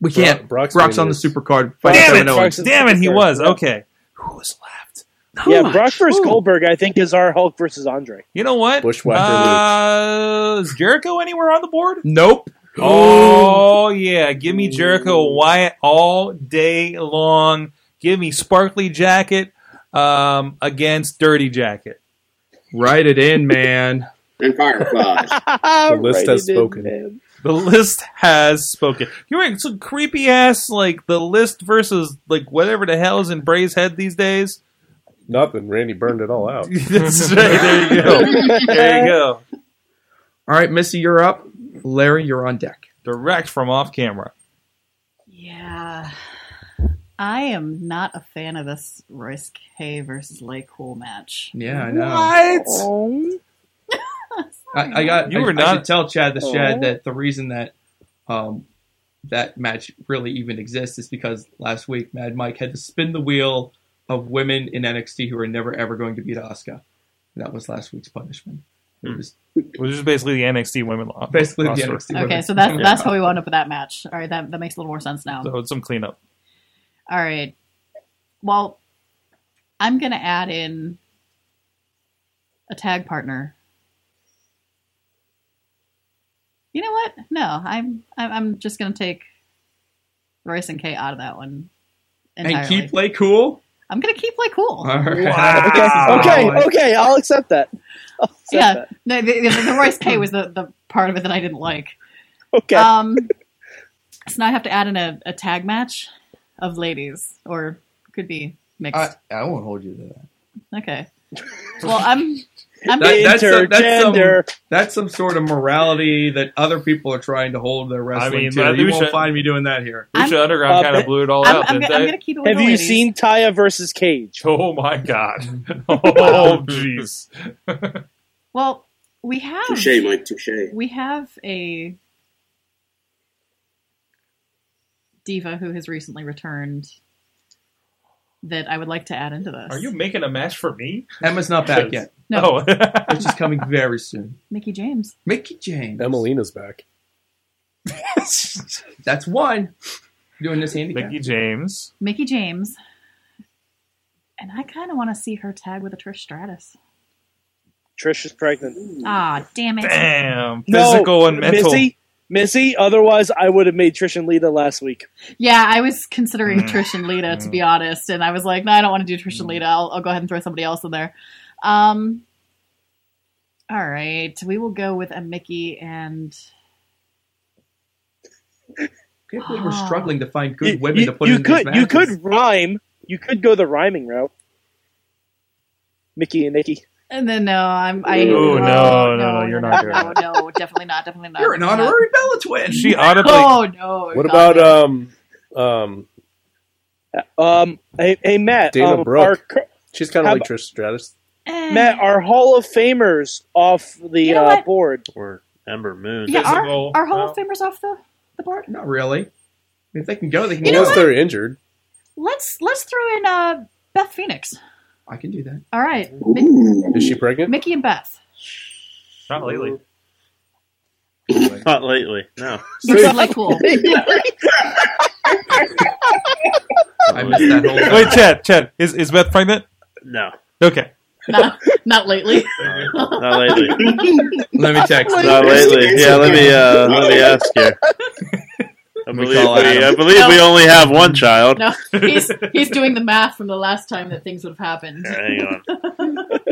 [SPEAKER 8] We
[SPEAKER 5] Bro-
[SPEAKER 8] can't.
[SPEAKER 5] Brock's
[SPEAKER 8] Brock's on the
[SPEAKER 5] been used.
[SPEAKER 8] super card.
[SPEAKER 2] Damn it!
[SPEAKER 3] Brock's in
[SPEAKER 2] Damn it! He
[SPEAKER 3] third.
[SPEAKER 2] was okay. Who was left?
[SPEAKER 3] Yeah, Brock versus Goldberg, I think, is our Hulk versus Andre.
[SPEAKER 2] You know what?
[SPEAKER 5] Bushwhacker
[SPEAKER 2] Uh, is Jericho anywhere on the board?
[SPEAKER 8] Nope.
[SPEAKER 2] Oh yeah, give me Jericho Wyatt all day long. Give me Sparkly Jacket um, against Dirty Jacket.
[SPEAKER 8] Write it in, man.
[SPEAKER 9] and Fireflies.
[SPEAKER 5] The list has
[SPEAKER 3] Alrighty then,
[SPEAKER 5] spoken.
[SPEAKER 3] man.
[SPEAKER 2] The list has spoken. You're right. Some creepy ass like the list versus like whatever the hell is in Bray's head these days.
[SPEAKER 5] Nothing. Randy burned it all out.
[SPEAKER 2] That's right. There you go. There you go.
[SPEAKER 8] All right, Missy, you're up. Larry, you're on deck.
[SPEAKER 2] Direct from off camera.
[SPEAKER 6] Yeah. I am not a fan of this Risk Hay versus Lay Cool match.
[SPEAKER 8] Yeah, I know.
[SPEAKER 3] Oh.
[SPEAKER 8] I, I got.
[SPEAKER 2] You
[SPEAKER 8] I,
[SPEAKER 2] were
[SPEAKER 8] I
[SPEAKER 2] not-
[SPEAKER 8] should tell Chad the
[SPEAKER 3] Oh.
[SPEAKER 8] Chad that the reason that um, that match really even exists is because last week Mad Mike had to spin the wheel of women in NXT who are never ever going to beat Asuka. That was last week's punishment.
[SPEAKER 5] Hmm.
[SPEAKER 8] It was
[SPEAKER 2] Which is basically the NXT women law.
[SPEAKER 8] basically the
[SPEAKER 2] roster.
[SPEAKER 8] NXT women.
[SPEAKER 6] Okay, so that's
[SPEAKER 8] Yeah.
[SPEAKER 6] that's how we wound up with that match. All right, that, that makes a little more sense now.
[SPEAKER 2] So it's some cleanup.
[SPEAKER 6] All right. Well, I'm going to add in a tag partner. You know what? No, I'm I'm, I'm just going to take Royce and Kay out of that one entirely.
[SPEAKER 8] and keep play cool.
[SPEAKER 6] I'm going to keep like cool.
[SPEAKER 8] All right.
[SPEAKER 2] Wow.
[SPEAKER 3] Okay, okay, I'll accept that. I'll accept
[SPEAKER 6] yeah,
[SPEAKER 3] that.
[SPEAKER 6] no, the, the, the Royce K was the, the part of it that I didn't like.
[SPEAKER 3] Okay.
[SPEAKER 6] Um, so now I have to add in a, a tag match of ladies, or could be mixed.
[SPEAKER 3] Uh,
[SPEAKER 8] I, I won't hold you to that.
[SPEAKER 6] Okay. Well, I'm. I'm
[SPEAKER 8] That- that's a- that's some-
[SPEAKER 3] Intergender.
[SPEAKER 8] That's some sort of morality that other people are trying to hold their wrestling
[SPEAKER 2] mean, I
[SPEAKER 8] to.
[SPEAKER 2] think
[SPEAKER 8] You
[SPEAKER 2] we
[SPEAKER 8] won't
[SPEAKER 2] should-
[SPEAKER 8] find me doing that here.
[SPEAKER 6] I'm-
[SPEAKER 2] Lucha Underground
[SPEAKER 3] Uh,
[SPEAKER 2] kind of blew it all
[SPEAKER 6] I'm,
[SPEAKER 2] out.
[SPEAKER 6] I'm,
[SPEAKER 2] didn't
[SPEAKER 6] gonna- I'm
[SPEAKER 2] they?
[SPEAKER 6] gonna keep it with
[SPEAKER 3] Have
[SPEAKER 6] the
[SPEAKER 3] you
[SPEAKER 6] ladies.
[SPEAKER 3] seen Taya versus Cage?
[SPEAKER 2] Oh my god. Oh jeez.
[SPEAKER 6] Well, we have
[SPEAKER 9] touche, Mike. Touche.
[SPEAKER 6] we have a diva who has recently returned that I would like to add into this.
[SPEAKER 2] Are you making a match for me?
[SPEAKER 8] Emma's not back yet,
[SPEAKER 6] no
[SPEAKER 2] Oh.
[SPEAKER 8] but she's coming very soon.
[SPEAKER 6] Mickey James?
[SPEAKER 8] Mickey James.
[SPEAKER 5] Emelina's back.
[SPEAKER 8] That's one. Doing this handicap.
[SPEAKER 2] Mickey James.
[SPEAKER 6] Mickey James. And I kind of want to see her tag with a Trish Stratus.
[SPEAKER 3] Trish is pregnant.
[SPEAKER 6] Ah, damn it!
[SPEAKER 2] Damn. Physical and mental.
[SPEAKER 3] Missy, Missy. Otherwise, I would have made Trish and Lita last week.
[SPEAKER 6] Yeah, I was considering
[SPEAKER 2] Mm.
[SPEAKER 6] Trish and Lita to
[SPEAKER 2] Mm.
[SPEAKER 6] be honest, and I was like, no, I don't want to do Trish and Lita. I'll, I'll go ahead and throw somebody else in there. Um, all right, we will go with a Mickey and
[SPEAKER 8] Can't believe we're
[SPEAKER 6] Ah.
[SPEAKER 8] struggling to find good
[SPEAKER 3] You-
[SPEAKER 8] women
[SPEAKER 3] you,
[SPEAKER 8] to put
[SPEAKER 3] you
[SPEAKER 8] in
[SPEAKER 3] could
[SPEAKER 8] these
[SPEAKER 3] you
[SPEAKER 8] matches.
[SPEAKER 3] could rhyme. You could go the rhyming route. Mickey and Nikki.
[SPEAKER 6] and then no, I'm I.
[SPEAKER 2] Ooh,
[SPEAKER 6] oh,
[SPEAKER 2] no, no, no, you're not doing
[SPEAKER 6] No, no, definitely not, definitely not.
[SPEAKER 8] You're an
[SPEAKER 6] definitely
[SPEAKER 8] honorary Bella twin.
[SPEAKER 2] She audibly
[SPEAKER 6] not. Oh no!
[SPEAKER 5] What
[SPEAKER 6] God,
[SPEAKER 5] about
[SPEAKER 6] no.
[SPEAKER 5] um um?
[SPEAKER 3] Um, hey, hey Matt.
[SPEAKER 5] Dana
[SPEAKER 3] um,
[SPEAKER 5] Brooke.
[SPEAKER 3] our cur-
[SPEAKER 5] She's kind of
[SPEAKER 3] How
[SPEAKER 5] like Trish Stratus.
[SPEAKER 6] Eh.
[SPEAKER 3] Matt, our Hall of Famers off the
[SPEAKER 6] You know
[SPEAKER 3] uh,
[SPEAKER 6] what?
[SPEAKER 3] board.
[SPEAKER 4] Or Ember Moon.
[SPEAKER 6] yeah, our,
[SPEAKER 2] physical,
[SPEAKER 6] our Hall of
[SPEAKER 2] no.
[SPEAKER 6] Famers off the the board.
[SPEAKER 8] Not really. If they can go, they can
[SPEAKER 6] You know
[SPEAKER 8] go.
[SPEAKER 5] Unless they're injured.
[SPEAKER 6] Let's let's throw in uh Beth Phoenix.
[SPEAKER 8] I can do that.
[SPEAKER 6] All right, Mi-
[SPEAKER 9] Ooh.
[SPEAKER 5] Is she pregnant?
[SPEAKER 6] Mickey and Beth.
[SPEAKER 2] not lately.
[SPEAKER 4] Not lately. No.
[SPEAKER 6] This is like cool.
[SPEAKER 8] I missed that whole
[SPEAKER 2] Wait, Chad, Chad, is, is Beth pregnant?
[SPEAKER 4] No.
[SPEAKER 2] Okay.
[SPEAKER 6] not, not lately.
[SPEAKER 4] Not lately.
[SPEAKER 8] Let me text.
[SPEAKER 4] Not lately. Yeah, let me uh, let me ask here. I believe,
[SPEAKER 8] call
[SPEAKER 4] we,
[SPEAKER 8] Adam.
[SPEAKER 4] I believe we
[SPEAKER 6] No.
[SPEAKER 4] only have one child.
[SPEAKER 6] No, he's he's doing the math from the last time that things would have happened.
[SPEAKER 4] Hang on.
[SPEAKER 8] Uh,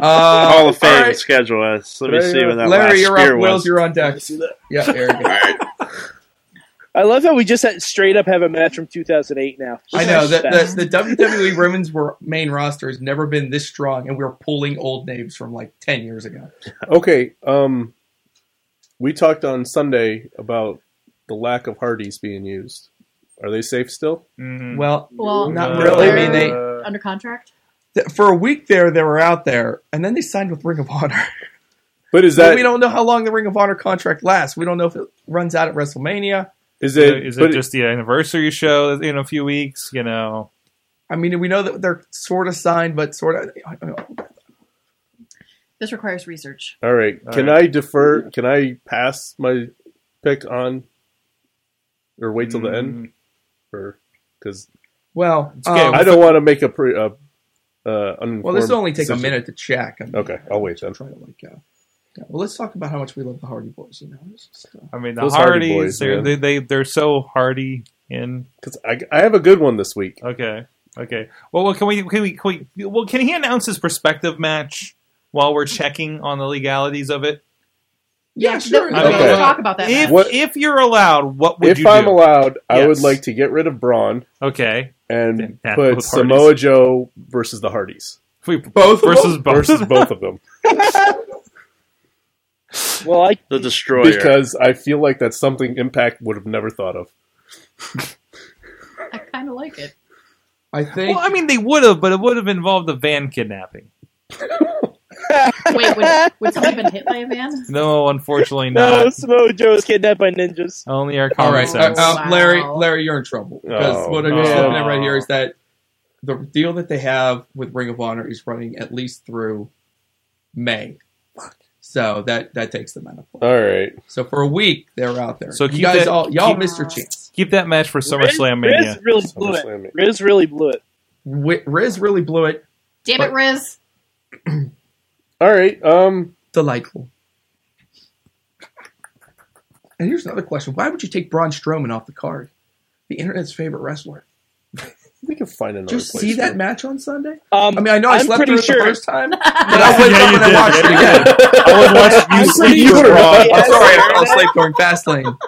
[SPEAKER 4] Hall
[SPEAKER 8] all
[SPEAKER 4] of Fame
[SPEAKER 8] right.
[SPEAKER 4] schedule us. Let me
[SPEAKER 5] Larry,
[SPEAKER 4] see when that last
[SPEAKER 8] Larry, you're
[SPEAKER 4] spear
[SPEAKER 8] up.
[SPEAKER 4] was.
[SPEAKER 8] Wills, you're on deck. Yeah, there you
[SPEAKER 9] All
[SPEAKER 8] go.
[SPEAKER 9] right.
[SPEAKER 3] I love how we just had, straight up have a match from 2008 now.
[SPEAKER 8] I know that the, the WWE women's wor- main roster has never been this strong, and we're pulling old names from like ten years ago.
[SPEAKER 5] Okay. Um, we talked on Sunday about the lack of Hardys being used. Are they safe still?
[SPEAKER 2] Mhm.
[SPEAKER 8] Well,
[SPEAKER 6] Well,
[SPEAKER 8] not
[SPEAKER 6] they're
[SPEAKER 8] really. I mean, they
[SPEAKER 6] under contract.
[SPEAKER 8] th- for a week there they were out there, and then they signed with Ring of Honor.
[SPEAKER 5] But is
[SPEAKER 8] But
[SPEAKER 5] that
[SPEAKER 8] we don't know how long the Ring of Honor contract lasts. We don't know if it runs out at WrestleMania.
[SPEAKER 5] is
[SPEAKER 2] Is
[SPEAKER 5] it
[SPEAKER 2] it, is
[SPEAKER 5] but
[SPEAKER 2] it just the anniversary show in a few weeks? You know,
[SPEAKER 8] I mean, we know that they're sort of signed, but sort of. I don't know.
[SPEAKER 6] This requires research.
[SPEAKER 5] All right.
[SPEAKER 2] All
[SPEAKER 5] can
[SPEAKER 2] right.
[SPEAKER 5] I defer? Can I pass my pick on, or wait till the end? Or because
[SPEAKER 8] Well,
[SPEAKER 2] Mm. okay.
[SPEAKER 8] um,
[SPEAKER 5] I don't want to make a pre. Uh, uh, uninformed
[SPEAKER 8] well, this will only take a
[SPEAKER 5] decision.
[SPEAKER 8] minute to check. I mean,
[SPEAKER 5] Okay, I'll wait then.
[SPEAKER 8] Try to like. Uh, yeah. Well, let's talk about how much we love the Hardy Boys. You know, It's just, uh,
[SPEAKER 2] I mean, the
[SPEAKER 5] Those
[SPEAKER 2] Hardys,
[SPEAKER 5] Hardy boys,
[SPEAKER 2] they're,
[SPEAKER 5] man.
[SPEAKER 2] they, they, they're so hardy in.
[SPEAKER 5] Because I, I have a good one this week.
[SPEAKER 2] Okay. Okay. Well, well can, we, can we, can we, well, can he announce his perspective match while we're checking on the legalities of it?
[SPEAKER 6] Yeah,
[SPEAKER 8] sure.
[SPEAKER 6] I mean,
[SPEAKER 5] Okay.
[SPEAKER 6] We'll talk about that.
[SPEAKER 2] If
[SPEAKER 6] Matt.
[SPEAKER 5] What-
[SPEAKER 2] if you're allowed, what would
[SPEAKER 5] if
[SPEAKER 2] you
[SPEAKER 5] I'm
[SPEAKER 2] do?
[SPEAKER 5] allowed, I would
[SPEAKER 2] Yes.
[SPEAKER 5] like to get rid of Braun
[SPEAKER 2] okay,
[SPEAKER 5] and
[SPEAKER 2] And have
[SPEAKER 5] put
[SPEAKER 2] both
[SPEAKER 5] Samoa
[SPEAKER 2] Hardys.
[SPEAKER 5] Joe versus the Hardys
[SPEAKER 2] If we both versus both.
[SPEAKER 5] versus both of them
[SPEAKER 3] Well, I
[SPEAKER 4] The Destroyer.
[SPEAKER 5] because I feel like that's something Impact would have never thought of.
[SPEAKER 6] I kind of like it.
[SPEAKER 8] I think
[SPEAKER 2] well, I mean, they would have, but it would have involved a van kidnapping.
[SPEAKER 6] Wait, would, would somebody been hit by a van?
[SPEAKER 2] No, unfortunately
[SPEAKER 3] no,
[SPEAKER 2] not.
[SPEAKER 3] Samoa Joe was kidnapped by ninjas.
[SPEAKER 2] Only our
[SPEAKER 8] All
[SPEAKER 2] common
[SPEAKER 8] right,
[SPEAKER 2] sense.
[SPEAKER 8] uh, uh,
[SPEAKER 6] Wow.
[SPEAKER 8] Larry, Larry, you're in trouble because
[SPEAKER 5] Oh,
[SPEAKER 8] what I'm just
[SPEAKER 2] no.
[SPEAKER 8] looking at right here is that the deal that they have with Ring of Honor is running at least through May. So that that takes them out of play.
[SPEAKER 5] All right,
[SPEAKER 8] uh, So for a week they're out there.
[SPEAKER 2] So
[SPEAKER 8] So
[SPEAKER 2] keep
[SPEAKER 8] you guys
[SPEAKER 2] that-
[SPEAKER 8] all y'all
[SPEAKER 2] keep-
[SPEAKER 8] missed your chance.
[SPEAKER 2] Keep that match for SummerSlam
[SPEAKER 3] Riz,
[SPEAKER 2] Mania.
[SPEAKER 3] Riz really blew it.
[SPEAKER 5] SummerSlam.
[SPEAKER 3] Riz really blew it.
[SPEAKER 8] Wi- Riz really blew it.
[SPEAKER 6] Damn it, Riz.
[SPEAKER 5] all right. Um,
[SPEAKER 8] Delightful. And here's another question: Why would you take Braun Strowman off the card? The internet's favorite wrestler.
[SPEAKER 5] we can find another.
[SPEAKER 8] Did you see
[SPEAKER 5] place
[SPEAKER 8] that
[SPEAKER 5] for-
[SPEAKER 8] match on Sunday?
[SPEAKER 3] Um,
[SPEAKER 8] I mean, I know I
[SPEAKER 3] am
[SPEAKER 8] slept
[SPEAKER 3] pretty
[SPEAKER 8] through it
[SPEAKER 3] sure.
[SPEAKER 8] the first time, but I went
[SPEAKER 2] Yeah,
[SPEAKER 8] up
[SPEAKER 2] you
[SPEAKER 8] and I
[SPEAKER 2] did.
[SPEAKER 8] watched it again.
[SPEAKER 2] I was watching you
[SPEAKER 3] I'm
[SPEAKER 2] sleep
[SPEAKER 3] pretty
[SPEAKER 2] through
[SPEAKER 3] sure-
[SPEAKER 2] Raw.
[SPEAKER 8] I'm sorry, I fell asleep during Fastlane.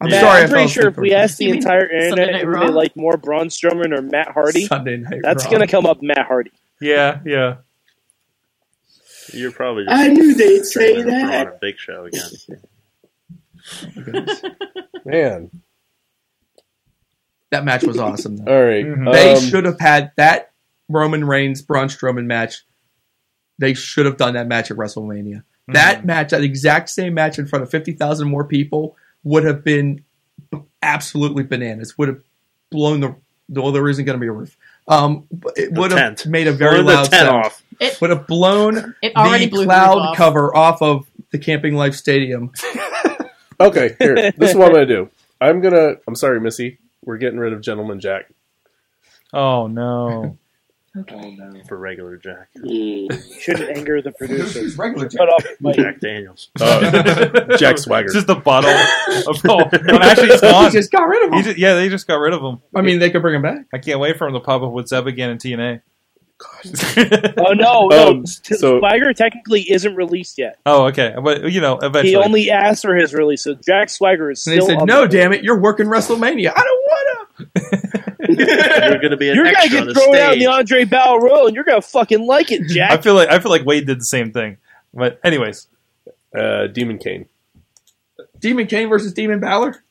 [SPEAKER 8] I'm
[SPEAKER 3] Matt,
[SPEAKER 8] sorry,
[SPEAKER 3] I'm pretty sure if we asked the
[SPEAKER 6] You mean
[SPEAKER 3] entire
[SPEAKER 6] Sunday Night
[SPEAKER 3] internet if
[SPEAKER 6] Raw?
[SPEAKER 3] they like more Braun Strowman or Matt Hardy,
[SPEAKER 8] Sunday night.
[SPEAKER 3] that's
[SPEAKER 8] Raw.
[SPEAKER 3] gonna come up Matt Hardy.
[SPEAKER 2] Yeah, yeah.
[SPEAKER 4] You're probably just
[SPEAKER 9] I knew they'd say
[SPEAKER 4] bringing Braun
[SPEAKER 9] that.
[SPEAKER 4] and Big Show again.
[SPEAKER 5] man.
[SPEAKER 8] That match was awesome. Though.
[SPEAKER 5] All right,
[SPEAKER 4] Mm-hmm.
[SPEAKER 2] Mhm.
[SPEAKER 8] They
[SPEAKER 5] um,
[SPEAKER 8] should have had that Roman Reigns Braun Strowman match. They should have done that match at WrestleMania.
[SPEAKER 4] Mm-hmm.
[SPEAKER 8] That match, that exact same match in front of fifty thousand more people, would have been absolutely bananas. Would have blown the. Well, there isn't going to be a roof. Um, but it
[SPEAKER 4] The
[SPEAKER 8] would
[SPEAKER 4] tent.
[SPEAKER 8] have made a very
[SPEAKER 4] Blow the
[SPEAKER 8] loud
[SPEAKER 4] tent
[SPEAKER 8] sound.
[SPEAKER 4] off.
[SPEAKER 6] It,
[SPEAKER 8] Would have blown
[SPEAKER 6] it already
[SPEAKER 8] the
[SPEAKER 6] blew the
[SPEAKER 8] cloud
[SPEAKER 6] roof off.
[SPEAKER 8] cover off of the Camping Life Stadium.
[SPEAKER 5] Okay, here. This is what I'm gonna do. I'm gonna. I'm sorry, Missy. We're getting rid of Gentleman Jack.
[SPEAKER 2] Oh no.
[SPEAKER 4] for regular Jack.
[SPEAKER 9] Mm.
[SPEAKER 3] You shouldn't anger the producers.
[SPEAKER 8] regular
[SPEAKER 3] Cut off the mic.
[SPEAKER 4] Jack Daniels.
[SPEAKER 5] Uh, Jack Swagger.
[SPEAKER 2] Just a bottle of oh, no, actually, he's gone.
[SPEAKER 8] just got rid of
[SPEAKER 2] He
[SPEAKER 8] him.
[SPEAKER 2] just, yeah, they just got rid of him.
[SPEAKER 8] I mean, they could bring him back.
[SPEAKER 2] I can't wait for him to pop up with Zeb again in TNA. Gosh.
[SPEAKER 3] Oh no, no.
[SPEAKER 5] Um, so-
[SPEAKER 3] Swagger technically isn't released yet.
[SPEAKER 2] oh, okay. But you know, eventually.
[SPEAKER 3] He only asked for his release, so Jack Swagger is
[SPEAKER 8] And they
[SPEAKER 3] still.
[SPEAKER 8] said,
[SPEAKER 3] on
[SPEAKER 8] "No,
[SPEAKER 3] the-
[SPEAKER 8] damn it, you're working WrestleMania. I don't want to."
[SPEAKER 4] You're going to be an
[SPEAKER 3] You're gonna
[SPEAKER 4] extra
[SPEAKER 3] get
[SPEAKER 4] on the
[SPEAKER 3] thrown
[SPEAKER 4] stage.
[SPEAKER 3] out in the Andre Battle Royal, and you're gonna fucking like it,
[SPEAKER 2] I
[SPEAKER 3] Jack.
[SPEAKER 2] feel like I feel like Wade did the same thing. But anyways,
[SPEAKER 5] Uh, Demon Kane.
[SPEAKER 8] Demon Kane versus Demon Balor.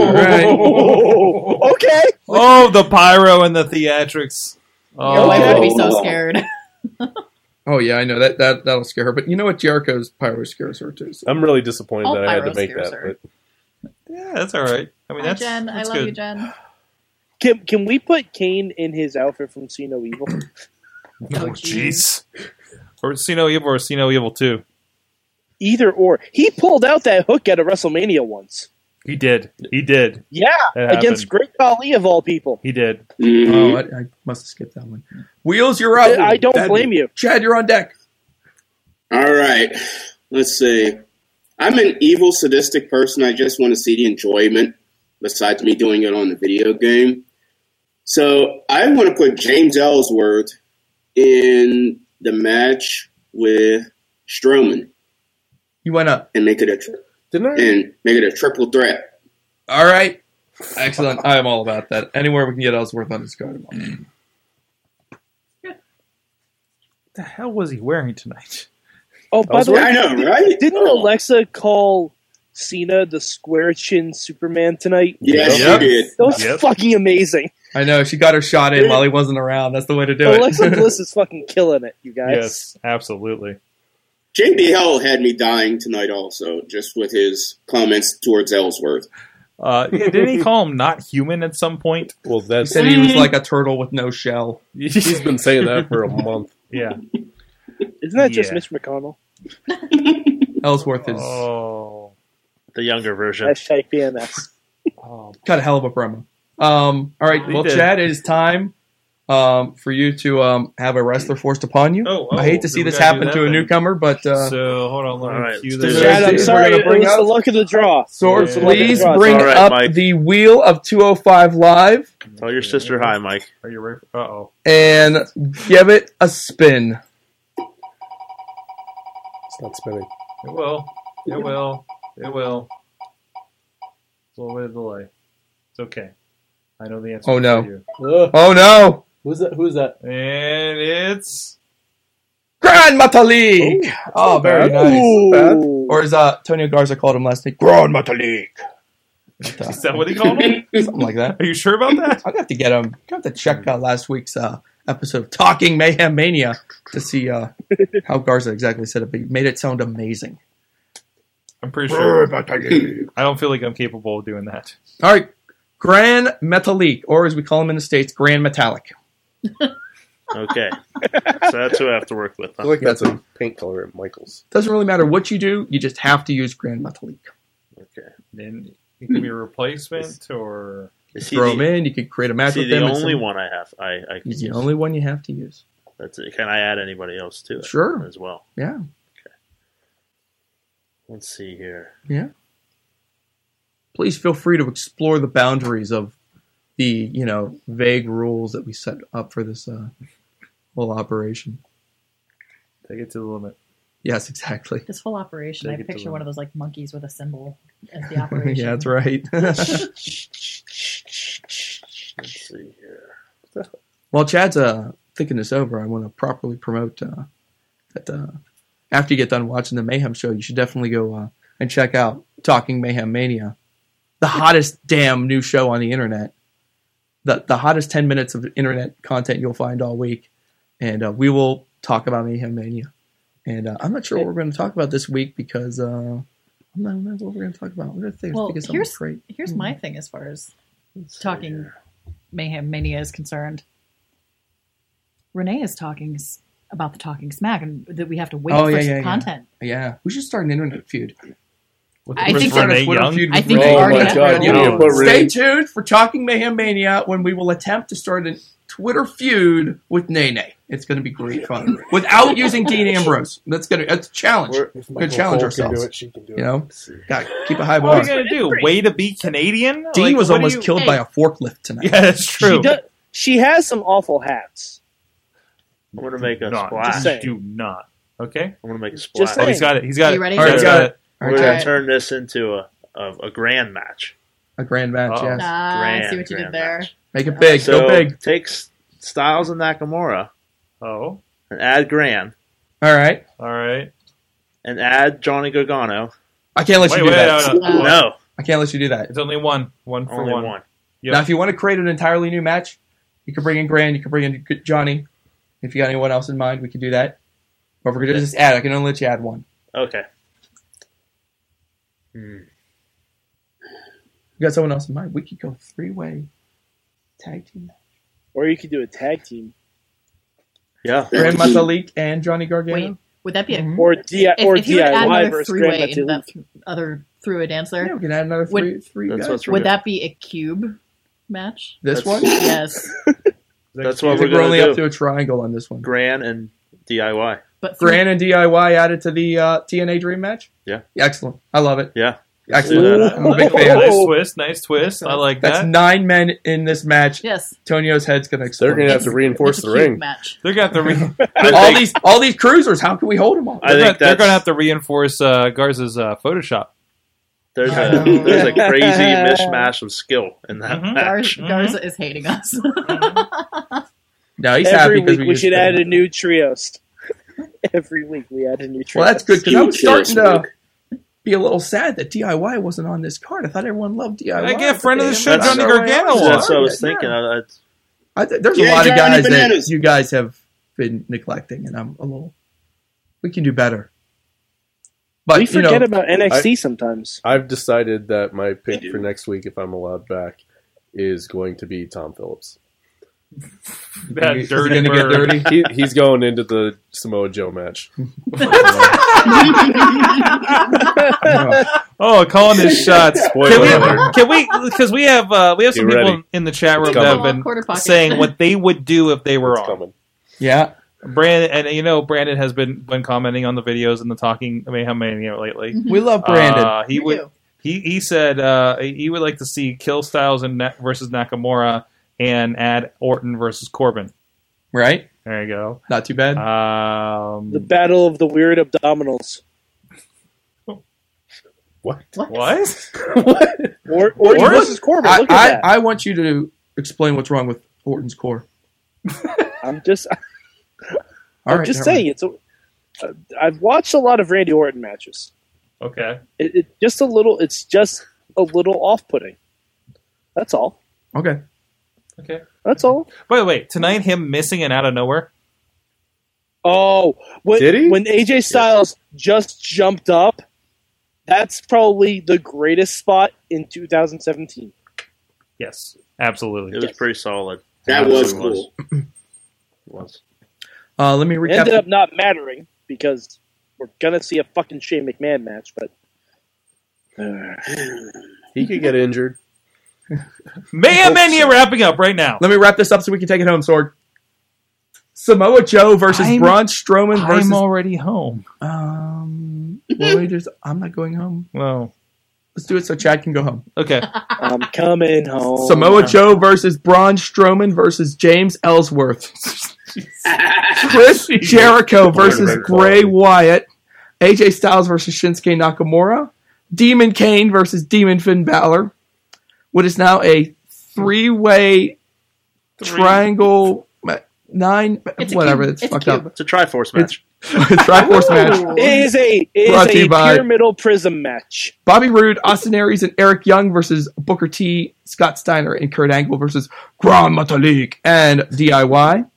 [SPEAKER 3] Oh, okay.
[SPEAKER 2] oh, the pyro and the theatrics.
[SPEAKER 6] Your
[SPEAKER 2] Oh,
[SPEAKER 6] wife would be
[SPEAKER 9] Oh.
[SPEAKER 6] so scared.
[SPEAKER 8] Oh yeah, I know that that that'll scare her. But you know what? Jericho's pyro scares her too. So.
[SPEAKER 5] I'm really disappointed
[SPEAKER 6] Oh,
[SPEAKER 5] that I had to
[SPEAKER 6] Pyro
[SPEAKER 5] make that.
[SPEAKER 6] scares her.
[SPEAKER 5] but-
[SPEAKER 2] yeah, that's all right. I mean,
[SPEAKER 6] Hi,
[SPEAKER 2] that's
[SPEAKER 6] Jen. I
[SPEAKER 2] that's
[SPEAKER 6] love
[SPEAKER 2] good.
[SPEAKER 6] you, Jen.
[SPEAKER 3] Can can we put Kane in his outfit from See No Evil?
[SPEAKER 2] Oh, jeez. Or Sino Evil or Sino Evil Two.
[SPEAKER 3] Either or. He pulled out that hook at a WrestleMania once.
[SPEAKER 2] He did. He did.
[SPEAKER 3] Yeah,
[SPEAKER 2] That
[SPEAKER 3] against
[SPEAKER 2] happened.
[SPEAKER 3] Great Ali of all people.
[SPEAKER 2] He did.
[SPEAKER 9] Mm.
[SPEAKER 8] Oh, I, I must have skipped that one. Wheels, you're up.
[SPEAKER 3] Mm-hmm. I don't
[SPEAKER 8] That'd
[SPEAKER 3] blame
[SPEAKER 8] be-
[SPEAKER 3] you.
[SPEAKER 8] Chad. You're on deck.
[SPEAKER 9] All right. Let's see. I'm an evil, sadistic person. I just want to see the enjoyment besides me doing it on the video game. So I want to put James Ellsworth in the match with Strowman
[SPEAKER 8] You went up.
[SPEAKER 9] and make it a tri-
[SPEAKER 5] Didn't I?
[SPEAKER 9] and make it a triple threat.
[SPEAKER 8] All right. Excellent. I am all about that. Anywhere we can get Ellsworth on this card. I'm all-
[SPEAKER 2] What the hell was he wearing tonight?
[SPEAKER 3] Oh, by the
[SPEAKER 9] Yeah,
[SPEAKER 3] way,
[SPEAKER 9] I know, right?
[SPEAKER 3] didn't
[SPEAKER 9] Oh.
[SPEAKER 3] Alexa call Cena the square chin Superman tonight?
[SPEAKER 9] Yes,
[SPEAKER 2] Yep.
[SPEAKER 9] you did.
[SPEAKER 3] That was
[SPEAKER 2] Yep.
[SPEAKER 3] fucking amazing.
[SPEAKER 8] I know she got her shot in while he wasn't around. That's the way to do it.
[SPEAKER 3] Alexa Bliss is fucking killing it, you guys.
[SPEAKER 2] Yes, absolutely.
[SPEAKER 9] JBL had me dying tonight also, just with his comments towards Ellsworth.
[SPEAKER 2] Uh, yeah, didn't he call him not human at some point?
[SPEAKER 5] Well,
[SPEAKER 8] He
[SPEAKER 5] that's
[SPEAKER 8] said he was like a turtle with no shell.
[SPEAKER 5] he's been saying that for a month.
[SPEAKER 2] yeah.
[SPEAKER 3] Isn't that just
[SPEAKER 2] Yeah.
[SPEAKER 3] Mitch McConnell?
[SPEAKER 8] Ellsworth is
[SPEAKER 2] Oh.
[SPEAKER 4] The younger version.
[SPEAKER 3] Hashtag BMS.
[SPEAKER 2] oh.
[SPEAKER 8] got a hell of a promo. Um, all right,
[SPEAKER 2] He
[SPEAKER 8] well,
[SPEAKER 2] did.
[SPEAKER 8] Chad, it is time um, for you to um, have a wrestler forced upon you.
[SPEAKER 2] Oh, oh,
[SPEAKER 8] I hate to see
[SPEAKER 2] we
[SPEAKER 8] this
[SPEAKER 2] gotta do
[SPEAKER 8] happen
[SPEAKER 2] that
[SPEAKER 8] to a
[SPEAKER 2] then.
[SPEAKER 8] newcomer, but uh,
[SPEAKER 2] So hold on, let me
[SPEAKER 4] All right.
[SPEAKER 2] cue
[SPEAKER 4] Let's
[SPEAKER 2] this.
[SPEAKER 4] do
[SPEAKER 3] Chad,
[SPEAKER 8] Anything
[SPEAKER 3] I'm
[SPEAKER 8] we're
[SPEAKER 3] sorry,
[SPEAKER 8] gonna
[SPEAKER 3] it
[SPEAKER 8] bring
[SPEAKER 3] was
[SPEAKER 8] up?
[SPEAKER 3] the luck of the draw.
[SPEAKER 8] Sword,
[SPEAKER 2] Yeah.
[SPEAKER 8] please
[SPEAKER 3] All
[SPEAKER 8] bring
[SPEAKER 4] right,
[SPEAKER 8] up
[SPEAKER 4] Mike.
[SPEAKER 8] the wheel of 205 live
[SPEAKER 4] Tell your sister hi, Mike.
[SPEAKER 2] Are you ready? Uh oh.
[SPEAKER 8] and give it a spin.
[SPEAKER 5] It's not spinning.
[SPEAKER 11] It will. It will. It will. It's a little bit of delay. It's okay. I know the answer.
[SPEAKER 8] Oh, no.
[SPEAKER 11] for you. Eh,
[SPEAKER 8] Oh, no.
[SPEAKER 12] Who's that? Who's that?
[SPEAKER 11] And it's
[SPEAKER 8] Grand Metalik! Oh, very
[SPEAKER 11] bad.
[SPEAKER 8] nice.
[SPEAKER 11] Ooh. Bad.
[SPEAKER 8] Or as uh, Tony Garza called him last night, Grand Metalik.
[SPEAKER 11] is that what he called him?
[SPEAKER 8] Something like that.
[SPEAKER 11] Are you sure about that?
[SPEAKER 8] I'm gonna have to get him. I'm gonna have to check out last week's uh, episode of Talking Mayhem Mania to see uh, how Garza exactly said it, but he made it sound amazing.
[SPEAKER 11] I'm pretty sure. I don't feel like I'm capable of doing that.
[SPEAKER 8] All right, Grand Metalik, or as we call him in the states, Grand Metallic.
[SPEAKER 4] Okay. so that's who I have to work with.
[SPEAKER 5] I feel like that's a paint color at Michaels.
[SPEAKER 8] Doesn't really matter what you do; you just have to use Grand Metalik.
[SPEAKER 4] Okay.
[SPEAKER 11] Then it can be a replacement or
[SPEAKER 4] Is he
[SPEAKER 8] Throw him
[SPEAKER 4] the-
[SPEAKER 8] in. You could create a match
[SPEAKER 4] See,
[SPEAKER 8] with
[SPEAKER 4] the
[SPEAKER 8] them. It's
[SPEAKER 4] only
[SPEAKER 8] some-
[SPEAKER 4] one I have. I, I
[SPEAKER 8] He's the only one you have to use.
[SPEAKER 4] That's it. Can I add anybody else to it?
[SPEAKER 8] Sure.
[SPEAKER 4] As well.
[SPEAKER 8] Yeah,
[SPEAKER 4] Let's see here.
[SPEAKER 8] yeah. Please feel free to explore the boundaries of the you know vague rules that we set up for this uh, whole operation.
[SPEAKER 11] take it to the limit.
[SPEAKER 8] Yes, exactly.
[SPEAKER 6] This whole operation,
[SPEAKER 11] Take
[SPEAKER 6] I
[SPEAKER 11] it to
[SPEAKER 6] picture
[SPEAKER 11] the-
[SPEAKER 6] one of those like monkeys with a symbol as the operation.
[SPEAKER 8] yeah, that's right.
[SPEAKER 4] Let's see here.
[SPEAKER 8] While Chad's uh, thinking this over, I want to properly promote uh, that uh, after you get done watching the Mayhem show, you should definitely go uh, and check out Talking Mayhem Mania, the hottest damn new show on the internet, the the hottest ten minutes of internet content you'll find all week, and uh, we will talk about Mayhem Mania. And uh, I'm not sure what we're going to talk about this week because uh, I'm not I'm not sure what we're going to talk about. We're going to think
[SPEAKER 6] Well,
[SPEAKER 8] think of something
[SPEAKER 6] here's
[SPEAKER 8] great.
[SPEAKER 6] here's my thing as far as talking mayhem mania is concerned. Renee is talking s- about the talking smack and that we have to wait for some content.
[SPEAKER 8] Oh, Yeah. yeah, we should start an internet feud. With
[SPEAKER 6] I think
[SPEAKER 8] start a
[SPEAKER 6] Renee
[SPEAKER 8] Twitter
[SPEAKER 6] Young?
[SPEAKER 8] feud
[SPEAKER 6] I
[SPEAKER 8] with
[SPEAKER 6] think
[SPEAKER 8] Renee
[SPEAKER 6] we already
[SPEAKER 8] Young.
[SPEAKER 6] have God,
[SPEAKER 5] Oh you need to put
[SPEAKER 8] Stay
[SPEAKER 5] Renee-
[SPEAKER 8] tuned for Talking Mayhem Mania when we will attempt to start a Twitter feud with Nene. It's going to be great fun without using Dean Ambrose. That's going to that's a challenge.
[SPEAKER 5] We're-
[SPEAKER 8] We're
[SPEAKER 5] if
[SPEAKER 8] going
[SPEAKER 5] Michael
[SPEAKER 8] to challenge
[SPEAKER 5] Cole can
[SPEAKER 8] ourselves.
[SPEAKER 5] do it, she can do
[SPEAKER 8] you
[SPEAKER 5] it.
[SPEAKER 8] know, got keep a
[SPEAKER 6] Oh
[SPEAKER 8] high
[SPEAKER 2] What are
[SPEAKER 8] bar.
[SPEAKER 2] you gonna do? Way to be Canadian?
[SPEAKER 8] Dean
[SPEAKER 2] Like,
[SPEAKER 8] was
[SPEAKER 2] what do
[SPEAKER 8] almost
[SPEAKER 2] you-
[SPEAKER 8] killed by a forklift tonight.
[SPEAKER 2] Yeah, that's true.
[SPEAKER 3] She, does, she has some awful hats.
[SPEAKER 4] I'm gonna make a
[SPEAKER 2] Not.
[SPEAKER 4] splash.
[SPEAKER 2] Just do not. Okay.
[SPEAKER 4] I'm gonna make a
[SPEAKER 3] Just
[SPEAKER 4] splash.
[SPEAKER 2] Oh, he's got it. He's got
[SPEAKER 6] Are
[SPEAKER 2] it.
[SPEAKER 6] you ready?
[SPEAKER 8] All right,
[SPEAKER 2] He's
[SPEAKER 8] got
[SPEAKER 2] got
[SPEAKER 8] it.
[SPEAKER 2] it.
[SPEAKER 8] All
[SPEAKER 4] We're
[SPEAKER 8] right,
[SPEAKER 4] gonna
[SPEAKER 6] Alright.
[SPEAKER 4] turn this into a, a a grand match.
[SPEAKER 8] a grand match.
[SPEAKER 2] Uh-oh.
[SPEAKER 8] Yes,
[SPEAKER 6] Ah, I
[SPEAKER 4] Grand,
[SPEAKER 6] see what you did
[SPEAKER 4] grand
[SPEAKER 6] there.
[SPEAKER 4] match.
[SPEAKER 8] make it big.
[SPEAKER 4] Uh, So
[SPEAKER 8] Go big.
[SPEAKER 4] take S- Styles and Nakamura
[SPEAKER 11] Oh,
[SPEAKER 4] and add Grand
[SPEAKER 8] All right.
[SPEAKER 11] all right.
[SPEAKER 4] and add Johnny Gargano.
[SPEAKER 8] I can't let
[SPEAKER 2] Wait,
[SPEAKER 8] you do
[SPEAKER 2] wait,
[SPEAKER 8] that.
[SPEAKER 2] no, no.
[SPEAKER 6] Uh,
[SPEAKER 4] no,
[SPEAKER 8] I can't let you do that.
[SPEAKER 2] It's only one. One for
[SPEAKER 4] only
[SPEAKER 2] one.
[SPEAKER 4] one.
[SPEAKER 2] Yep.
[SPEAKER 8] Now, if you want to create an entirely new match, you can bring in Grand, you can bring in G- Johnny. If you got anyone else in mind, we can do that. Or if we're gonna just add, I can only let you add one.
[SPEAKER 4] Okay. Hmm.
[SPEAKER 8] You got someone else in mind? We could go three way tag team.
[SPEAKER 3] Or you could do a tag team.
[SPEAKER 4] Yeah.
[SPEAKER 8] Grand Metalik and Johnny Gargano.
[SPEAKER 6] Wait, would that be a
[SPEAKER 8] Mhm.
[SPEAKER 3] Or, D-
[SPEAKER 6] if,
[SPEAKER 3] or
[SPEAKER 6] if you would add
[SPEAKER 3] DIY
[SPEAKER 6] another
[SPEAKER 3] versus
[SPEAKER 6] three way
[SPEAKER 3] Grand
[SPEAKER 6] into
[SPEAKER 3] Metalik.
[SPEAKER 6] that th- other three way dance
[SPEAKER 8] Yeah,
[SPEAKER 6] there?
[SPEAKER 8] we can add another three. three
[SPEAKER 4] That's
[SPEAKER 8] guys.
[SPEAKER 4] what's
[SPEAKER 6] Would
[SPEAKER 4] Sure.
[SPEAKER 6] that be a cube match?
[SPEAKER 8] This
[SPEAKER 4] That's-
[SPEAKER 8] one. I
[SPEAKER 6] Yes,
[SPEAKER 4] That's what
[SPEAKER 8] think
[SPEAKER 4] we're
[SPEAKER 8] we're,
[SPEAKER 4] gonna
[SPEAKER 8] only up
[SPEAKER 4] do.
[SPEAKER 8] to a triangle on this one.
[SPEAKER 4] Grand and DIY.
[SPEAKER 6] but three-
[SPEAKER 8] Grand and DIY added to the uh, TNA Dream match.
[SPEAKER 4] Yeah.
[SPEAKER 8] Excellent. I love it.
[SPEAKER 4] Yeah.
[SPEAKER 8] Excellent.
[SPEAKER 4] that.
[SPEAKER 8] I'm a big
[SPEAKER 2] Nice
[SPEAKER 8] fan.
[SPEAKER 2] twist. Nice twist. I like
[SPEAKER 8] That's
[SPEAKER 2] that.
[SPEAKER 8] nine men in this match.
[SPEAKER 6] yes,
[SPEAKER 8] Tonio's head's gonna explode.
[SPEAKER 5] They're going to have to reinforce
[SPEAKER 6] it's a
[SPEAKER 5] the
[SPEAKER 6] cube
[SPEAKER 5] ring.
[SPEAKER 6] match.
[SPEAKER 2] They're gonna have to re-
[SPEAKER 8] all
[SPEAKER 4] think-
[SPEAKER 8] these all these cruisers. How can we hold them all?
[SPEAKER 4] I
[SPEAKER 2] they're, gonna,
[SPEAKER 4] think
[SPEAKER 2] they're
[SPEAKER 4] that's,
[SPEAKER 2] gonna have to reinforce uh, Garza's uh, Photoshop.
[SPEAKER 4] There's
[SPEAKER 8] Oh.
[SPEAKER 4] a there's a crazy mishmash of skill in that
[SPEAKER 2] Mhm.
[SPEAKER 4] match.
[SPEAKER 6] Garza, Garza
[SPEAKER 3] Mm-hmm.
[SPEAKER 6] is hating us.
[SPEAKER 8] No, he's happy
[SPEAKER 3] Every
[SPEAKER 8] because
[SPEAKER 3] week
[SPEAKER 8] we,
[SPEAKER 3] we,
[SPEAKER 8] used
[SPEAKER 3] should
[SPEAKER 8] him.
[SPEAKER 3] add a new trios. Every week we add a new trios.
[SPEAKER 8] Well, that's good because I was
[SPEAKER 9] Huge
[SPEAKER 8] starting to
[SPEAKER 9] smoke.
[SPEAKER 8] be a little sad that DIY wasn't on this card. I thought everyone loved DIY.
[SPEAKER 2] I get a friend of the
[SPEAKER 8] But
[SPEAKER 2] show,
[SPEAKER 8] they-
[SPEAKER 2] Johnny
[SPEAKER 8] that's
[SPEAKER 2] Gargano,
[SPEAKER 8] all right.
[SPEAKER 4] That's what I was
[SPEAKER 8] Yeah.
[SPEAKER 4] thinking. I, I,
[SPEAKER 8] I th- there's a
[SPEAKER 9] Yeah,
[SPEAKER 8] lot of
[SPEAKER 9] Johnny
[SPEAKER 8] guys that
[SPEAKER 9] Bananas.
[SPEAKER 8] you guys have been neglecting, and I'm a little. We can do better. But
[SPEAKER 3] we
[SPEAKER 8] you know,
[SPEAKER 3] forget about NXT sometimes.
[SPEAKER 5] I've decided that my pick
[SPEAKER 9] do.
[SPEAKER 5] for next week, if I'm allowed back, is going to be Tom Phillips.
[SPEAKER 2] That
[SPEAKER 8] is it
[SPEAKER 2] dirty
[SPEAKER 8] gonna get
[SPEAKER 2] bird.
[SPEAKER 8] dirty?
[SPEAKER 5] He, he's going into the Samoa Joe match.
[SPEAKER 8] No.
[SPEAKER 2] Oh, calling his shots. Can
[SPEAKER 5] Spoiler.
[SPEAKER 2] we? Can we? Because we have uh, we have some
[SPEAKER 5] Get
[SPEAKER 2] people
[SPEAKER 5] ready.
[SPEAKER 2] in- in the chat room
[SPEAKER 5] It's
[SPEAKER 2] that have
[SPEAKER 5] coming.
[SPEAKER 2] been
[SPEAKER 6] Quarter pocket.
[SPEAKER 2] saying what they would do if they were
[SPEAKER 5] It's
[SPEAKER 2] on.
[SPEAKER 5] coming.
[SPEAKER 8] Yeah,
[SPEAKER 2] Brandon, and you know, Brandon has been been commenting on the videos and the talking mayhem mania lately.
[SPEAKER 8] we love Brandon.
[SPEAKER 2] Uh, he
[SPEAKER 6] You
[SPEAKER 2] would.
[SPEAKER 6] do.
[SPEAKER 2] He he said uh, he would like to see Kill Styles and Na- versus Nakamura and add Orton versus Corbin.
[SPEAKER 8] right?
[SPEAKER 2] There you go.
[SPEAKER 8] Not too bad.
[SPEAKER 2] Um,
[SPEAKER 3] The Battle of the Weird Abdominals.
[SPEAKER 5] What?
[SPEAKER 6] What?
[SPEAKER 11] What?
[SPEAKER 3] Or, Orton
[SPEAKER 8] Orton?
[SPEAKER 3] versus Corbin.
[SPEAKER 8] I,
[SPEAKER 3] Look
[SPEAKER 8] I,
[SPEAKER 3] at that.
[SPEAKER 8] I want you to explain what's wrong with Orton's core.
[SPEAKER 3] I'm just.
[SPEAKER 8] All
[SPEAKER 3] I'm
[SPEAKER 8] right,
[SPEAKER 3] just
[SPEAKER 8] never
[SPEAKER 3] saying it's. A, uh, I've watched a lot of Randy Orton matches.
[SPEAKER 11] Okay.
[SPEAKER 3] It, it just a little. It's just a little off-putting. That's all.
[SPEAKER 8] Okay.
[SPEAKER 11] Okay.
[SPEAKER 3] That's all.
[SPEAKER 2] By the way, tonight him missing and out of nowhere.
[SPEAKER 3] Oh, when,
[SPEAKER 5] Did he?
[SPEAKER 3] When AJ Styles just jumped up, that's probably the greatest spot in 2017.
[SPEAKER 2] Yes, absolutely.
[SPEAKER 4] It was pretty solid.
[SPEAKER 9] That
[SPEAKER 4] It
[SPEAKER 9] was
[SPEAKER 4] was.
[SPEAKER 9] cool.
[SPEAKER 4] was.
[SPEAKER 8] Uh, let me
[SPEAKER 3] It
[SPEAKER 8] recap.
[SPEAKER 3] ended up not mattering because we're gonna see a fucking Shane McMahon match, but uh,
[SPEAKER 5] He could get injured.
[SPEAKER 2] Mania Mania wrapping up right now.
[SPEAKER 8] Let me wrap this up so we can take it home, Sword. Samoa Joe versus
[SPEAKER 2] I'm-
[SPEAKER 8] Braun Strowman versus.
[SPEAKER 2] I'm already home.
[SPEAKER 8] um, well, we just, I'm not going home.
[SPEAKER 2] Well,
[SPEAKER 8] Let's do it so Chad can go home.
[SPEAKER 2] okay.
[SPEAKER 3] I'm coming
[SPEAKER 4] Oh,
[SPEAKER 3] home.
[SPEAKER 8] Samoa Joe versus Braun Strowman versus James Ellsworth. Chris Jericho versus
[SPEAKER 4] Very
[SPEAKER 8] Bray Wyatt. AJ Styles versus Shinsuke Nakamura. Demon Kane versus Demon Finn Balor. What is now a three-way triangle ma- nine ma-
[SPEAKER 6] It's a
[SPEAKER 8] whatever
[SPEAKER 6] cube.
[SPEAKER 8] it's,
[SPEAKER 6] It's
[SPEAKER 8] fucked
[SPEAKER 6] cube.
[SPEAKER 8] up.
[SPEAKER 4] It's a Triforce match.
[SPEAKER 8] Triforce match.
[SPEAKER 3] It is a it is
[SPEAKER 8] Brought to you
[SPEAKER 3] a
[SPEAKER 8] by-
[SPEAKER 3] pyramidal prism match.
[SPEAKER 8] Bobby Roode, Austin Aries, and Eric Young versus Booker T, Scott Steiner, and Kurt Angle versus Grand Metalik and DIY.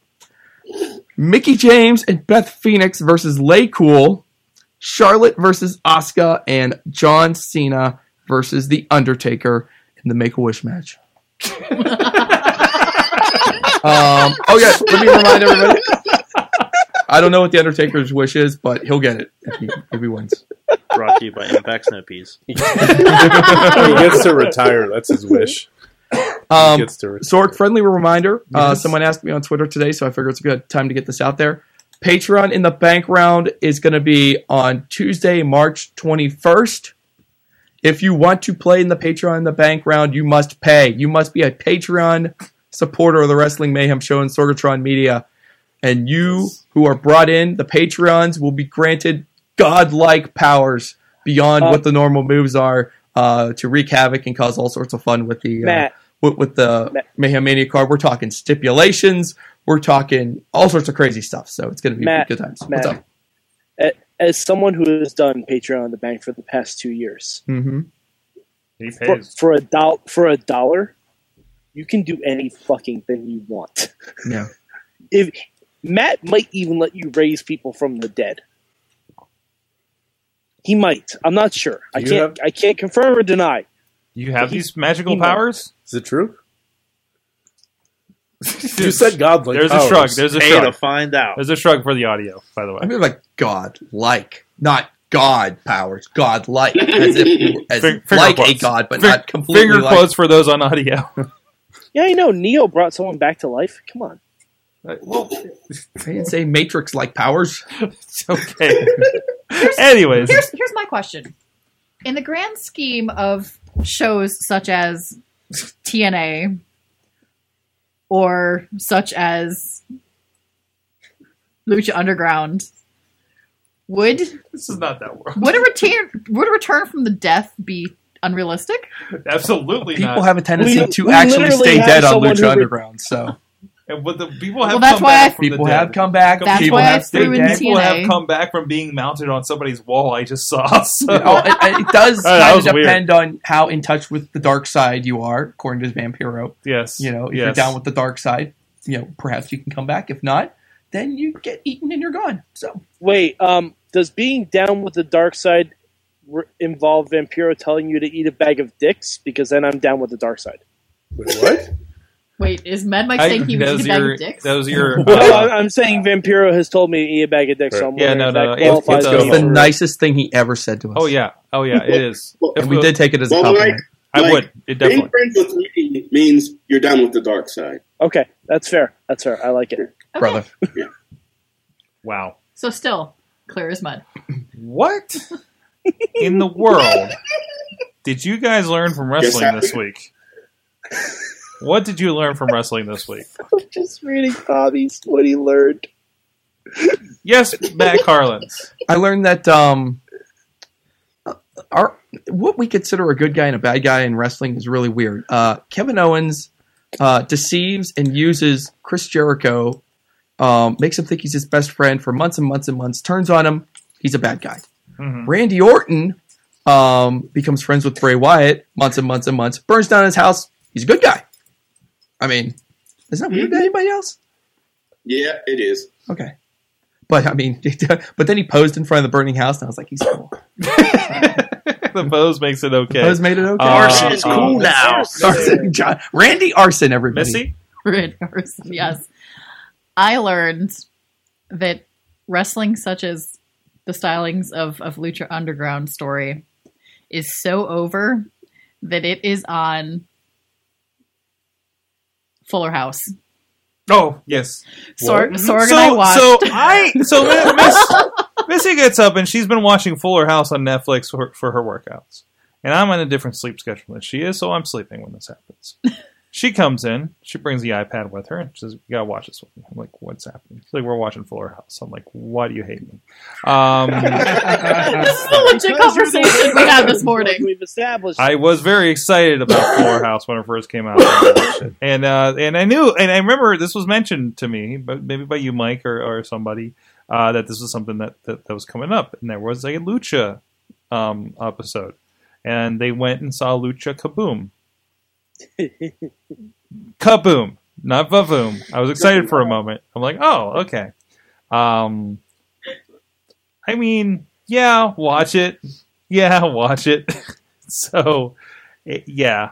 [SPEAKER 8] Mickey James and Beth Phoenix versus Lay Cool. Charlotte versus Asuka and John Cena versus The Undertaker in the Make a Wish match. um, oh yeah, let me remind everybody. I don't know what The Undertaker's wish is, but he'll get it if he, if he wins.
[SPEAKER 4] Brought to you by Impact Snow Peas.
[SPEAKER 5] he gets to retire. That's his wish. He
[SPEAKER 8] Um,
[SPEAKER 5] gets to retire.
[SPEAKER 8] Sork, friendly reminder. Uh,
[SPEAKER 5] Yes.
[SPEAKER 8] someone asked me on Twitter today, so I figure it's a good time to get this out there. Patreon in the bank round is going to be on Tuesday, March 21st. If you want to play in the Patreon in the bank round, you must pay. You must be a Patreon supporter of the Wrestling Mayhem Show and Sorgatron Media. And you who are brought in, the Patreons, will be granted godlike powers beyond
[SPEAKER 3] Uh,
[SPEAKER 8] what the normal moves are uh, to wreak havoc and cause all sorts of fun with the uh,
[SPEAKER 3] Matt.
[SPEAKER 8] with, with the
[SPEAKER 3] Matt.
[SPEAKER 8] Mayhem Mania card. We're talking stipulations. We're talking all sorts of crazy stuff. So it's going to be
[SPEAKER 3] Matt,
[SPEAKER 8] good times. What's
[SPEAKER 3] Matt.
[SPEAKER 8] up?
[SPEAKER 3] A- As someone who has done Patreon on the bank for the past two years,
[SPEAKER 8] Mm-hmm.
[SPEAKER 11] He
[SPEAKER 3] for,
[SPEAKER 11] pays.
[SPEAKER 3] for a doll for a dollar, you can do any fucking thing you want.
[SPEAKER 8] Yeah.
[SPEAKER 3] If Matt might even let you raise people from the dead. He might. I'm not sure. I
[SPEAKER 5] You
[SPEAKER 3] can't. I can't confirm or deny.
[SPEAKER 2] You have
[SPEAKER 3] He-
[SPEAKER 2] these magical
[SPEAKER 3] he-
[SPEAKER 2] powers.
[SPEAKER 5] Is it true? You said godlike.
[SPEAKER 2] There's a
[SPEAKER 5] powers.
[SPEAKER 2] shrug. There's a
[SPEAKER 4] Pay to
[SPEAKER 2] shrug.
[SPEAKER 4] find out.
[SPEAKER 2] There's a shrug for the audio, by the way.
[SPEAKER 8] I mean, like God, like not God powers, God like, as if you were- as
[SPEAKER 2] Fing- finger
[SPEAKER 8] like a
[SPEAKER 2] quotes.
[SPEAKER 8] God, but
[SPEAKER 2] Fing-
[SPEAKER 8] not completely
[SPEAKER 2] Finger
[SPEAKER 8] like.
[SPEAKER 2] quotes for those on audio.
[SPEAKER 3] Yeah, I know. Neo brought someone back to life. Come on.
[SPEAKER 8] I didn't say Matrix like powers.
[SPEAKER 2] it's okay.
[SPEAKER 6] Here's-
[SPEAKER 2] Anyways,
[SPEAKER 6] Here's here's my question. In the grand scheme of shows such as TNA or such as Lucha Underground, would
[SPEAKER 2] this is not that world.
[SPEAKER 6] would a return would a return from the death be unrealistic?
[SPEAKER 2] Absolutely
[SPEAKER 8] People
[SPEAKER 2] not.
[SPEAKER 8] have a tendency
[SPEAKER 3] We-
[SPEAKER 8] to
[SPEAKER 3] we
[SPEAKER 8] actually
[SPEAKER 3] literally
[SPEAKER 8] stay
[SPEAKER 3] have
[SPEAKER 8] dead on
[SPEAKER 3] someone who
[SPEAKER 8] Lucha
[SPEAKER 3] would-
[SPEAKER 8] Underground. So
[SPEAKER 2] and what the people have
[SPEAKER 6] Well, that's
[SPEAKER 2] come
[SPEAKER 6] why
[SPEAKER 2] back
[SPEAKER 6] I-
[SPEAKER 2] from the
[SPEAKER 8] people
[SPEAKER 2] dead.
[SPEAKER 8] have come back.
[SPEAKER 6] That's
[SPEAKER 8] people
[SPEAKER 6] why I
[SPEAKER 8] have stayed
[SPEAKER 6] threw in
[SPEAKER 8] dead.
[SPEAKER 2] People have
[SPEAKER 6] TNA.
[SPEAKER 2] come back from being mounted on somebody's wall. I just saw. So.
[SPEAKER 8] Oh, it, it does
[SPEAKER 2] Oh, that
[SPEAKER 8] kind
[SPEAKER 2] was
[SPEAKER 8] of
[SPEAKER 2] weird.
[SPEAKER 8] depend on how in touch with the dark side you are, according to Vampiro.
[SPEAKER 2] yes,
[SPEAKER 8] You know, if
[SPEAKER 2] yes.
[SPEAKER 8] you're down with the dark side, you know, perhaps you can come back. If not, then you get eaten and you're gone. So
[SPEAKER 3] Wait. Um. Does being down with the dark side re- involve Vampiro telling you to eat a bag of dicks? Because then I'm down with the dark side.
[SPEAKER 5] Wait, what?
[SPEAKER 6] Wait, is Mad Mike
[SPEAKER 2] I-
[SPEAKER 6] saying he
[SPEAKER 2] that
[SPEAKER 6] was
[SPEAKER 2] was
[SPEAKER 6] a bag
[SPEAKER 2] your.
[SPEAKER 6] of dicks?
[SPEAKER 2] That was your.
[SPEAKER 3] No,
[SPEAKER 2] uh,
[SPEAKER 3] I'm- I'm saying Vampiro has told me to eat a bag of dicks. So I'm
[SPEAKER 2] Yeah,
[SPEAKER 3] wondering
[SPEAKER 2] no,
[SPEAKER 3] if
[SPEAKER 2] no,
[SPEAKER 3] that
[SPEAKER 2] it's- uh, it's
[SPEAKER 3] qualifies
[SPEAKER 2] a-
[SPEAKER 3] me
[SPEAKER 2] it's the
[SPEAKER 3] for-
[SPEAKER 8] nicest thing he ever said to us.
[SPEAKER 2] oh yeah. Oh yeah. It is. If
[SPEAKER 8] And we did take it as a
[SPEAKER 9] Well,
[SPEAKER 8] compliment.
[SPEAKER 2] I
[SPEAKER 9] Like,
[SPEAKER 2] would. It
[SPEAKER 9] Being
[SPEAKER 2] definitely.
[SPEAKER 9] friends with me means you're down with the dark side.
[SPEAKER 3] Okay, that's fair. That's fair. I like it.
[SPEAKER 6] Okay.
[SPEAKER 8] Brother.
[SPEAKER 2] Wow.
[SPEAKER 6] So still clear as mud.
[SPEAKER 2] What in the world did you guys learn from wrestling
[SPEAKER 9] Yes, I-
[SPEAKER 2] this week? What did you learn from wrestling this week?
[SPEAKER 3] I'm just reading Bobby's Uh, what he learned.
[SPEAKER 2] Yes, Matt Carlins.
[SPEAKER 8] I learned that um our what we consider a good guy and a bad guy in wrestling is really weird. Uh, Kevin Owens uh, deceives and uses Chris Jericho, um, makes him think he's his best friend for months and months and months. Turns on him, he's a bad guy. Mm-hmm. Randy Orton um, becomes friends with Bray Wyatt months and months and months. Burns down his house, he's a good guy. I mean, is that
[SPEAKER 3] Mm-hmm.
[SPEAKER 8] weird to anybody else?
[SPEAKER 9] Yeah, it is.
[SPEAKER 8] Okay. But I mean, but then he posed in front of the burning house, and I was like, he's cool.
[SPEAKER 2] the pose makes it okay. Um,
[SPEAKER 8] Pose made it okay.
[SPEAKER 2] Arson is cool
[SPEAKER 8] now. Arson, John, Randy Arson, everybody.
[SPEAKER 2] Missy?
[SPEAKER 6] Red Arson, yes. I learned that wrestling, such as the stylings of, of Lucha Underground story, is so over that it is on Fuller House.
[SPEAKER 2] Oh yes,
[SPEAKER 6] Sor-
[SPEAKER 2] What?
[SPEAKER 6] Sorg and
[SPEAKER 2] so,
[SPEAKER 6] I watched.
[SPEAKER 2] So I so Mi- Miss, Missy gets up and she's been watching Fuller House on Netflix for, for her workouts, and I'm on a different sleep schedule than she is, so I'm sleeping when this happens. She comes in, she brings the iPad with her, and she says, "You gotta watch this with me." I'm like, "What's happening?" She's like, "We're watching Fuller House." I'm like, "Why do you hate me?" Um,
[SPEAKER 6] this is a legit conversation we had this morning.
[SPEAKER 3] We've established.
[SPEAKER 2] I was very excited about Fuller House when it first came out, I watched it. and uh, and I knew, and I remember this was mentioned to me, but maybe by you, Mike, or, or somebody, uh, that this was something that, that that was coming up, and there was a Lucha um, episode, and they went and saw Lucha Kaboom, Kaboom, not Vavoom. I was excited for a moment. I'm like, oh, okay. Um, I mean, yeah, watch it. Yeah, watch it. so, it, yeah,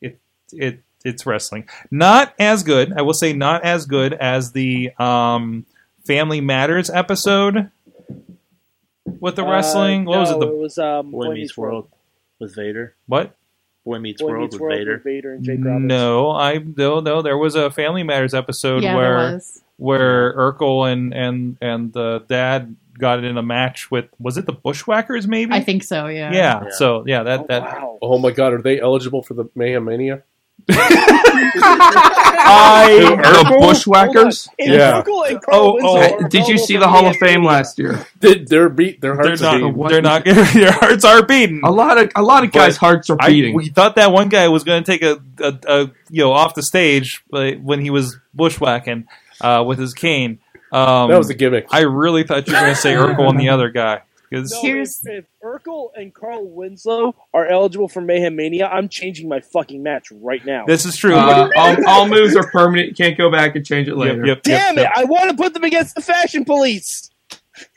[SPEAKER 2] it it it's wrestling. Not as good. I will say, not as good as the um, Family Matters episode with the wrestling.
[SPEAKER 3] Uh,
[SPEAKER 2] what was it?
[SPEAKER 3] no,
[SPEAKER 2] The
[SPEAKER 3] was um,
[SPEAKER 4] Boy Meets World with Vader.
[SPEAKER 2] what?
[SPEAKER 4] Boy Meets
[SPEAKER 3] Boy
[SPEAKER 4] World
[SPEAKER 3] Meets
[SPEAKER 4] with
[SPEAKER 3] World
[SPEAKER 4] Vader.
[SPEAKER 3] with Vader and Jake Roberts.
[SPEAKER 2] No, I no no. There was a Family Matters episode
[SPEAKER 6] Yeah, there
[SPEAKER 2] where
[SPEAKER 6] was.
[SPEAKER 2] where Urkel and and and the dad got in a match with was it the Bushwhackers? Maybe
[SPEAKER 6] I think so. Yeah.
[SPEAKER 2] Yeah. So yeah, that that
[SPEAKER 5] Oh my god, are they eligible for the Mayhem Mania?
[SPEAKER 2] I
[SPEAKER 8] the Bushwhackers.
[SPEAKER 5] Yeah.
[SPEAKER 2] Oh, oh,
[SPEAKER 8] Uh, Did you see the Hall of Fame last year?
[SPEAKER 5] Did they're beat their
[SPEAKER 2] they're
[SPEAKER 5] hearts are beating.
[SPEAKER 2] not. They're not. Their hearts are beating.
[SPEAKER 8] A lot of a lot of guys' hearts are
[SPEAKER 2] I,
[SPEAKER 8] beating.
[SPEAKER 2] we thought that one guy was going to take a, a, a you know off the stage, but when he was bushwhacking uh, with his cane, um,
[SPEAKER 5] That was a gimmick.
[SPEAKER 2] I really thought you were going to say Urkel and the other guy. 'cause-
[SPEAKER 3] No, if, if Urkel and Carl Winslow are eligible for Mayhem Mania, I'm changing my fucking match right now.
[SPEAKER 2] This is true.
[SPEAKER 8] Uh, all, all moves are permanent. You can't go back and change it later.
[SPEAKER 2] yep,
[SPEAKER 3] Damn it! I want to put them against the Fashion Police.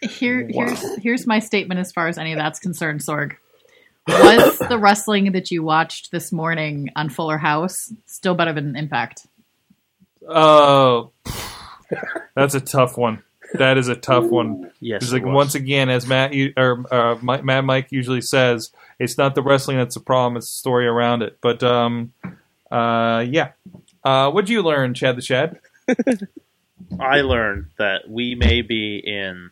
[SPEAKER 6] Here, here's here's my statement as far as any of that's concerned. Sorg, was the wrestling that you watched this morning on Fuller House still better than Impact?
[SPEAKER 2] Oh, that's a tough one. That is a tough one.
[SPEAKER 4] Yes,
[SPEAKER 2] It's
[SPEAKER 4] it
[SPEAKER 2] like
[SPEAKER 4] was.
[SPEAKER 2] once again, as Matt u- or uh, Mike, Matt Mike usually says, it's not the wrestling that's the problem; it's the story around it. But um, uh, yeah. Uh, what'd you learn, Chad the Shad?
[SPEAKER 4] I learned that we may be in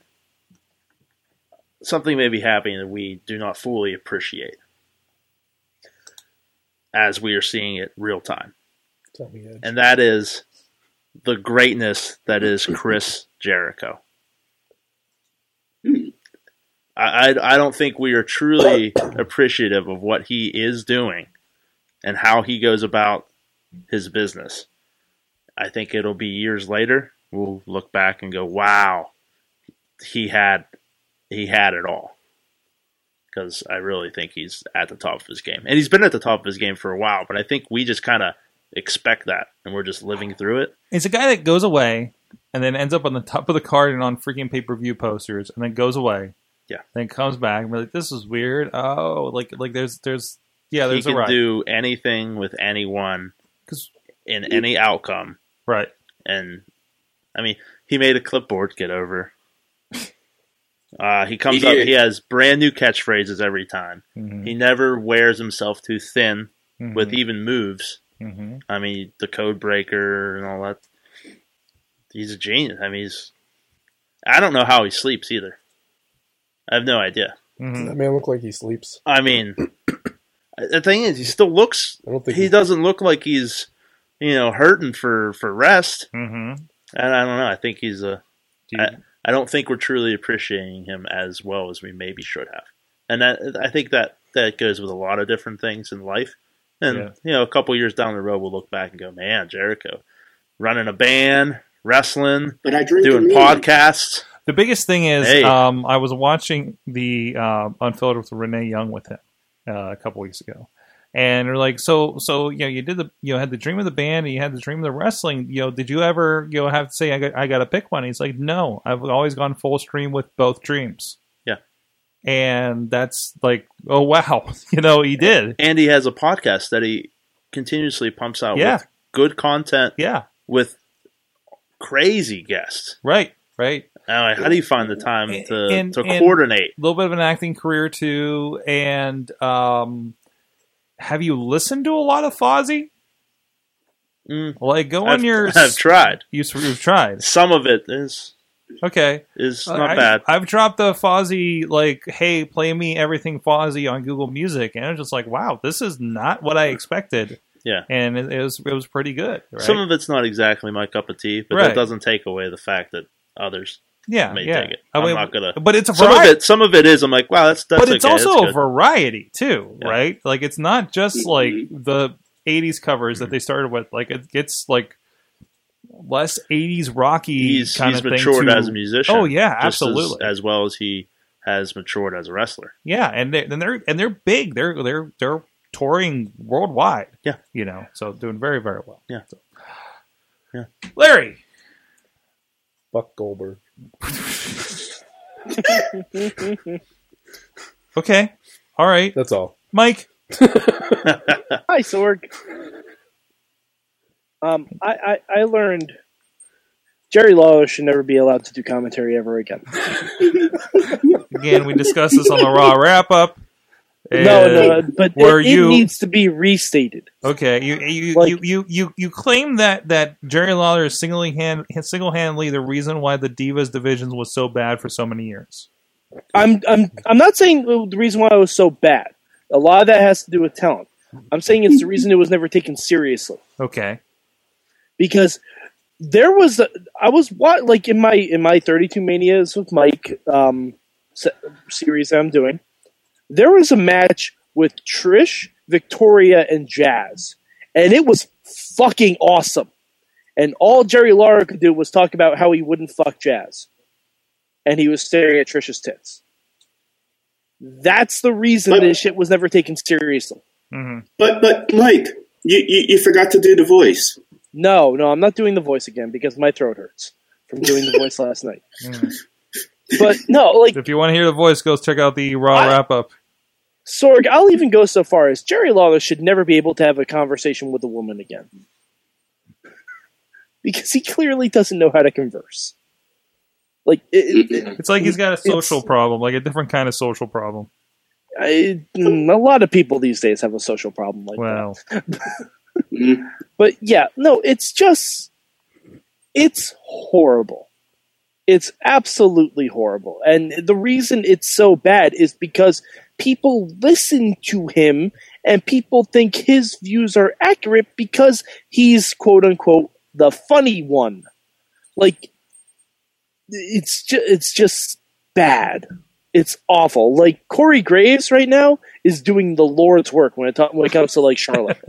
[SPEAKER 4] something may be happening that we do not fully appreciate as we are seeing it real time. And that is the greatness that is Chris Jericho. I, I, I don't think we are truly appreciative of what he is doing and how he goes about his business. I think it'll be years later we'll look back and go, "Wow, he had he had it all." Because I really think he's at the top of his game, and he's been at the top of his game for a while. But I think we just kind of expect that, and we're just living through it.
[SPEAKER 2] It's a guy that goes away and then ends up on the top of the card and on freaking pay per view posters, and then goes away.
[SPEAKER 4] Yeah.
[SPEAKER 2] Then comes back and be like, "This is weird." Oh, like like there's there's yeah
[SPEAKER 4] he
[SPEAKER 2] there's
[SPEAKER 4] can
[SPEAKER 2] a right
[SPEAKER 4] do anything with anyone
[SPEAKER 2] 'Cause-
[SPEAKER 4] in any outcome,
[SPEAKER 2] right.
[SPEAKER 4] and I mean, he made a clipboard get over. Uh, he comes
[SPEAKER 9] He
[SPEAKER 4] up.
[SPEAKER 9] did.
[SPEAKER 4] He has brand new catchphrases every time.
[SPEAKER 2] Mm-hmm.
[SPEAKER 4] He never wears himself too thin with even moves.
[SPEAKER 2] hmm
[SPEAKER 4] I mean, the code breaker and all that. He's a genius. I mean, he's. I don't know how he sleeps either. I have no idea.
[SPEAKER 8] Mm-hmm.
[SPEAKER 5] Does
[SPEAKER 2] hmm
[SPEAKER 5] that man look like he sleeps?
[SPEAKER 4] I mean, the thing is, he still looks.
[SPEAKER 5] I don't think
[SPEAKER 4] He doesn't look like he's, you know, hurting for for rest.
[SPEAKER 2] hmm
[SPEAKER 4] And I don't know. I think he's a. I, I don't think we're truly appreciating him as well as we maybe should have. and that I think that that goes with a lot of different things in life. And
[SPEAKER 11] Yeah.
[SPEAKER 4] you know, a couple years down the road, we'll look back and go, "Man, Jericho, running a band, wrestling,
[SPEAKER 9] But I drink
[SPEAKER 4] doing
[SPEAKER 9] and read.
[SPEAKER 4] podcasts."
[SPEAKER 2] The biggest thing is,
[SPEAKER 4] Hey.
[SPEAKER 2] um, I was watching the uh, Unfiltered with Renee Young with him uh, a couple weeks ago, and they're like, so, so you know, you did the, you know, had the dream of the band, and you had the dream of the wrestling. You know, did you ever, you know, have to say, I got, I got to pick one? He's like, no, I've always gone full stream with both dreams.
[SPEAKER 4] Yeah.
[SPEAKER 2] and that's like, oh wow, you know, he did.
[SPEAKER 4] And he has a podcast that he continuously pumps out
[SPEAKER 2] Yeah.
[SPEAKER 4] with good content.
[SPEAKER 2] Yeah.
[SPEAKER 4] With crazy guests.
[SPEAKER 2] Right. Right.
[SPEAKER 4] I'm like, how do you find the time to,
[SPEAKER 2] And-
[SPEAKER 4] to
[SPEAKER 2] and-
[SPEAKER 4] coordinate?
[SPEAKER 2] A little bit of an acting career too, and um, have you listened to a lot of Fozzy? Like go on
[SPEAKER 4] Mm. I've-
[SPEAKER 2] your.
[SPEAKER 4] I've tried.
[SPEAKER 2] You, have tried.
[SPEAKER 4] Some of it is
[SPEAKER 2] Okay,
[SPEAKER 4] is
[SPEAKER 2] Uh,
[SPEAKER 4] not
[SPEAKER 2] I,
[SPEAKER 4] bad.
[SPEAKER 2] I've dropped the Fozzy like, hey, play me everything Fozzy on Google Music, and I'm just like, wow, this is not what I expected,
[SPEAKER 4] Yeah.
[SPEAKER 2] and it, it was it was pretty good. Right?
[SPEAKER 4] Some of it's not exactly my cup of tea, but
[SPEAKER 2] Right.
[SPEAKER 4] that doesn't take away the fact that others
[SPEAKER 2] Yeah,
[SPEAKER 4] may
[SPEAKER 2] yeah.
[SPEAKER 4] take it.
[SPEAKER 2] I
[SPEAKER 4] I'm
[SPEAKER 2] mean,
[SPEAKER 4] not gonna.
[SPEAKER 2] but it's a
[SPEAKER 4] some of
[SPEAKER 2] variety-
[SPEAKER 4] it. Some of it is. I'm like, wow, that's that's.
[SPEAKER 2] but it's
[SPEAKER 4] okay,
[SPEAKER 2] also a
[SPEAKER 4] that's good.
[SPEAKER 2] variety too, right? Like it's not just like the '80s covers
[SPEAKER 4] Mm-hmm.
[SPEAKER 2] that they started with. Like it, it's like less '80s rocky
[SPEAKER 4] he's
[SPEAKER 2] kind
[SPEAKER 4] he's
[SPEAKER 2] of thing.
[SPEAKER 4] matured
[SPEAKER 2] to-
[SPEAKER 4] as a musician.
[SPEAKER 2] Oh yeah,
[SPEAKER 4] just as-
[SPEAKER 2] absolutely.
[SPEAKER 4] As, well as he has matured as a wrestler.
[SPEAKER 2] yeah, and they and they're and they're big. They're they're they're touring worldwide.
[SPEAKER 4] Yeah,
[SPEAKER 2] you know, so doing very very well.
[SPEAKER 4] Yeah, yeah.
[SPEAKER 2] Larry.
[SPEAKER 5] Buck Goldberg.
[SPEAKER 2] Okay. All right.
[SPEAKER 5] That's all.
[SPEAKER 2] Mike.
[SPEAKER 3] Hi, Sorg. Um, I, I, I learned Jerry Lawler should never be allowed to do commentary ever again.
[SPEAKER 2] Again, we discussed this on the Raw wrap up.
[SPEAKER 3] no, no, but
[SPEAKER 2] were
[SPEAKER 3] it, it
[SPEAKER 2] you
[SPEAKER 3] needs to be restated.
[SPEAKER 2] Okay, you you,
[SPEAKER 3] Like-
[SPEAKER 2] you you you you claim that that Jerry Lawler is singly hand single handedly the reason why the Divas division was so bad for so many years.
[SPEAKER 3] I'm I'm I'm not saying the reason why it was so bad. A lot of that has to do with talent. I'm saying it's the reason it was never taken seriously.
[SPEAKER 2] Okay,
[SPEAKER 3] because there was a, I was what like in my in my 32 manias with Mike um se- series that I'm doing. There was a match with Trish, Victoria and Jazz and it was fucking awesome. And all Jerry Lawler could do was talk about how he wouldn't fuck Jazz. And he was staring at Trish's tits. That's the reason this shit was never taken seriously.
[SPEAKER 8] Mm-hmm.
[SPEAKER 9] But but Mike, you, you, you forgot to do the voice.
[SPEAKER 3] No, no, I'm not doing the voice again because my throat hurts from doing the voice last night. But no, like
[SPEAKER 2] if you want to hear the voice, go check out the Raw wrap up.
[SPEAKER 3] Sorg, I'll even go so far as Jerry Lawler should never be able to have a conversation with a woman again. Because he clearly doesn't know how to converse. Like it, it-
[SPEAKER 2] It's like he's got a
[SPEAKER 3] it's-
[SPEAKER 2] social problem, like a different kind of social problem.
[SPEAKER 3] I, mm, a lot of people these days have a social problem like
[SPEAKER 2] Well,
[SPEAKER 3] that. But yeah, no, it's just it's horrible. It's absolutely horrible. And the reason it's so bad is because people listen to him and people think his views are accurate because he's quote unquote the funny one. Like it's ju- it's just bad. It's awful. Like Corey Graves right now is doing the Lord's work when it ta- when it comes to like Charlotte.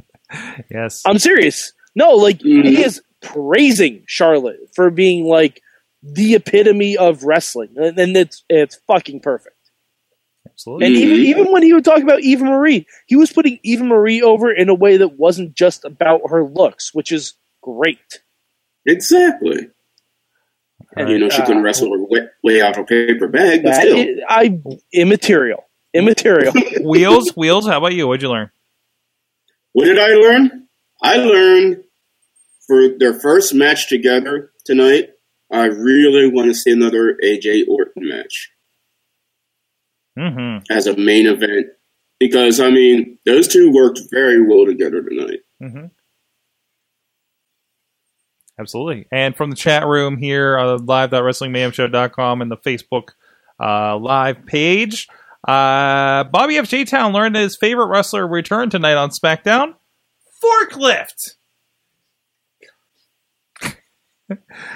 [SPEAKER 2] yes,
[SPEAKER 3] I'm serious. No, like he is praising Charlotte for being like the epitome of wrestling, and, and it's it's fucking perfect.
[SPEAKER 2] absolutely.
[SPEAKER 3] And even even when he would talk about Eva Marie, he was putting Eva Marie over in a way that wasn't just about her looks, which is great.
[SPEAKER 9] Exactly. And you know she couldn't
[SPEAKER 3] Uh,
[SPEAKER 9] wrestle her way, way out of a paper bag, but
[SPEAKER 3] That
[SPEAKER 9] still.
[SPEAKER 3] i- I immaterial, immaterial.
[SPEAKER 2] wheels, wheels. How about you? What'd you learn?
[SPEAKER 9] What did I learn? I learned for their first match together tonight. I really want to see another AJ Orton match
[SPEAKER 2] Mm-hmm.
[SPEAKER 9] as a main event because I mean those two worked very well together tonight.
[SPEAKER 2] Mm-hmm. Absolutely. And from the chat room here, uh, live.wrestlingmayhemshow.com and the Facebook uh, live page, uh, Bobby F. J Town learned that his favorite wrestler returned tonight on SmackDown. Forklift.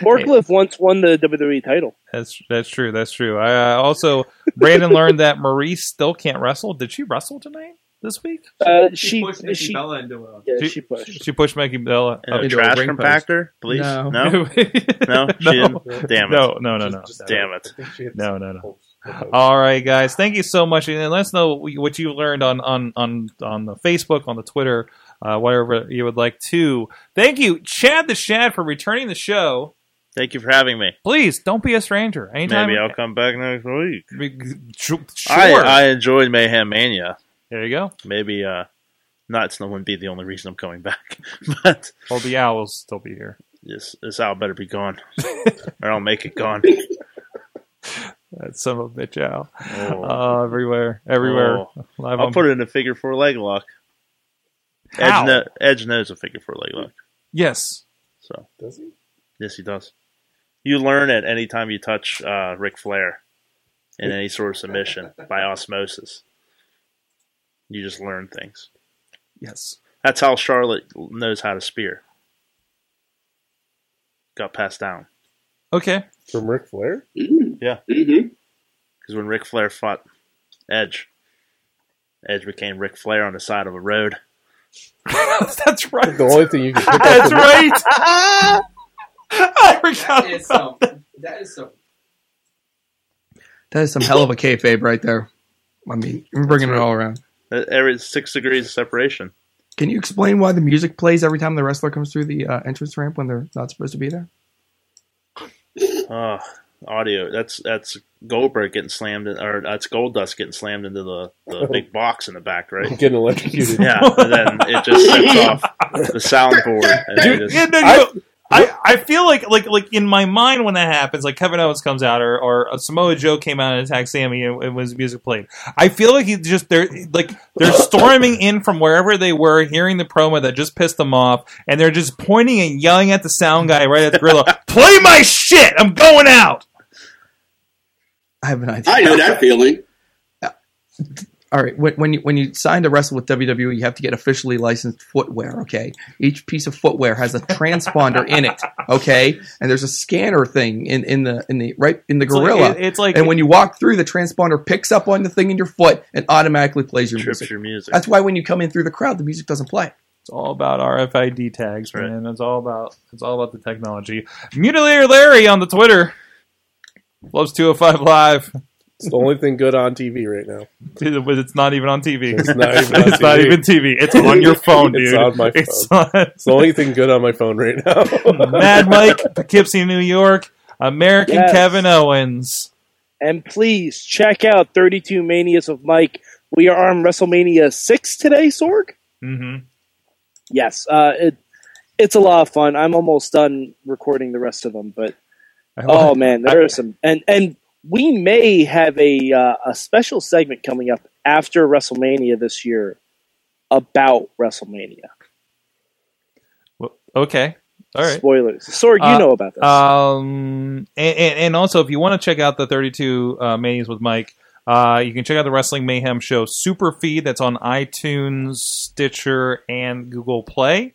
[SPEAKER 3] Forklift once won the WWE title.
[SPEAKER 2] That's that's true. That's true. I uh, also Brandon learned that Maurice still can't wrestle. Did she wrestle tonight? This week?
[SPEAKER 3] Uh,
[SPEAKER 2] She
[SPEAKER 3] she
[SPEAKER 2] pushed
[SPEAKER 3] she,
[SPEAKER 2] Nikki Bella
[SPEAKER 11] into a.
[SPEAKER 3] Yeah,
[SPEAKER 2] She-
[SPEAKER 3] she, pushed.
[SPEAKER 2] She pushed Maggie Bella
[SPEAKER 4] In a
[SPEAKER 2] up-
[SPEAKER 4] trash compactor, please?
[SPEAKER 2] No,
[SPEAKER 4] No? No? She didn't? Damn it.
[SPEAKER 2] No, no, no, no.
[SPEAKER 4] Just- just- Damn it. I think she hit
[SPEAKER 2] No, no, no. All right, guys. Thank you so much, and let us know what you learned on on on on the Facebook, on the Twitter, uh, whatever you would like to. Thank you, Chad the Shad, for returning the show.
[SPEAKER 4] Thank you for having me.
[SPEAKER 2] Please don't be a stranger. Anytime,
[SPEAKER 4] Maybe I'll come back next week.
[SPEAKER 2] Sure.
[SPEAKER 4] I, I enjoyed Mayhem Mania.
[SPEAKER 2] There you go.
[SPEAKER 4] Maybe uh, not wouldn't be the only reason I'm coming back.
[SPEAKER 2] Well, the owls still be here.
[SPEAKER 4] This this owl better be gone, or I'll make it gone.
[SPEAKER 2] That son of a bitch owl.
[SPEAKER 4] Oh.
[SPEAKER 2] Uh, everywhere, everywhere.
[SPEAKER 4] Oh.
[SPEAKER 2] Live
[SPEAKER 4] I'll
[SPEAKER 2] on-
[SPEAKER 4] put it in a figure four leg lock.
[SPEAKER 2] How?
[SPEAKER 4] Edge, kno- Edge knows a figure four leg lock.
[SPEAKER 2] Yes.
[SPEAKER 4] So
[SPEAKER 5] does he?
[SPEAKER 4] Yes, he does. You learn it anytime you touch uh, Ric Flair in any sort of submission by osmosis. You just learn things.
[SPEAKER 2] Yes.
[SPEAKER 4] That's how Charlotte knows how to spear. Got passed down.
[SPEAKER 2] Okay.
[SPEAKER 5] From Ric Flair?
[SPEAKER 4] Yeah.
[SPEAKER 9] Mm-hmm.
[SPEAKER 4] Because when Ric Flair fought Edge, Edge became Ric Flair on the side of a road.
[SPEAKER 2] That's right.
[SPEAKER 5] The only thing you can pick up
[SPEAKER 4] That's
[SPEAKER 5] from-
[SPEAKER 4] right.
[SPEAKER 2] I forgot.
[SPEAKER 12] That is some. That is some.
[SPEAKER 8] That is some hell of a kayfabe right there. I mean, we're bringing it all around.
[SPEAKER 4] Uh, Every six degrees of separation.
[SPEAKER 8] Can you explain why the music plays every time the wrestler comes through the uh, entrance ramp when they're not supposed to be there?
[SPEAKER 4] Oh, audio. That's that's Goldberg getting slammed, in, or that's Gold Dust getting slammed into the,
[SPEAKER 2] Oh.
[SPEAKER 4] the big box in the back, right?
[SPEAKER 5] Getting electrocuted.
[SPEAKER 4] Yeah, and then it just sets off the soundboard. And they
[SPEAKER 2] Dude,
[SPEAKER 4] just,
[SPEAKER 2] yeah, no, no. I, I feel like like like in my mind when that happens, like Kevin Owens comes out or, or uh, Samoa Joe came out and attacked Sammy and, and was music played. I feel like he just they're like they're storming in from wherever they were, hearing the promo that just pissed them off, and they're just pointing and yelling at the sound guy right at the gorilla. Play my shit! I'm going out.
[SPEAKER 8] I have an idea.
[SPEAKER 9] I know that feeling.
[SPEAKER 8] All right, when, when you when you sign to wrestle with WWE, you have to get officially licensed footwear. Okay, each piece of footwear has a transponder in it. Okay, and there's a scanner thing in, in the in the right in the
[SPEAKER 2] like-
[SPEAKER 8] gorilla.
[SPEAKER 2] it- it's like-
[SPEAKER 8] and when you walk through, the transponder picks up on the thing in your foot and automatically plays your
[SPEAKER 4] Trips
[SPEAKER 8] music.
[SPEAKER 4] your music.
[SPEAKER 8] That's why when you come in through the crowd, the music doesn't play.
[SPEAKER 2] It's all about RFID tags, man. It's all about it's all about the technology. Mutilator Larry on the Twitter loves 205 live.
[SPEAKER 5] It's the only thing good on TV right now.
[SPEAKER 2] Dude, but it's not even on TV.
[SPEAKER 5] It's not even on
[SPEAKER 2] It's not
[SPEAKER 5] TV.
[SPEAKER 2] even TV. It's on your phone, dude.
[SPEAKER 5] It's on my phone.
[SPEAKER 2] It's on-
[SPEAKER 5] It's the only thing good on my phone right now.
[SPEAKER 2] Mad Mike, Poughkeepsie, New York, American
[SPEAKER 3] Yes.
[SPEAKER 2] Kevin uh, Owens.
[SPEAKER 3] And please check out 32 Manias of Mike. We are on WrestleMania 6 today, Sorg.
[SPEAKER 2] Mm-hmm.
[SPEAKER 3] Yes, uh, it, it's a lot of fun. I'm almost done recording the rest of them, but
[SPEAKER 2] love
[SPEAKER 3] oh man, there are some. And and we may have a uh, a special segment coming up after WrestleMania this year about WrestleMania.
[SPEAKER 2] Okay. All right.
[SPEAKER 3] Spoilers. Sorg, you
[SPEAKER 2] Uh,
[SPEAKER 3] know about this.
[SPEAKER 2] Um, and, and, and also, if you want to check out the 32 uh, Manias with Mike, uh, you can check out the Wrestling Mayhem Show Super Feed that's on iTunes, Stitcher, and Google Play.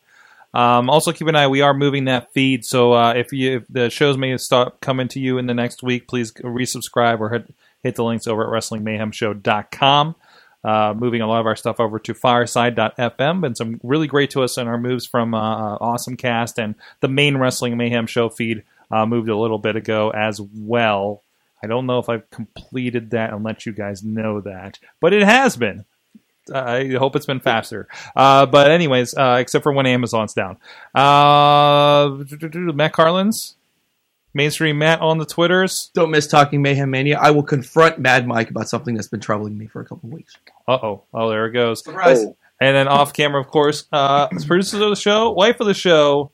[SPEAKER 2] Um, also, keep an eye. We are moving that feed, so uh, if, you, if the shows may start coming to you in the next week, please resubscribe or hit, hit the links over at WrestlingMayhemShow.com. Uh, moving a lot of our stuff over to Fireside.fm, and some really great to us in our moves from uh, Awesome Cast and the main Wrestling Mayhem Show feed uh, moved a little bit ago as well. I don't know if I've completed that and let you guys know that, but it has been. I hope it's been faster. Uh, but anyways, uh, except for when Amazon's down. Uh, Matt Carlins, mainstream Matt on the Twitters.
[SPEAKER 8] Don't miss talking mayhem mania. I will confront Mad Mike about something that's been troubling me for a couple weeks.
[SPEAKER 2] Uh oh. Oh, there it goes.
[SPEAKER 8] Surprise. Oh.
[SPEAKER 2] And then off camera, of course, uh, producer of the show, wife of the show,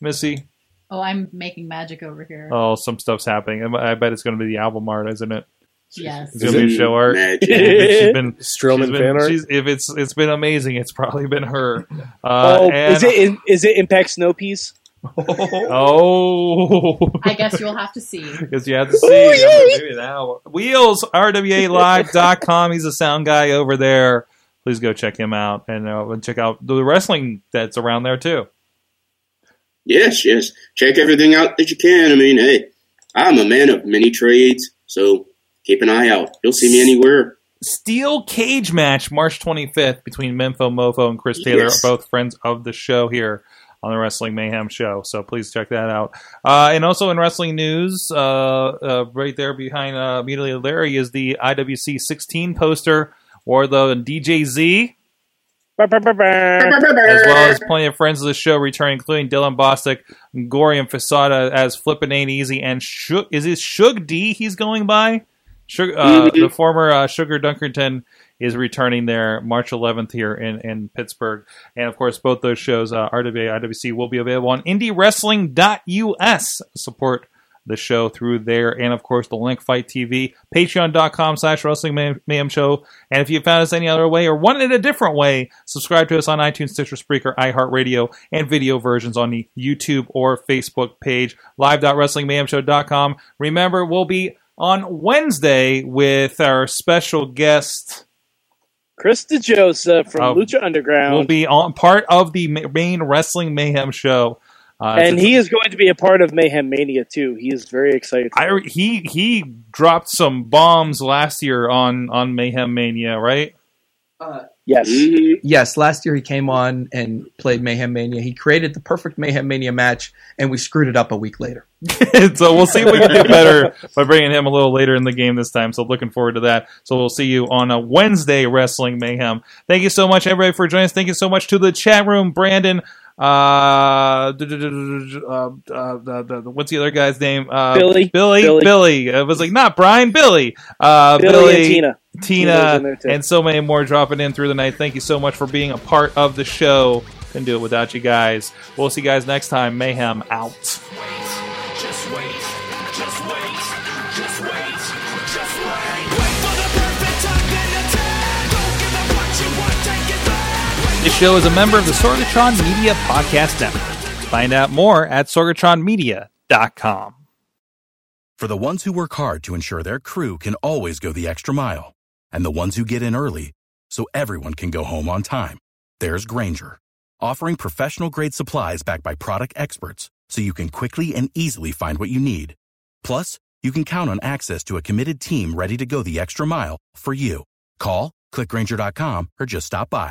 [SPEAKER 2] Missy.
[SPEAKER 6] Oh, I'm making magic over here.
[SPEAKER 2] Oh, some stuff's happening. I- I bet it's going to be the album art, isn't it?
[SPEAKER 6] Yes.
[SPEAKER 2] It's gonna be
[SPEAKER 6] Is it
[SPEAKER 2] show art.
[SPEAKER 6] magic?
[SPEAKER 2] she's been
[SPEAKER 5] Strowman
[SPEAKER 2] she's been-
[SPEAKER 5] fan art?
[SPEAKER 2] she's- if it's it's been amazing, it's probably been her. Uh,
[SPEAKER 3] oh,
[SPEAKER 2] and-
[SPEAKER 3] is it in, is it Impact Snow Peas?
[SPEAKER 2] Oh,
[SPEAKER 6] I guess you'll have to see.
[SPEAKER 2] because you have to see.
[SPEAKER 6] yeah.
[SPEAKER 2] Maybe now. Wheels rwalive.com. He's a sound guy over there. Please go check him out and uh, check out the wrestling that's around there too.
[SPEAKER 9] Yes, yes. Check everything out that you can. I mean, hey, I'm a man of many trades, so keep an eye out. You'll see me anywhere.
[SPEAKER 2] Steel Cage match March 25th between Mempho Mofo and Chris Taylor,
[SPEAKER 9] Yes.
[SPEAKER 2] both friends of the show here on the Wrestling Mayhem show. So please check that out. Uh, and also in wrestling news, uh, uh, right there behind uh, Mutilated Larry is the IWC 16 poster, Wardlow and DJZ, as well as plenty of friends of the show returning, including Dylan Bostic, Gory, and Fasada as Flippin' Ain't Easy, and Shug, is it Shug D he's going by? Shug, uh,
[SPEAKER 11] Mhm.
[SPEAKER 2] The former uh, Sugar Dunkerton is returning there March 11th here in, in Pittsburgh. And of course, both those shows, uh, RWA, IWC, will be available on IndieWrestling.us. Support the show through there. And of course, the link Fight TV, patreon.com slash wrestling Mayhem- mayhem show. And if you found us any other way or wanted it a different way, subscribe to us on iTunes, Stitcher, Spreaker, iHeartRadio, and video versions on the YouTube or Facebook page, live.wrestlingmayhemshow.com. Remember, we'll be on Wednesday with our special guest.
[SPEAKER 3] Krista Joseph from
[SPEAKER 2] Um,
[SPEAKER 3] Lucha Underground.
[SPEAKER 2] We'll be on part of the ma- main Wrestling Mayhem show. Uh,
[SPEAKER 3] and he is going to be a part of Mayhem Mania too. He is very excited.
[SPEAKER 2] I, re- he he dropped some bombs last year on on Mayhem Mania, right?
[SPEAKER 3] Yes.
[SPEAKER 8] Yes. Last year he came on and played Mayhem Mania. He created the perfect Mayhem Mania match, and we screwed it up a week later.
[SPEAKER 2] so we'll see if we can do better by bringing him a little later in the game this time. So looking forward to that. So we'll see you on a Wednesday Wrestling Mayhem. Thank you so much, everybody, for joining us. Thank you so much to the chat room, Brandon. Uh, d- d- d- d- d- uh, uh, the- the- the- what's the other guy's name? Uh,
[SPEAKER 3] Billy.
[SPEAKER 2] Billy.
[SPEAKER 3] Billy.
[SPEAKER 2] Billy. It was like not Brian. Billy. Uh,
[SPEAKER 3] Billy and Tina. Tina's in
[SPEAKER 2] Tina,
[SPEAKER 3] there, too.
[SPEAKER 2] and so many more dropping in through the night. Thank you so much for being a part of the show. Couldn't do it without you guys. We'll see you guys next time. Mayhem out.
[SPEAKER 1] Just wait, just wait, just wait, just wait. Wait for the perfect time then attack. Don't give up what you want, take it back.
[SPEAKER 2] This show is a member of the Sorgatron Media Podcast Network. Find out more at sorgatronmedia.com.
[SPEAKER 13] For the ones who work hard to ensure their crew can always go the extra mile, and the ones who get in early so everyone can go home on time, there's Granger, offering professional grade supplies backed by product experts so you can quickly and easily find what you need. Plus, you can count on access to a committed team ready to go the extra mile for you. Call, clickgranger.com, or just stop by.